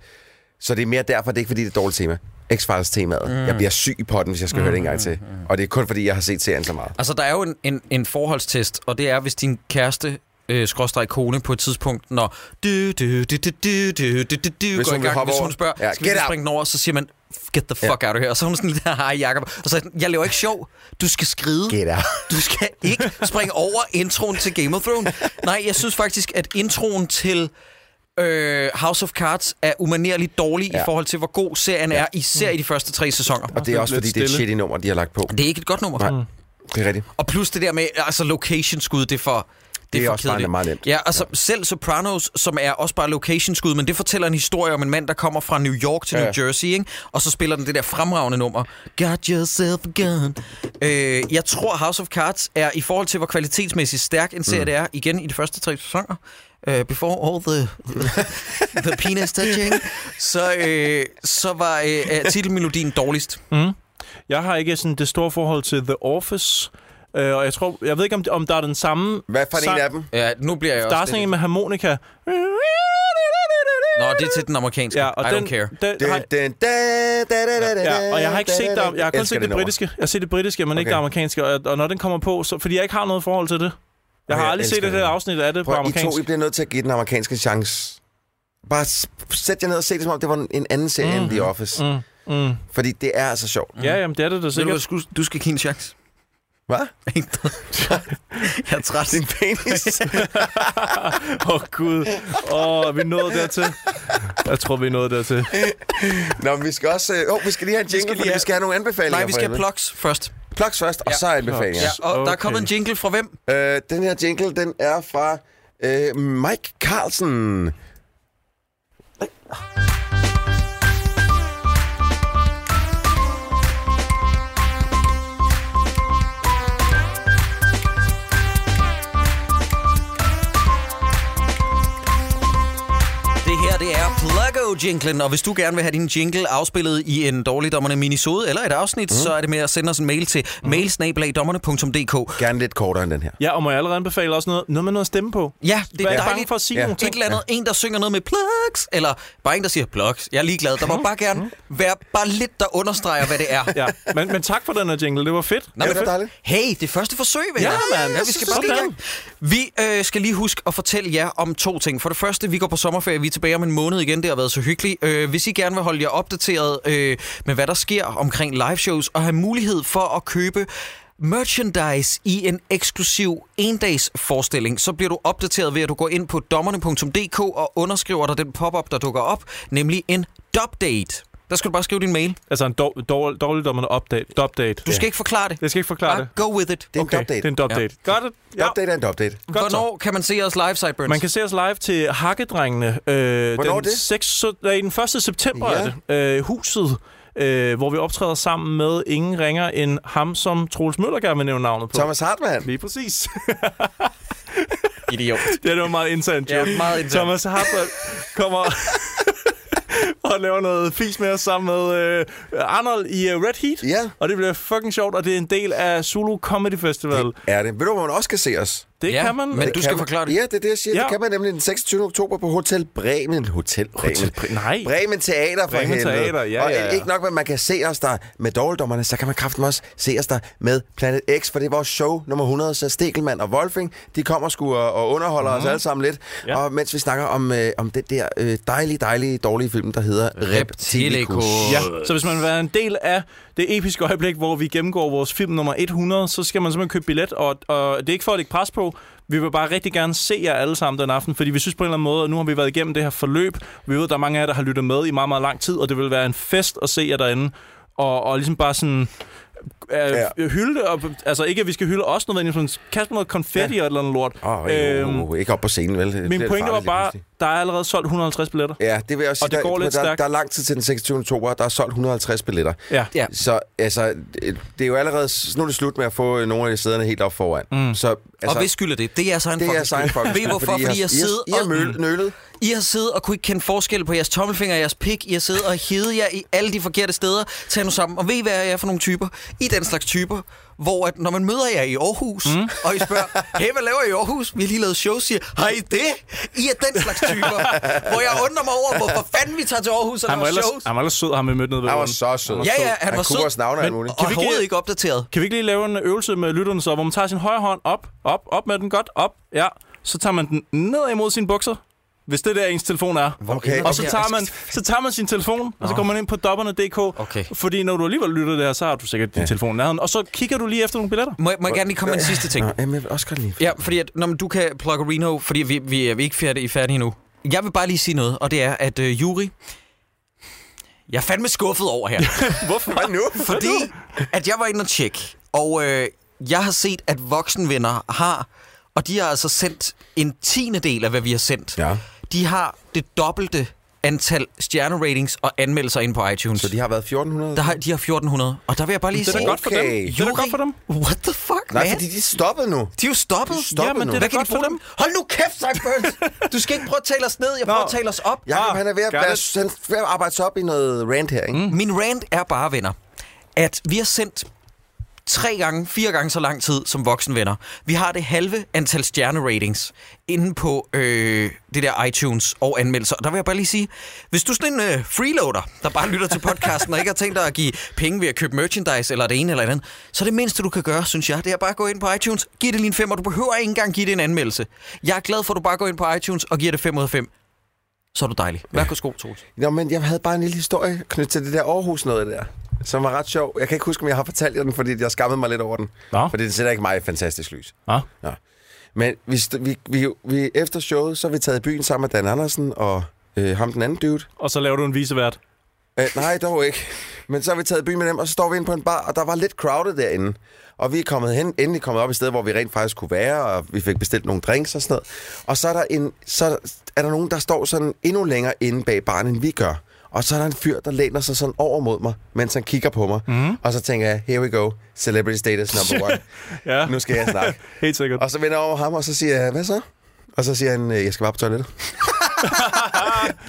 Speaker 6: Så det er mere derfor, det er ikke fordi, det er et dårligt tema. X-Files temaet. Mm. Jeg bliver syg i potten, hvis jeg skal mm. høre det en gang til. Og det er kun fordi, jeg har set serien så meget.
Speaker 4: Altså, der er jo en, en, en forholdstest, og det er, hvis din kæreste øh, skråstreg kone på et tidspunkt, når du, du, du, du, du, du, du, du, du, går i
Speaker 6: hun vil
Speaker 4: gang,
Speaker 6: hoppe
Speaker 4: hvis
Speaker 6: over.
Speaker 4: hun spørger,
Speaker 6: Ja,
Speaker 4: ja, skal vi
Speaker 6: get
Speaker 4: lige
Speaker 6: out.
Speaker 4: springe den over, så siger man, get the fuck out of here. Og så er hun sådan lidt, hej Jacob. Og så er jeg sådan, jeg laver ikke sjov. Du skal skride.
Speaker 6: Get out.
Speaker 4: Du skal ikke springe over introen til Game of Thrones. Nej, jeg synes faktisk, at introen til øh, House of Cards er umanerligt dårlig ja.
Speaker 6: Ja.
Speaker 4: i forhold til, hvor god serien ja. er, især i de første tre sæsoner.
Speaker 6: Og det er også
Speaker 5: Lidt
Speaker 6: fordi, det er et
Speaker 5: stille.
Speaker 6: shitty nummer, de har lagt på.
Speaker 4: Det er ikke et godt nummer.
Speaker 6: Nej, det er rigtigt.
Speaker 4: Og plus det der med, altså location-skud, det er for... Det,
Speaker 6: Det er
Speaker 4: for
Speaker 6: også bare
Speaker 4: kedeligt.
Speaker 6: meget nemt.
Speaker 4: Ja, altså ja. selv Sopranos, som er også bare location-skud, men det fortæller en historie om en mand, der kommer fra New York til ja. New Jersey, ikke? og så spiller den det der fremragende nummer. Got yourself a gun. Øh, jeg tror, House of Cards er i forhold til, hvor kvalitetsmæssigt stærk en serie mm. det er, igen i de første tre sæsoner, øh, before all the, the penis touching, så, øh, så var øh, er titelmelodien dårligst.
Speaker 5: Jeg har ikke sådan det store forhold til The Office. Øh, og jeg tror, jeg ved ikke, om, om der er den samme...
Speaker 6: Hvad for en
Speaker 5: sang.
Speaker 6: af dem?
Speaker 4: Ja, nu bliver jeg
Speaker 5: Der er
Speaker 4: også...
Speaker 5: sådan
Speaker 4: lidt-
Speaker 5: en med harmonika.
Speaker 4: Nå, det er til den amerikanske.
Speaker 5: Ja,
Speaker 4: I
Speaker 5: og
Speaker 4: don't
Speaker 5: den,
Speaker 4: care.
Speaker 5: Den,
Speaker 6: Dun,
Speaker 5: har,
Speaker 6: dun, da, da, da, da, da,
Speaker 5: Ja, og jeg har ikke
Speaker 6: da,
Speaker 5: set
Speaker 6: da, da.
Speaker 5: der, jeg har kun set
Speaker 6: Elsker det
Speaker 5: det
Speaker 6: nummer.
Speaker 5: britiske. Jeg har set det britiske, men ikke
Speaker 6: Okay.
Speaker 5: det amerikanske. Og, og når den kommer på, så, fordi jeg ikke har noget forhold til det. Jeg
Speaker 6: Okay,
Speaker 5: har
Speaker 6: jeg
Speaker 5: aldrig set
Speaker 6: elsker
Speaker 5: et
Speaker 6: det.
Speaker 5: her afsnit af det på
Speaker 6: Prøv, I
Speaker 5: amerikansk.
Speaker 6: to, I bliver nødt til at give den amerikanske en chance. Bare s- sæt jer ned og se det, som om det var en- en anden serie mm. end The Office. Mm.
Speaker 5: Mm.
Speaker 6: Fordi det er altså sjovt.
Speaker 5: Ja, jamen, det er det da
Speaker 4: Ved du, hvad,
Speaker 5: sikkert.
Speaker 4: sku- du skal give en chance. <laughs>
Speaker 6: Hvad?
Speaker 4: Jeg er træt.
Speaker 6: Din
Speaker 4: <laughs>
Speaker 6: penis.
Speaker 5: Åh, oh, Gud. Åh, oh, vi nåede dertil. Jeg tror, vi nåede dertil.
Speaker 6: Nå, men vi skal også... Øh, oh, vi skal lige have en
Speaker 4: lige
Speaker 6: jingle, vi fordi
Speaker 4: have-
Speaker 6: vi skal have nogle anbefalinger.
Speaker 4: Nej, vi
Speaker 6: for
Speaker 4: skal have
Speaker 6: helvede.
Speaker 4: plugs først.
Speaker 6: plugs først, og
Speaker 4: Ja.
Speaker 6: så anbefalinger.
Speaker 4: Ja, og okay. der er
Speaker 5: Okay.
Speaker 4: kommet en jingle fra hvem?
Speaker 6: Øh, den her jingle, den er fra øh, Mike Carlsen.
Speaker 4: Det her, det er Pluggo-jinglen, og hvis du gerne vil have din jingle afspillet i en dårligdommerne minisode eller et afsnit, mm. så er det med at sende os en mail til mm. mailsnabelagdommerne.dk.
Speaker 6: Gerne lidt kortere end den her.
Speaker 5: Ja, og må jeg allerede anbefale også noget, noget med noget at stemme på?
Speaker 4: Ja, det er
Speaker 5: Vær bange
Speaker 4: dejligt.
Speaker 5: for at sige
Speaker 6: Ja.
Speaker 5: ja. nogle
Speaker 4: Et
Speaker 5: ting.
Speaker 4: eller andet, en der synger noget med plugs, eller bare en, der siger plugs. Jeg er ligeglad. Der må
Speaker 5: Mm.
Speaker 4: bare gerne være bare lidt, der understreger, hvad <laughs> det er.
Speaker 5: Ja, men, men tak for den her jingle. Det var fedt.
Speaker 4: Nå,
Speaker 6: Ja,
Speaker 4: men
Speaker 6: det er dejligt.
Speaker 4: Hey, det er første forsøg, venner.
Speaker 5: Ja, mand.
Speaker 4: Ja, vi skal bare lige i gang. Vi øh, skal lige huske at fortælle jer om to ting. For det første, vi går på sommerferie. Vi er tilbage om en måned igen. Det har været så hyggeligt. Øh, hvis I gerne vil holde jer opdateret øh, med, hvad der sker omkring liveshows, og have mulighed for at købe merchandise i en eksklusiv endags forestilling, så bliver du opdateret ved, at du går ind på dommerne.dk og underskriver dig den pop-up, der dukker op, nemlig en dubdate. Der skal du bare skrive din mail.
Speaker 5: Altså en dår, dår, dårligdommende update. Dopdate.
Speaker 4: Du skal Ah. ikke forklare det.
Speaker 5: Jeg skal ikke forklare
Speaker 4: Bare
Speaker 5: det.
Speaker 4: go with it.
Speaker 6: Det er en dubdate.
Speaker 5: Det er en dopdate. Ja. Godt. Ja.
Speaker 6: Dubdate er en dubdate.
Speaker 5: Godt så.
Speaker 4: Hvornår kan man se os live, Sideburns?
Speaker 5: Man kan se os live til Hakkedrengene. Øh,
Speaker 6: Hvornår er
Speaker 5: den
Speaker 6: det?
Speaker 5: 6, nej, den 1. september
Speaker 6: Ja.
Speaker 5: ja. er det. Øh, huset, øh, hvor vi optræder sammen med ingen ringer end ham, som Troels Møller gerne vil nævne navnet på.
Speaker 6: Thomas Hartmann.
Speaker 5: Lige præcis. <laughs>
Speaker 4: Idiot.
Speaker 5: det er jo meget internt,
Speaker 4: Ja,
Speaker 5: joke.
Speaker 4: meget internt.
Speaker 5: Thomas Hartmann kommer <laughs> og laver noget fis med os sammen med øh, Arnold i uh, Red Heat.
Speaker 6: Ja.
Speaker 5: Og det bliver fucking sjovt, og det er en del af Zulu Comedy Festival.
Speaker 6: Er det. Ved du, hvor man også kan se os?
Speaker 5: Det
Speaker 4: Ja,
Speaker 5: kan man.
Speaker 4: men-
Speaker 5: Men...
Speaker 4: du skal forklare det.
Speaker 6: Ja, det er det, jeg siger. Ja.
Speaker 5: Ja.
Speaker 6: Det kan man nemlig den 26. oktober på Hotel Bremen. Hotel Bremen.
Speaker 5: Hotel Bremen. Nej.
Speaker 6: Bremen Teater for
Speaker 5: Bremen
Speaker 6: helvede.
Speaker 5: Teater, ja,
Speaker 6: Og
Speaker 5: ja, ja.
Speaker 6: ikke nok med, at man kan se os der med dårligdommerne, så kan man kraften også se os der med Planet X, for det er vores show nummer 100, så Stegelmann og Wolfing, de kommer sgu og, og underholder mm. os alle sammen lidt. Ja.
Speaker 5: Mhm. Ja.
Speaker 6: Og mens vi snakker om, øh, om den der øh, dejlige, dejlige, dårlige film, der hedder Reptilicus.
Speaker 4: Reptilicus.
Speaker 5: Ja, så hvis man vil være en del af det episke øjeblik, hvor vi gennemgår vores film nummer 100, så skal man simpelthen købe billet, og, og det er ikke for at lægge pres på. Vi vil bare rigtig gerne se jer alle sammen den aften, fordi vi synes på en eller anden måde, at nu har vi været igennem det her forløb. Vi ved, at der er mange af jer, der har lyttet med i meget, meget lang tid, og det vil være en fest at se jer derinde. Og, og ligesom bare sådan... Øh,
Speaker 6: Ja.
Speaker 5: ja. hylde, det, og, altså ikke at vi skal hylde os nødvendigvis, men kaste noget konfetti ja. og et eller andet lort.
Speaker 6: Åh, oh, øhm, ikke op på scenen, vel? Det er
Speaker 5: min
Speaker 6: lidt
Speaker 5: pointe var
Speaker 6: farligt lige
Speaker 5: bare,
Speaker 6: pludselig.
Speaker 5: der er allerede solgt 150 billetter.
Speaker 6: Ja, det vil jeg også
Speaker 5: Og
Speaker 6: sige.
Speaker 5: det går
Speaker 6: der,
Speaker 5: lidt
Speaker 6: der,
Speaker 5: stærkt.
Speaker 6: der er lang tid til den 26. oktober, og der er solgt 150 billetter.
Speaker 5: Ja.
Speaker 4: Ja.
Speaker 6: Så altså, det det er jo allerede... s- Nu er det slut med at få øh, nogle af de sæderne helt op foran. Mm. Så, altså,
Speaker 4: Og hvis skylder det? Det er jeres egen
Speaker 6: det er
Speaker 4: fucking skyld.
Speaker 6: sejt for
Speaker 4: Ved I hvorfor? Fordi, jeg sidder
Speaker 6: I har
Speaker 4: og...
Speaker 6: møl, nølet.
Speaker 4: I har siddet og kunne ikke kende forskel på jeres tommelfinger og jeres pik. I har siddet og hedet jer i alle de forkerte steder. Tag nu sammen. Og ved I, hvad jeg er for nogle typer? I er den slags typer, hvor at, når man møder jer i Aarhus, mm. og I spørger, hey, hvad laver I i Aarhus? Vi har lige lavet show, siger, har I det? I er den slags typer, hvor jeg undrer mig over, hvorfor fanden vi tager til Aarhus og
Speaker 5: Han var
Speaker 4: laver
Speaker 5: ellers,
Speaker 4: shows.
Speaker 5: han var ellers sød, ham vi mødte nede ved
Speaker 6: Han var
Speaker 5: åen.
Speaker 6: så sød.
Speaker 4: Ja, ja, han
Speaker 6: Han
Speaker 4: var
Speaker 6: kunne
Speaker 4: sød.
Speaker 6: vores navne og alt
Speaker 5: Men-
Speaker 6: muligt.
Speaker 4: Og
Speaker 5: vi ikke-
Speaker 4: hovedet ikke opdateret.
Speaker 5: Kan vi ikke lige lave en øvelse med lytterne, så, hvor man tager sin højre hånd op, op, op med den godt, op, ja. Så tager man den ned imod sine bukser, hvis det der ens telefon er.
Speaker 6: Okay.
Speaker 5: Og så tager, man, så tager man sin telefon, og så går man ind på dobberne.dk.
Speaker 4: Okay.
Speaker 5: Fordi når du alligevel lytter det her, så har du sikkert din ja. telefon i nærheden. Og så kigger du lige efter nogle billetter.
Speaker 4: Må, jeg- må jeg gerne lige komme med en sidste ting?
Speaker 6: Nå, jamen, jeg vil også godt lige...
Speaker 4: Ja, fordi at, når du kan plukke Reno, fordi vi, vi, er- vi er ikke færdige, færdige endnu. Jeg vil bare lige sige noget, og det er, at øh, Juri... Jeg er fandme skuffet over
Speaker 6: <laughs>
Speaker 4: her. <laughs>
Speaker 6: Hvorfor nu?
Speaker 4: fordi at jeg var inde og tjekke, og øh, jeg har set, at voksenvenner har... Og de har altså sendt en tiende del af, hvad vi har sendt.
Speaker 6: Ja.
Speaker 4: De har det dobbelte antal stjerneratings og anmeldelser ind på iTunes.
Speaker 6: Så de har været 1400?
Speaker 4: der har, de har 1400, og der vil jeg bare lige
Speaker 5: Det er da
Speaker 4: sige...
Speaker 5: godt for dem.
Speaker 6: Okay.
Speaker 5: Det er da godt for dem.
Speaker 4: What the fuck,
Speaker 6: Nej,
Speaker 4: man?
Speaker 6: fordi de er stoppet nu.
Speaker 4: De er jo stoppet.
Speaker 6: De er stoppet Jamen, nu. det
Speaker 4: Hvad
Speaker 6: er
Speaker 5: da
Speaker 4: kan
Speaker 5: godt
Speaker 4: de bruge
Speaker 5: for
Speaker 4: dem? Hold nu kæft, Seinfeld! Du skal ikke prøve at tale os ned, jeg prøver at tale os op.
Speaker 6: Jakob,
Speaker 5: Ah,
Speaker 6: han er ved at,
Speaker 5: got
Speaker 6: være,
Speaker 5: it.
Speaker 6: han er ved at arbejde sig op i noget rant her, ikke?
Speaker 4: Min rant er bare, venner, at vi har sendt tre gange, fire gange så lang tid som voksenvenner. Vi har det halve antal stjerneratings inde på øh, det der iTunes og anmeldelser. Og der vil jeg bare lige sige, hvis du er sådan en øh, freeloader, der bare lytter til podcasten og ikke har tænkt dig at give penge ved at købe merchandise eller det ene eller det andet, så det mindste, du kan gøre, synes jeg, det er bare at gå ind på iTunes, giv det lige en 5, og du behøver ikke engang give det en anmeldelse. Jeg er glad for, at du bare går ind på iTunes og giver det 5 ud af 5. Så er du dejlig. Værsgo, Troels.
Speaker 6: Nå, men jeg havde bare en lille historie knyttet til det der Aarhus noget der, som var ret sjov. Jeg kan ikke huske, om jeg har fortalt jer den, fordi jeg skammede mig lidt over den.
Speaker 5: Nå.
Speaker 6: Fordi det sætter ikke mig i et fantastisk lys.
Speaker 5: Ja.
Speaker 6: Nå. Men vi, st- vi, vi, vi, efter showet, så er vi taget i byen sammen med Dan Andersen og øh, ham den anden dude.
Speaker 5: Og så laver du en visevært.
Speaker 6: Øh, nej, dog ikke. Men så har vi taget i byen med dem, og så står vi inde på en bar, og der var lidt crowded derinde. Og vi er kommet hen, endelig kommet op et sted, hvor vi rent faktisk kunne være, og vi fik bestilt nogle drinks og sådan noget. Og så er der, en, så er der nogen, der står sådan endnu længere inde bag baren, end vi gør. Og så er der en fyr, der læner sig sådan over mod mig, mens han kigger på mig. Mm. Og så tænker jeg, here we go, celebrity status number one.
Speaker 5: Ja.
Speaker 6: Nu skal jeg snakke.
Speaker 5: Helt sikkert.
Speaker 6: Og så vender jeg over ham, og så siger jeg, hvad så? Og så siger han, "Øh, jeg skal bare på toilettet.
Speaker 4: <laughs>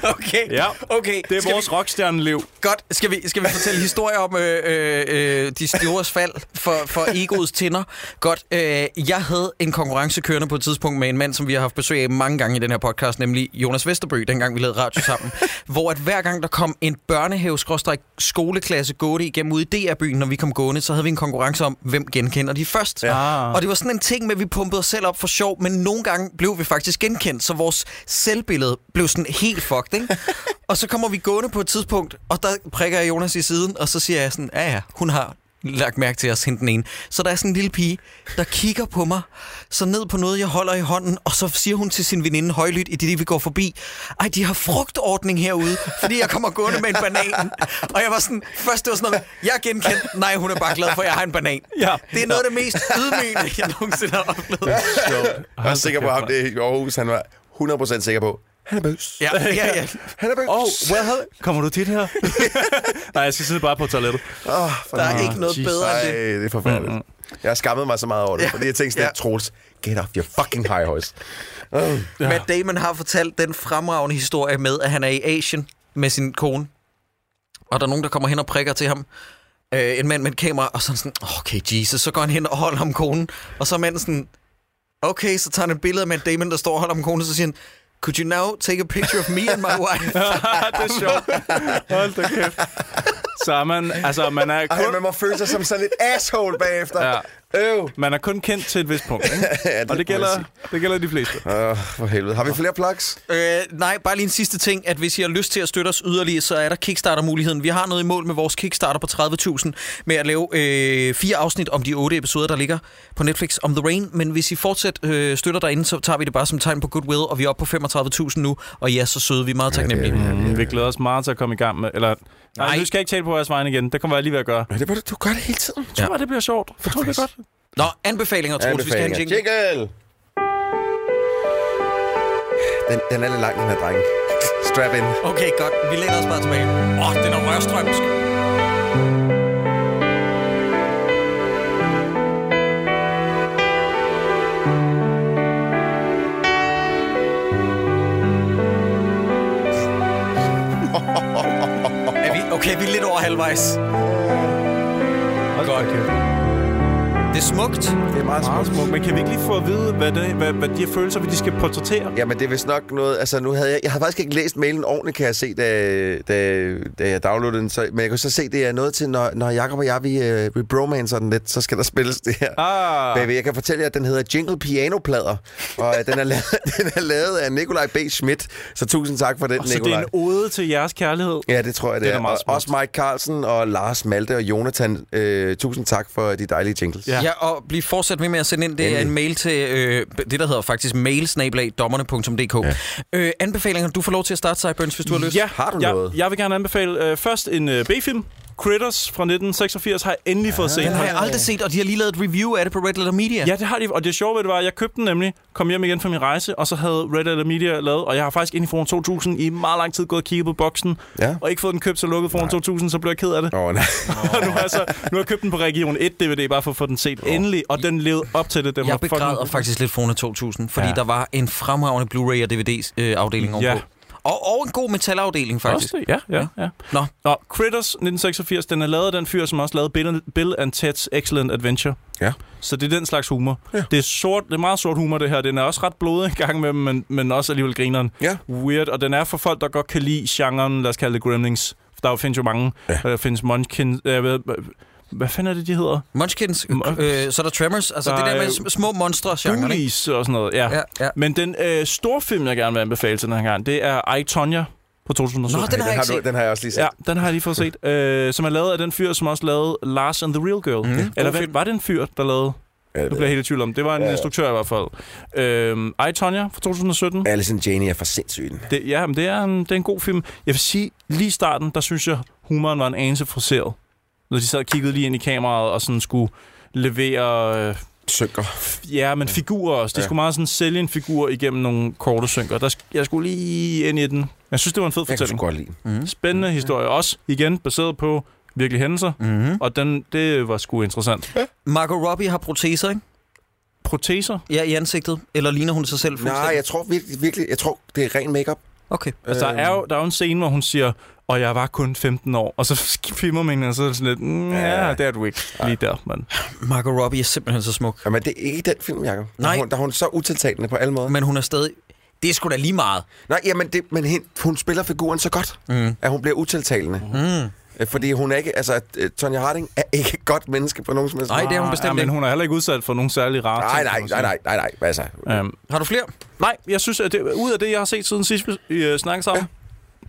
Speaker 4: Okay.
Speaker 5: Ja.
Speaker 4: Okay.
Speaker 5: Det
Speaker 4: Skal
Speaker 5: er vores rockstjerneliv.
Speaker 4: Godt. Skal vi, skal vi fortælle historier om øh, øh, øh, de stores fald for, for egoets tinder? Godt. Øh, jeg havde en konkurrence kørende på et tidspunkt med en mand, som vi har haft besøg af mange gange i den her podcast, nemlig Jonas Vesterbø, dengang vi lavede radio sammen. hvor at hver gang der kom en børnehave skoleklasse gående igennem ude i DR-byen, når vi kom gående, så havde vi en konkurrence om, hvem genkender de først.
Speaker 5: Ja.
Speaker 4: Og det var sådan en ting med, at vi pumpede os selv op for sjov, men nogle gange blev vi faktisk genkendt, så vores selvbillede blev sådan helt fucked, ikke? og så kommer vi gående på et tidspunkt, og der prikker jeg Jonas i siden, og så siger jeg sådan, ja ja, hun har lagt mærke til os, hende den ene. Så der er sådan en lille pige, der kigger på mig, så ned på noget, jeg holder i hånden, og så siger hun til sin veninde højlydt, i det vi går forbi, ej, de har frugtordning herude, fordi jeg kommer gående med en banan. Og jeg var sådan, først det var sådan noget, med, jeg er genkendt, nej, hun er bare glad for, at jeg har en banan.
Speaker 5: Ja.
Speaker 4: Det er noget af det mest ydmygende, jeg nogensinde har oplevet.
Speaker 6: <laughs> Jeg er sikker på ham, det er i Aarhus, han var 100% sikker på. Han er bøs.
Speaker 4: Ja, ja,
Speaker 5: <laughs>
Speaker 4: ja.
Speaker 6: Han er bøs.
Speaker 5: Oh, well, kommer du tit
Speaker 6: <laughs>
Speaker 5: her? <laughs> Nej, jeg skal sidde bare på toilettet.
Speaker 6: Oh, for
Speaker 4: Der er ikke noget
Speaker 5: Jesus.
Speaker 4: bedre end
Speaker 6: Nej,
Speaker 4: det.
Speaker 6: det er forfærdeligt. Mm, mm. Jeg har skammet mig så meget over det, ja. fordi jeg tænkte sådan,
Speaker 4: Ja.
Speaker 6: ja. Troels, get off your fucking high horse.
Speaker 4: Ja. Matt Damon har fortalt den fremragende historie med, at han er i Asien med sin kone. Og der er nogen, der kommer hen og prikker til ham. Øh, en mand med et kamera, og sådan sådan, okay, Jesus. Så går han hen og holder ham konen. Og så er manden sådan, Okay, så tager han et billede af Matt Damon, der står og holder om konen, så siger han, Could you now take a picture of me and my wife?
Speaker 5: <laughs> det er sjovt. Hold da kæft. Så er man, altså, man er
Speaker 6: <laughs> Ej,
Speaker 5: kun,
Speaker 6: man må føle sig som sådan et asshole bagefter.
Speaker 5: Ja.
Speaker 6: Øv.
Speaker 5: man er kun kendt til et vist punkt. Ikke?
Speaker 6: <laughs>
Speaker 5: Og
Speaker 6: Ja,
Speaker 5: det
Speaker 6: må jeg
Speaker 5: gælder,
Speaker 6: sige.
Speaker 5: det gælder de fleste.
Speaker 6: Åh, for helvede. Har vi flere plugs?
Speaker 4: Øh, nej, bare lige en sidste ting, at hvis I har lyst til at støtte os yderligere, så er der Kickstarter-muligheden. Vi har noget i mål med vores Kickstarter på 30.000 med at lave øh, fire afsnit om de otte episoder, der ligger på Netflix om The Rain. Men hvis I fortsat øh, støtter derinde, så tager vi det bare som tegn på goodwill, og vi er oppe på 35.000 nu. Og ja, så søde, vi er meget taknemmelige. Ja,
Speaker 5: Mm, vi glæder os meget til at komme i gang med... Eller, nej,
Speaker 4: Nej.
Speaker 5: nu skal jeg ikke tale på jeres vejen igen. Det kommer jeg lige ved at gøre.
Speaker 6: Ja, det var det, du gør det hele tiden.
Speaker 5: Jeg tror bare, det bliver sjovt. Jeg tror, det er godt.
Speaker 4: Nå, anbefalinger, Troels. Vi skal have en jingle.
Speaker 6: Jingle! Den, den er lidt lang, den her dreng. Strap in.
Speaker 4: Okay, godt. Vi læner os bare tilbage. Åh, oh, den er rørstrømsk. Er vi, okay, vi er lidt over halvvejs.
Speaker 5: Godt.
Speaker 4: Det er smukt.
Speaker 6: Det er meget
Speaker 5: Meget
Speaker 6: smukt.
Speaker 5: smukt. Men kan vi ikke lige få at vide, hvad, det, hvad, hvad de her følelser, vi de skal portrættere?
Speaker 6: Jamen, det er vist nok noget... Altså, nu havde jeg... Jeg har faktisk ikke læst mailen ordentligt, kan jeg se, da, da, da jeg downloadede den. Så, men jeg kunne så se, det er noget til, når, når Jacob og jeg, vi, uh, vi bromancer den lidt, så skal der spilles det her.
Speaker 5: Ah,
Speaker 6: Baby, jeg kan fortælle jer, at den hedder Jingle Piano Plader, og øh, den er <laughs> lavet, den er lavet af Nikolaj B. Schmidt. Så tusind tak for den,
Speaker 5: og så det er
Speaker 6: Nikolaj.
Speaker 5: en ode til jeres kærlighed.
Speaker 6: Ja, det tror jeg, det,
Speaker 5: Det er
Speaker 6: det
Speaker 5: da
Speaker 6: er.
Speaker 5: meget
Speaker 6: Og
Speaker 5: smukt.
Speaker 6: også Mike Carlsen og Lars Malte og Jonathan. Øh, tusind tak for de dejlige jingles.
Speaker 5: Ja.
Speaker 4: Ja. ja, og bliv fortsat ved med at sende ind. Det er
Speaker 6: Endelig.
Speaker 4: en mail til øh, det, der hedder faktisk mailsnabelagdommerne.dk. Ja. Øh, anbefalinger, du får lov til at starte, Cyburns, hvis du har lyst.
Speaker 5: Ja,
Speaker 6: Har du
Speaker 5: jeg,
Speaker 6: noget?
Speaker 5: Jeg vil gerne anbefale øh, først en øh, B-film. Critters fra 1986 har jeg endelig
Speaker 6: Ah,
Speaker 5: ja, fået set.
Speaker 4: Den har jeg aldrig set, og de har lige lavet et review af det på Red Letter Media.
Speaker 5: Ja, det har de. Og det sjove ved det var, at jeg købte den nemlig, kom hjem igen fra min rejse, og så havde Red Alert Media lavet, og jeg har faktisk ind i Forum 2000 i meget lang tid gået og kigget på boksen,
Speaker 6: Ja.
Speaker 5: og ikke fået den købt, så lukket Forum 2000, så blev jeg ked af det.
Speaker 6: Åh, nej.
Speaker 5: <laughs> Og nu, har jeg så, nu har jeg købt den på Region 1 DVD, bare for at få den set endelig, og den levede op til det. Den var
Speaker 4: Jeg
Speaker 5: fucking-
Speaker 4: begræder faktisk lidt Fona 2000, fordi
Speaker 5: Ja.
Speaker 4: ja. der var en fremragende Blu-ray og DVD-afdeling
Speaker 5: Ja.
Speaker 4: ovenpå. Og, og en god metalafdeling, faktisk.
Speaker 5: Også det, ja, ja, ja.
Speaker 4: Nå.
Speaker 5: Nå, Critters 1986, den er lavet af den fyr, som også lavede Bill, Bill and Ted's Excellent Adventure.
Speaker 6: Ja.
Speaker 5: Så det er den slags humor. Ja. Det, er sort, det er meget sort humor, det her. Den er også ret blodig en gang med, men, men også alligevel grineren.
Speaker 6: Ja.
Speaker 5: Weird, og den er for folk, der godt kan lide genren, lad os kalde det Gremlings. Der jo findes jo mange. Ja. Der findes Munchkin... Øh, hvad, hvad fanden er det, de hedder?
Speaker 4: Munchkins,
Speaker 5: Mon-
Speaker 4: øh, så er der Tremors, altså
Speaker 5: Der
Speaker 4: det der
Speaker 5: er
Speaker 4: med
Speaker 5: jo-
Speaker 4: sm- små monstre genren, ikke?
Speaker 5: Ghoulies og sådan noget, ja.
Speaker 4: Ja, ja.
Speaker 5: Men den øh, store film, jeg gerne vil anbefale til den her gang, det er I, Tonya på 2017.
Speaker 4: Nå, den har jeg
Speaker 6: har
Speaker 4: ikke
Speaker 6: du,
Speaker 4: set.
Speaker 6: <laughs> den har jeg også lige set.
Speaker 5: Ja, den har jeg lige fået set. Øh, som er lavet af den fyr, som også lavede Lars and the Real Girl. Mm. Eller hvem, var det en fyr, der lavede?
Speaker 6: Ja.
Speaker 5: Nu bliver jeg helt i tvivl om. Det var en
Speaker 6: Ja,
Speaker 5: ja,
Speaker 6: Mhm. ja.
Speaker 5: instruktør i hvert fald. Øhm, I, Tonya fra 2017.
Speaker 6: Alice and Janie er for sindssyg. i den.
Speaker 5: Det, ja, men det er, en, det er en god film. Jeg vil sige, lige i starten, der synes jeg, humoren var en anelse friseret. Når de sad og kiggede lige ind i kameraet og sådan skulle levere... Øh,
Speaker 6: Synker.
Speaker 5: ja, men figurer også. De
Speaker 6: Ja.
Speaker 5: skulle meget sådan sælge en figur igennem nogle korte synker. Der, sk- jeg skulle lige ind i den. Jeg synes, det var en fed
Speaker 6: Jeg kan sgu
Speaker 5: fortælling.
Speaker 6: godt lide. den.
Speaker 5: Spændende historie. Også igen baseret på virkelige hændelser. Mm-hmm. Og den, det var sgu interessant.
Speaker 4: Margot Robbie har proteser, ikke?
Speaker 5: Proteser?
Speaker 4: Ja, i ansigtet. Eller ligner hun sig selv
Speaker 6: Nej,
Speaker 4: fuldstændig?
Speaker 6: jeg tror virkelig, virkelig jeg tror, det er ren makeup.
Speaker 4: Okay.
Speaker 5: Altså, der, er jo, der er jo en scene, hvor hun siger, og jeg var kun 15 år. Og så <laughs> sk- filmer man hende, og så er det sådan lidt, mm, ja, det er du ikke lige der, mand.
Speaker 4: Margot Robbie er simpelthen så smuk.
Speaker 6: Jamen, det er ikke den film, Jacob. Der er
Speaker 4: Nej.
Speaker 6: Hun, der er hun så utiltalende på alle måder. Men,
Speaker 4: Men hun er stadig... Det er sgu da lige meget.
Speaker 6: Nej, jamen, det, men hende, hun spiller figuren så godt, mm. at hun bliver utiltalende. Mm. Øh, Fordi hun er ikke... Altså, øh, Tonja Harding er ikke et godt menneske på nogen som helst
Speaker 4: Nej,
Speaker 6: måde.
Speaker 4: det er hun
Speaker 5: Ah,
Speaker 4: bestemt
Speaker 5: men
Speaker 4: ikke.
Speaker 5: hun er heller ikke udsat for nogen særlig rare
Speaker 6: Nej,
Speaker 5: ting,
Speaker 6: nej,
Speaker 5: kan man sige.
Speaker 6: nej, nej, nej, nej. Altså,
Speaker 5: Øhm,
Speaker 4: Har du flere?
Speaker 5: nej, jeg synes, at det, ud af det, jeg har set siden sidst, vi øh, snakkede sammen, ja,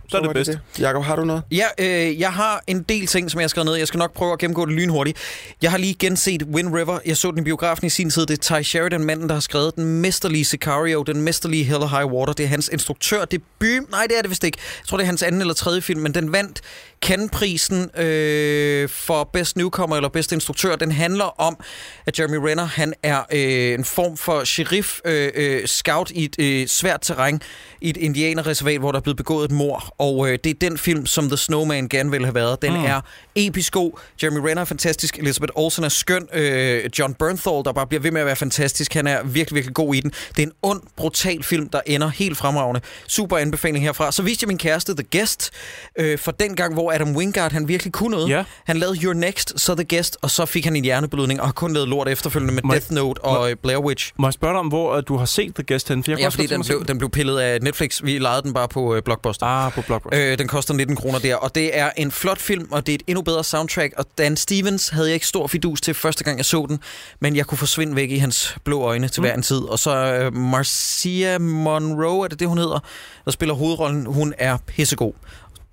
Speaker 5: så er
Speaker 6: var
Speaker 5: det bedst.
Speaker 6: Jakob, har du noget?
Speaker 4: Ja, øh, jeg har en del ting, som jeg har skrevet ned. Jeg skal nok prøve at gennemgå det lynhurtigt. Jeg har lige genset Wind River. Jeg så den i biografen i sin tid. Det er Ty Sheridan, manden, der har skrevet den mesterlige Sicario, den mesterlige Hell or High Water. Det er hans instruktør. Det er by... Nej, det er det vist ikke. Jeg tror, det er hans anden eller tredje film, men den vandt Cannes-prisen øh, for Best Newcomer eller Best Instruktør. Den handler om, at Jeremy Renner, han er øh, en form for sheriff-scout øh, øh, scout i et øh, svært terræn i et indianerreservat, hvor der er blevet begået et mor. Og øh, det er den film, som The Snowman gerne ville have været. Den mm. er episk god. Jeremy Renner er fantastisk. Elizabeth Olsen er skøn. Øh, John Bernthal, der bare bliver ved med at være fantastisk. Han er virkelig, virkelig god i den. Det er en ond, brutal film, der ender helt fremragende. Super anbefaling herfra. Så viste jeg min kæreste The Guest øh, for den gang, hvor Adam Wingard han virkelig kunne noget.
Speaker 5: Ja.
Speaker 4: Han lavede Your Next, så The Guest, og så fik han en hjerneblødning og har kun lavet lort efterfølgende med
Speaker 5: Må jeg-
Speaker 4: Death Note og øh, Blair Witch.
Speaker 5: Må jeg spørge dig om, hvor øh, du har set The Guest hen? For jeg
Speaker 4: Ja, fordi den blev, den blev pillet af Netflix. Vi lejede den bare på øh, Blockbuster.
Speaker 5: Ah, på Blockbuster.
Speaker 4: Øh, den koster 19 kroner der, og det er en flot film, og det er et endnu bedre soundtrack, og Dan Stevens havde jeg ikke stor fidus til første gang, jeg så den, men jeg kunne forsvinde væk i hans blå øjne til mm. hver en tid. Og så øh, Marcia Monroe, er det det, hun hedder, der spiller hovedrollen. Hun er pissegod.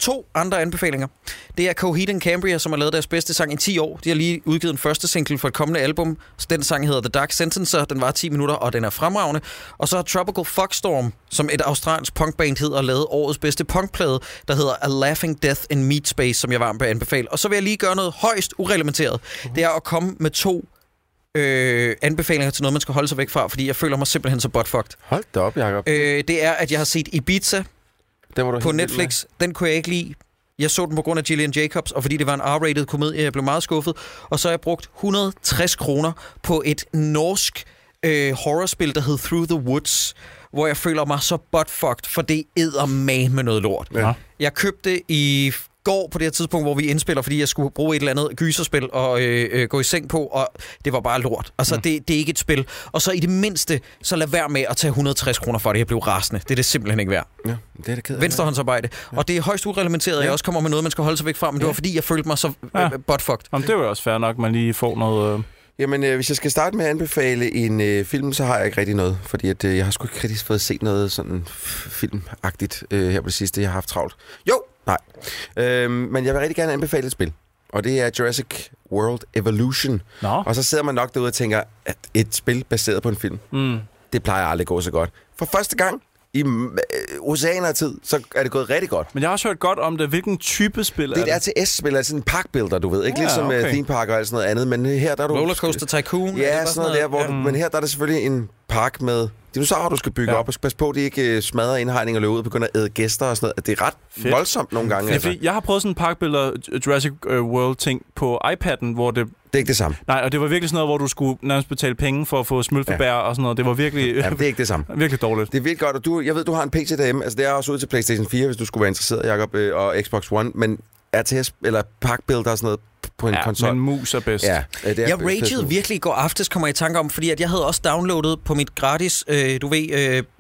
Speaker 4: To andre anbefalinger. Det er Coheed and Cambria, som har lavet deres bedste sang i 10 år. De har lige udgivet den første single for et kommende album. Så den sang hedder The Dark Sentencer. Den var 10 minutter, og den er fremragende. Og så har Tropical Fuckstorm, som et australsk punkband hedder, lavet årets bedste punkplade, der hedder A Laughing Death in Meat Space, som jeg varmt vil anbefale. Og så vil jeg lige gøre noget højst urelementeret. Det er at komme med to øh, anbefalinger til noget, man skal holde sig væk fra, fordi jeg føler mig simpelthen så buttfucked.
Speaker 6: Hold da op, Jacob.
Speaker 4: Øh, det er, at jeg har set Ibiza
Speaker 6: Det var du
Speaker 4: på
Speaker 6: helt vild med.
Speaker 4: Netflix. Den kunne jeg ikke lide. Jeg så den på grund af Gillian Jacobs, og fordi det var en R-rated komedie, jeg blev meget skuffet. Og så har jeg brugt 160 kroner på et norsk øh, horrorspil, der hed Through the Woods, hvor jeg føler mig så buttfucked, for det æder med noget lort.
Speaker 5: Ja.
Speaker 4: Jeg købte i går på det her tidspunkt, hvor vi indspiller, fordi jeg skulle bruge et eller andet gyserspil og øh, øh, gå i seng på, og det var bare lort. Altså, mm. det, det er ikke et spil. Og så i det mindste, så lad være med at tage 160 kroner for det. Jeg blev rasende. Det er det simpelthen ikke værd
Speaker 6: Ja, det er det ked af.
Speaker 4: Øh, venstrehåndsarbejde. Og det er højst urelementeret, at jeg også kommer med noget, man skal holde sig væk fra, men det var fordi, jeg følte mig så
Speaker 5: Ja.
Speaker 4: øh,
Speaker 6: Ah.
Speaker 4: buttfucked.
Speaker 5: Jamen, det er jo også fair nok, man lige får noget... Øh...
Speaker 6: Jamen, øh, hvis jeg skal starte med at anbefale en øh, film, så har jeg ikke rigtig noget. Fordi at, øh, jeg har sgu ikke rigtig fået set noget sådan f- filmagtigt øh, her på det sidste. Jeg har haft travlt. Jo, nej. Øhm, men jeg vil rigtig gerne anbefale et spil. Og det er Jurassic World Evolution.
Speaker 5: Nå.
Speaker 6: Og så sidder man nok derude og tænker, at et spil baseret på en film,
Speaker 5: Mm.
Speaker 6: det plejer aldrig at gå så godt. For første gang i mm, øh, oceaner af tid, så er det gået rigtig godt.
Speaker 5: Men jeg har også hørt godt om det. Hvilken type spil er
Speaker 6: Det er
Speaker 5: det?
Speaker 6: et RTS-spil, altså en parkbuilder, du ved. Ikke
Speaker 5: Ja,
Speaker 6: ja, ligesom okay.
Speaker 5: okay.
Speaker 6: theme park og alt sådan noget andet, men her der er du...
Speaker 4: Rollercoaster Tycoon. er det
Speaker 6: Ja,
Speaker 4: bare
Speaker 6: sådan noget der, hvor du, men her der er det selvfølgelig en park med dinosaurer, du skal bygge
Speaker 5: Ja.
Speaker 6: ja. op, og skal passe på, at de ikke øh, smadrer indhegning og løber ud og begynder at æde gæster og sådan noget. Det er ret
Speaker 5: Fedt.
Speaker 6: Fedt. voldsomt nogle gange,
Speaker 5: Ja,
Speaker 6: altså.
Speaker 5: fordi
Speaker 6: Det
Speaker 5: jeg har prøvet sådan en parkbilleder Jurassic øh, World-ting på iPad'en, hvor det...
Speaker 6: er ikke det samme.
Speaker 5: Nej, og det var virkelig sådan noget, hvor du skulle nærmest betale penge for at få smølfebær og sådan noget. Det var virkelig,
Speaker 6: Ja, det er ikke det samme.
Speaker 5: <laughs> virkelig dårligt.
Speaker 6: Det er vildt godt, og du, jeg ved, du har en PC derhjemme. Altså, det er også ude til PlayStation 4, hvis du skulle være interesseret, Jacob, øh, og Xbox One, men RTS, eller parkbuilder og sådan noget på en
Speaker 5: ja,
Speaker 6: konsol.
Speaker 5: men mus er bedst.
Speaker 6: Ja, øh, det er
Speaker 4: Jeg
Speaker 6: bedst-
Speaker 4: ragede virkelig i går aftes, kommer jeg i tanke om, fordi at jeg havde også downloadet på mit gratis, øh, du ved,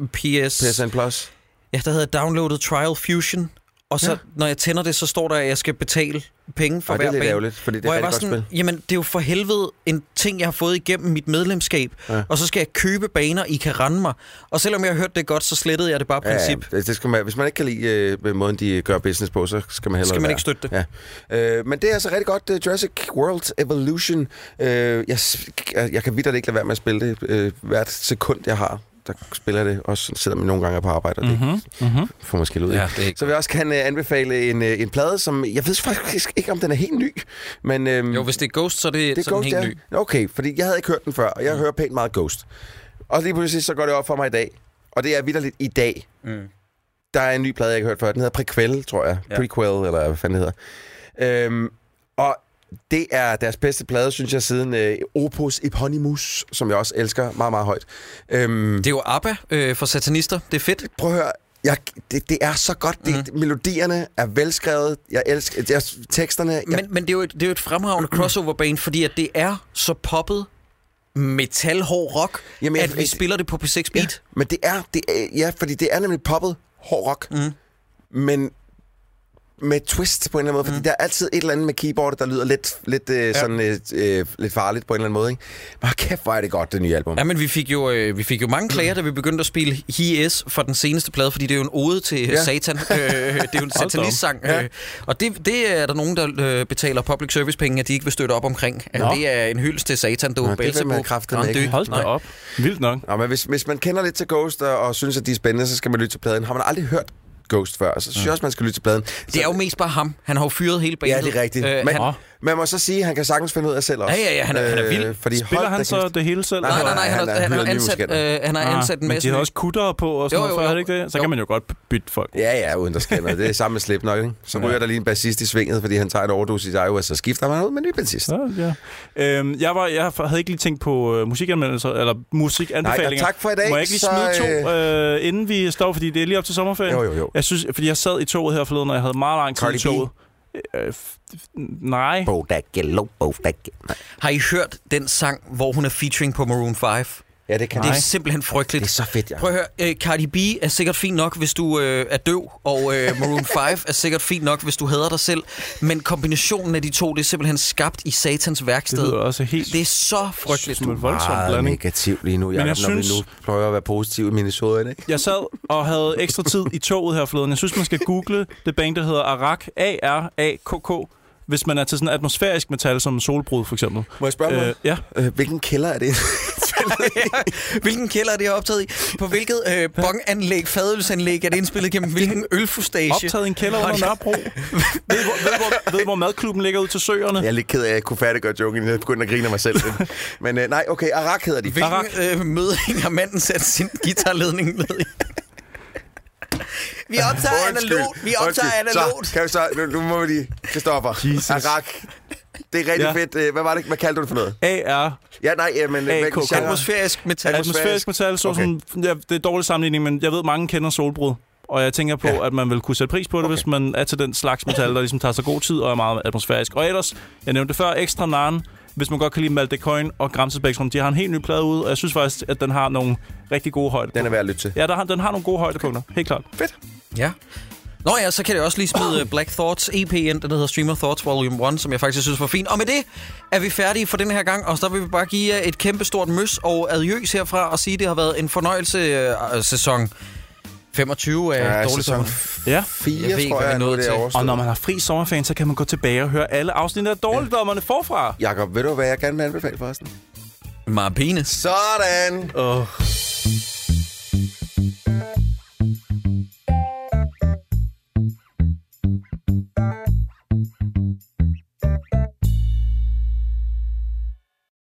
Speaker 4: øh, PS...
Speaker 6: PSN Plus.
Speaker 4: Ja, der havde jeg downloadet Trial Fusion, og så, ja.
Speaker 6: Ja.
Speaker 4: når jeg tænder det, så står der, at jeg skal betale penge for
Speaker 6: Og det
Speaker 4: hver
Speaker 6: er lidt
Speaker 4: bane.
Speaker 6: ærgerligt, fordi det er
Speaker 4: Hvor jeg
Speaker 6: et
Speaker 4: var
Speaker 6: rigtig godt
Speaker 4: sådan,
Speaker 6: spil.
Speaker 4: jamen det er jo for helvede en ting, jeg har fået igennem mit medlemskab, ja. og så skal jeg købe baner, I kan rende mig. Og selvom jeg hørte det godt, så slettede jeg det bare
Speaker 6: Ja,
Speaker 4: princip.
Speaker 6: Ja, det det skal man, hvis man ikke kan lide øh, måden, de gør business på, så skal man heller
Speaker 4: Skal man
Speaker 6: være.
Speaker 4: ikke støtte det.
Speaker 6: Ja. Øh, men det er altså rigtig godt, uh, Jurassic World Evolution. Øh, jeg, s- jeg kan vidt ikke lade være med at spille det. Øh, hvert sekund, jeg har, der spiller jeg det. Også selvom jeg nogle gange er på arbejde, og det
Speaker 4: Mhm.
Speaker 6: mm-hmm.
Speaker 5: Mm-hmm.
Speaker 6: får man skille ud. Ja.
Speaker 4: det er ikke
Speaker 6: Så vil jeg også kan uh, anbefale en, uh, en plade, som jeg ved faktisk ikke, om den er helt ny. Men, øhm,
Speaker 4: Jo, hvis det er Ghost, så er det,
Speaker 6: det er
Speaker 4: sådan
Speaker 6: Ghost,
Speaker 4: helt Mhm.
Speaker 6: ja.
Speaker 4: ny.
Speaker 6: Okay, fordi jeg havde ikke hørt den før, og jeg mm. hører pænt meget Ghost. Og lige pludselig så går det op for mig i dag, og det er vidderligt i dag. Mm. Der er en ny plade, jeg ikke har hørt før. Den hedder Prequel, tror jeg. Ja. Prequel, eller hvad fanden det hedder. Øhm, og det er deres bedste plade, synes jeg, siden øh, Opus Eponymous, som jeg også elsker meget, meget højt. Øhm,
Speaker 4: Det er jo ABBA øh, for satanister. Det er fedt.
Speaker 6: prøv at høre. Jeg, det, det er så godt. Det, mm. Melodierne er velskrevet. Jeg elsker jeg, teksterne. Jeg,
Speaker 4: Men, men det, er jo et, det er jo et fremragende crossover-bane, fordi at det er så poppet metalhård rock,
Speaker 6: Jamen,
Speaker 4: Jamen,
Speaker 6: jeg-
Speaker 4: at vi spiller det på P6 Beat.
Speaker 6: Men det er, det er, ja, fordi det er nemlig poppet hård rock,
Speaker 4: Mhm.
Speaker 6: mm. men med et twist på en eller anden måde,
Speaker 4: Mhm.
Speaker 6: fordi mm. der er altid et eller andet med keyboardet, der lyder lidt, lidt, øh, ja. sådan, øh, øh, lidt farligt på en eller anden måde. Ikke? Men hold kæft, hvor er det godt, det nye album.
Speaker 4: Ja, men vi fik jo, øh, vi fik jo
Speaker 6: Mm.
Speaker 4: mange klager, da vi begyndte at spille He Is fra den seneste plade, fordi det er jo en ode til ja.
Speaker 6: Ja.
Speaker 4: satan. Øh, det
Speaker 6: <laughs>
Speaker 4: er jo en
Speaker 5: op.
Speaker 4: satanist-sang. Ja. Øh, og det, det er der nogen, der øh, betaler public service-penge, at de ikke vil støtte op omkring. Øh,
Speaker 5: Nå.
Speaker 4: det er en hyldest til satan, du
Speaker 6: Nå,
Speaker 4: er
Speaker 6: det vil man
Speaker 4: Belzebub.
Speaker 6: kraftedeme
Speaker 4: Nå,
Speaker 6: ikke.
Speaker 4: det-
Speaker 5: Hold da
Speaker 4: nej.
Speaker 5: op. Vildt nok.
Speaker 6: Nå, men hvis, hvis man kender lidt til Ghost og, og synes, at de er spændende, så skal man lytte til pladen. Har man aldrig hørt
Speaker 4: Mm.
Speaker 6: Ghost før, så synes jeg også, man skal lytte til pladen.
Speaker 4: Det er jo mest bare ham. Han har jo fyret hele bandet.
Speaker 6: Ja, det er rigtigt.
Speaker 4: Øh,
Speaker 6: men,
Speaker 4: han,
Speaker 6: Man må så sige, at han kan sagtens finde ud af selv også. Øh,
Speaker 4: Ja, ja, ja, han er- han er vild.
Speaker 6: fordi
Speaker 5: Spiller
Speaker 6: hold da
Speaker 5: han så
Speaker 6: kæft.
Speaker 5: det hele selv?
Speaker 6: Nej,
Speaker 4: Nej, nej, nej, han,
Speaker 6: Han
Speaker 4: har,
Speaker 6: er
Speaker 4: han, har
Speaker 6: hyret nye
Speaker 4: ansat,
Speaker 6: musketter.
Speaker 4: øh, han har ansat en
Speaker 5: Ah. men de
Speaker 4: masse...
Speaker 5: havde også kuttere på og sådan
Speaker 4: Jo,
Speaker 5: noget,
Speaker 4: jo,
Speaker 5: før,
Speaker 4: jo.
Speaker 5: havde det ikke det? Så
Speaker 4: Jo.
Speaker 5: kan man jo godt bytte folk.
Speaker 6: Ja, ja, uden der sker noget. Det er samme med Slipknot, ikke? Så ryger der lige en bassist i svinget, fordi han tager en overdosis i Iowa, så skifter man ud med en ny bassist.
Speaker 5: Ja, ja. Øhm, jeg, var, jeg havde ikke lige tænkt på øh, musikanmeldelser, eller musikanbefalinger.
Speaker 6: Nej, og tak for i dag.
Speaker 5: Må jeg ikke lige
Speaker 6: Så,
Speaker 5: smide to, øh, inden vi står, fordi det er lige op til sommerferien?
Speaker 6: Jo, jo, jo.
Speaker 5: Jeg synes, fordi jeg sad i toget her forleden, og jeg havde meget lang tid
Speaker 6: Cardi
Speaker 5: i
Speaker 6: B?
Speaker 5: toget. Øh, f- f- nej.
Speaker 6: Bodak, yellow, bodak. Nej.
Speaker 4: Har I hørt den sang, hvor hun er featuring på Maroon 5?
Speaker 6: Ja, det kan
Speaker 4: Det er
Speaker 6: jeg.
Speaker 4: simpelthen
Speaker 6: Det
Speaker 4: frygteligt.
Speaker 6: er så fedt, jeg.
Speaker 4: Prøv at høre, øh, Cardi B er sikkert fint nok, hvis du øh, er døv, og øh, Maroon 5 er sikkert fint nok, hvis du hader dig selv. Men kombinationen af de to, det er simpelthen skabt i satans værksted.
Speaker 5: Det lyder også helt...
Speaker 4: det er så
Speaker 5: <laughs>
Speaker 4: frygteligt.
Speaker 5: som en voldsom
Speaker 6: meget
Speaker 5: blanding.
Speaker 6: negativ lige nu,
Speaker 5: jeg
Speaker 6: Jacob, når vi
Speaker 5: synes-
Speaker 6: nu prøver at være positive i Minnesota, ikke?
Speaker 5: Jeg sad og havde ekstra tid i toget her forleden. Jeg synes, man skal google det band, der hedder Arak. A-R-A-K-K. Hvis man er til sådan atmosfærisk metal, som solbrud for eksempel.
Speaker 6: Må jeg spørge om noget?
Speaker 5: ja.
Speaker 6: Øh, Hvilken kælder er det? <laughs>
Speaker 4: Hvilken kælder er det optaget i? På hvilket øh, bonganlæg, fadølsanlæg er det indspillet gennem? Hvilken ølfustage?
Speaker 5: Optaget i en kælder under Nørrebro. <laughs> ved, hvor, ved, hvor, ved, hvor madklubben ligger ud til søerne.
Speaker 6: jeg er lidt ked af, at jeg ikke kunne færdiggøre joken, jeg begyndte at grine af mig <laughs> selv. Men øh, nej, okay, Arak hedder de.
Speaker 4: Hvilken øh, <laughs> møding har manden sat sin guitarledning ned i? <laughs> Vi optager analogt. Vi optager
Speaker 6: Undskyld.
Speaker 4: analogt.
Speaker 6: Så, kan vi så, nu, nu må vi lige, Christoffer,
Speaker 5: Jesus.
Speaker 6: Arak. Det er rigtig
Speaker 5: Ja.
Speaker 6: ja. fedt. Øh, Hvad var det? Hvad kaldte du det for noget?
Speaker 5: A-R.
Speaker 6: Ja, nej, øh, men... øh,
Speaker 5: AKK.
Speaker 6: hvilken genre?
Speaker 4: Atmosfærisk metal.
Speaker 5: Atmosfærisk metal, så
Speaker 6: Okay.
Speaker 5: okay. sådan, ja, det er dårlig sammenligning, men jeg ved, mange kender solbrud. Og jeg tænker på,
Speaker 6: Ja.
Speaker 5: ja. at man vil kunne sætte pris på det, okay. hvis man er til den slags metal, der ligesom tager sig god tid og er meget atmosfærisk. Og ellers, jeg nævnte det før, Ekstra Naren, hvis man godt kan lide Malte Coin og Gramse Spektrum, de har en helt ny plade ude, og jeg synes faktisk, at den har nogle rigtig gode højdepunkter.
Speaker 6: Den er værd at lytte til.
Speaker 5: Ja, der har, den har nogle gode højdepunkter, helt klart.
Speaker 4: Ja. Nå ja, så kan det også lige smide øh, Black Thoughts EP ind, den hedder Streamer Thoughts Volume 1, som jeg faktisk synes var fint. Og med det er vi færdige for den her gang, og så vil vi bare give jer et kæmpe stort møs og adjøs herfra og sige, at det har været en fornøjelse øh, øh, sæson 25 af ja,
Speaker 6: Ja,
Speaker 4: Dårlig
Speaker 6: sæson
Speaker 4: Sommer.
Speaker 6: 4,
Speaker 5: Ja.
Speaker 4: Jeg ved
Speaker 6: tror
Speaker 4: ikke,
Speaker 6: jeg,
Speaker 4: hvad vi
Speaker 6: nu
Speaker 4: nåede
Speaker 6: det er
Speaker 4: til.
Speaker 6: overstået.
Speaker 5: Og når man har fri sommerferien, så kan man gå tilbage og høre alle afsnit af Dårligdommerne forfra.
Speaker 6: Jakob, ved du, hvad jeg gerne vil anbefale forresten?
Speaker 4: My penis.
Speaker 6: Sådan!
Speaker 5: Åh.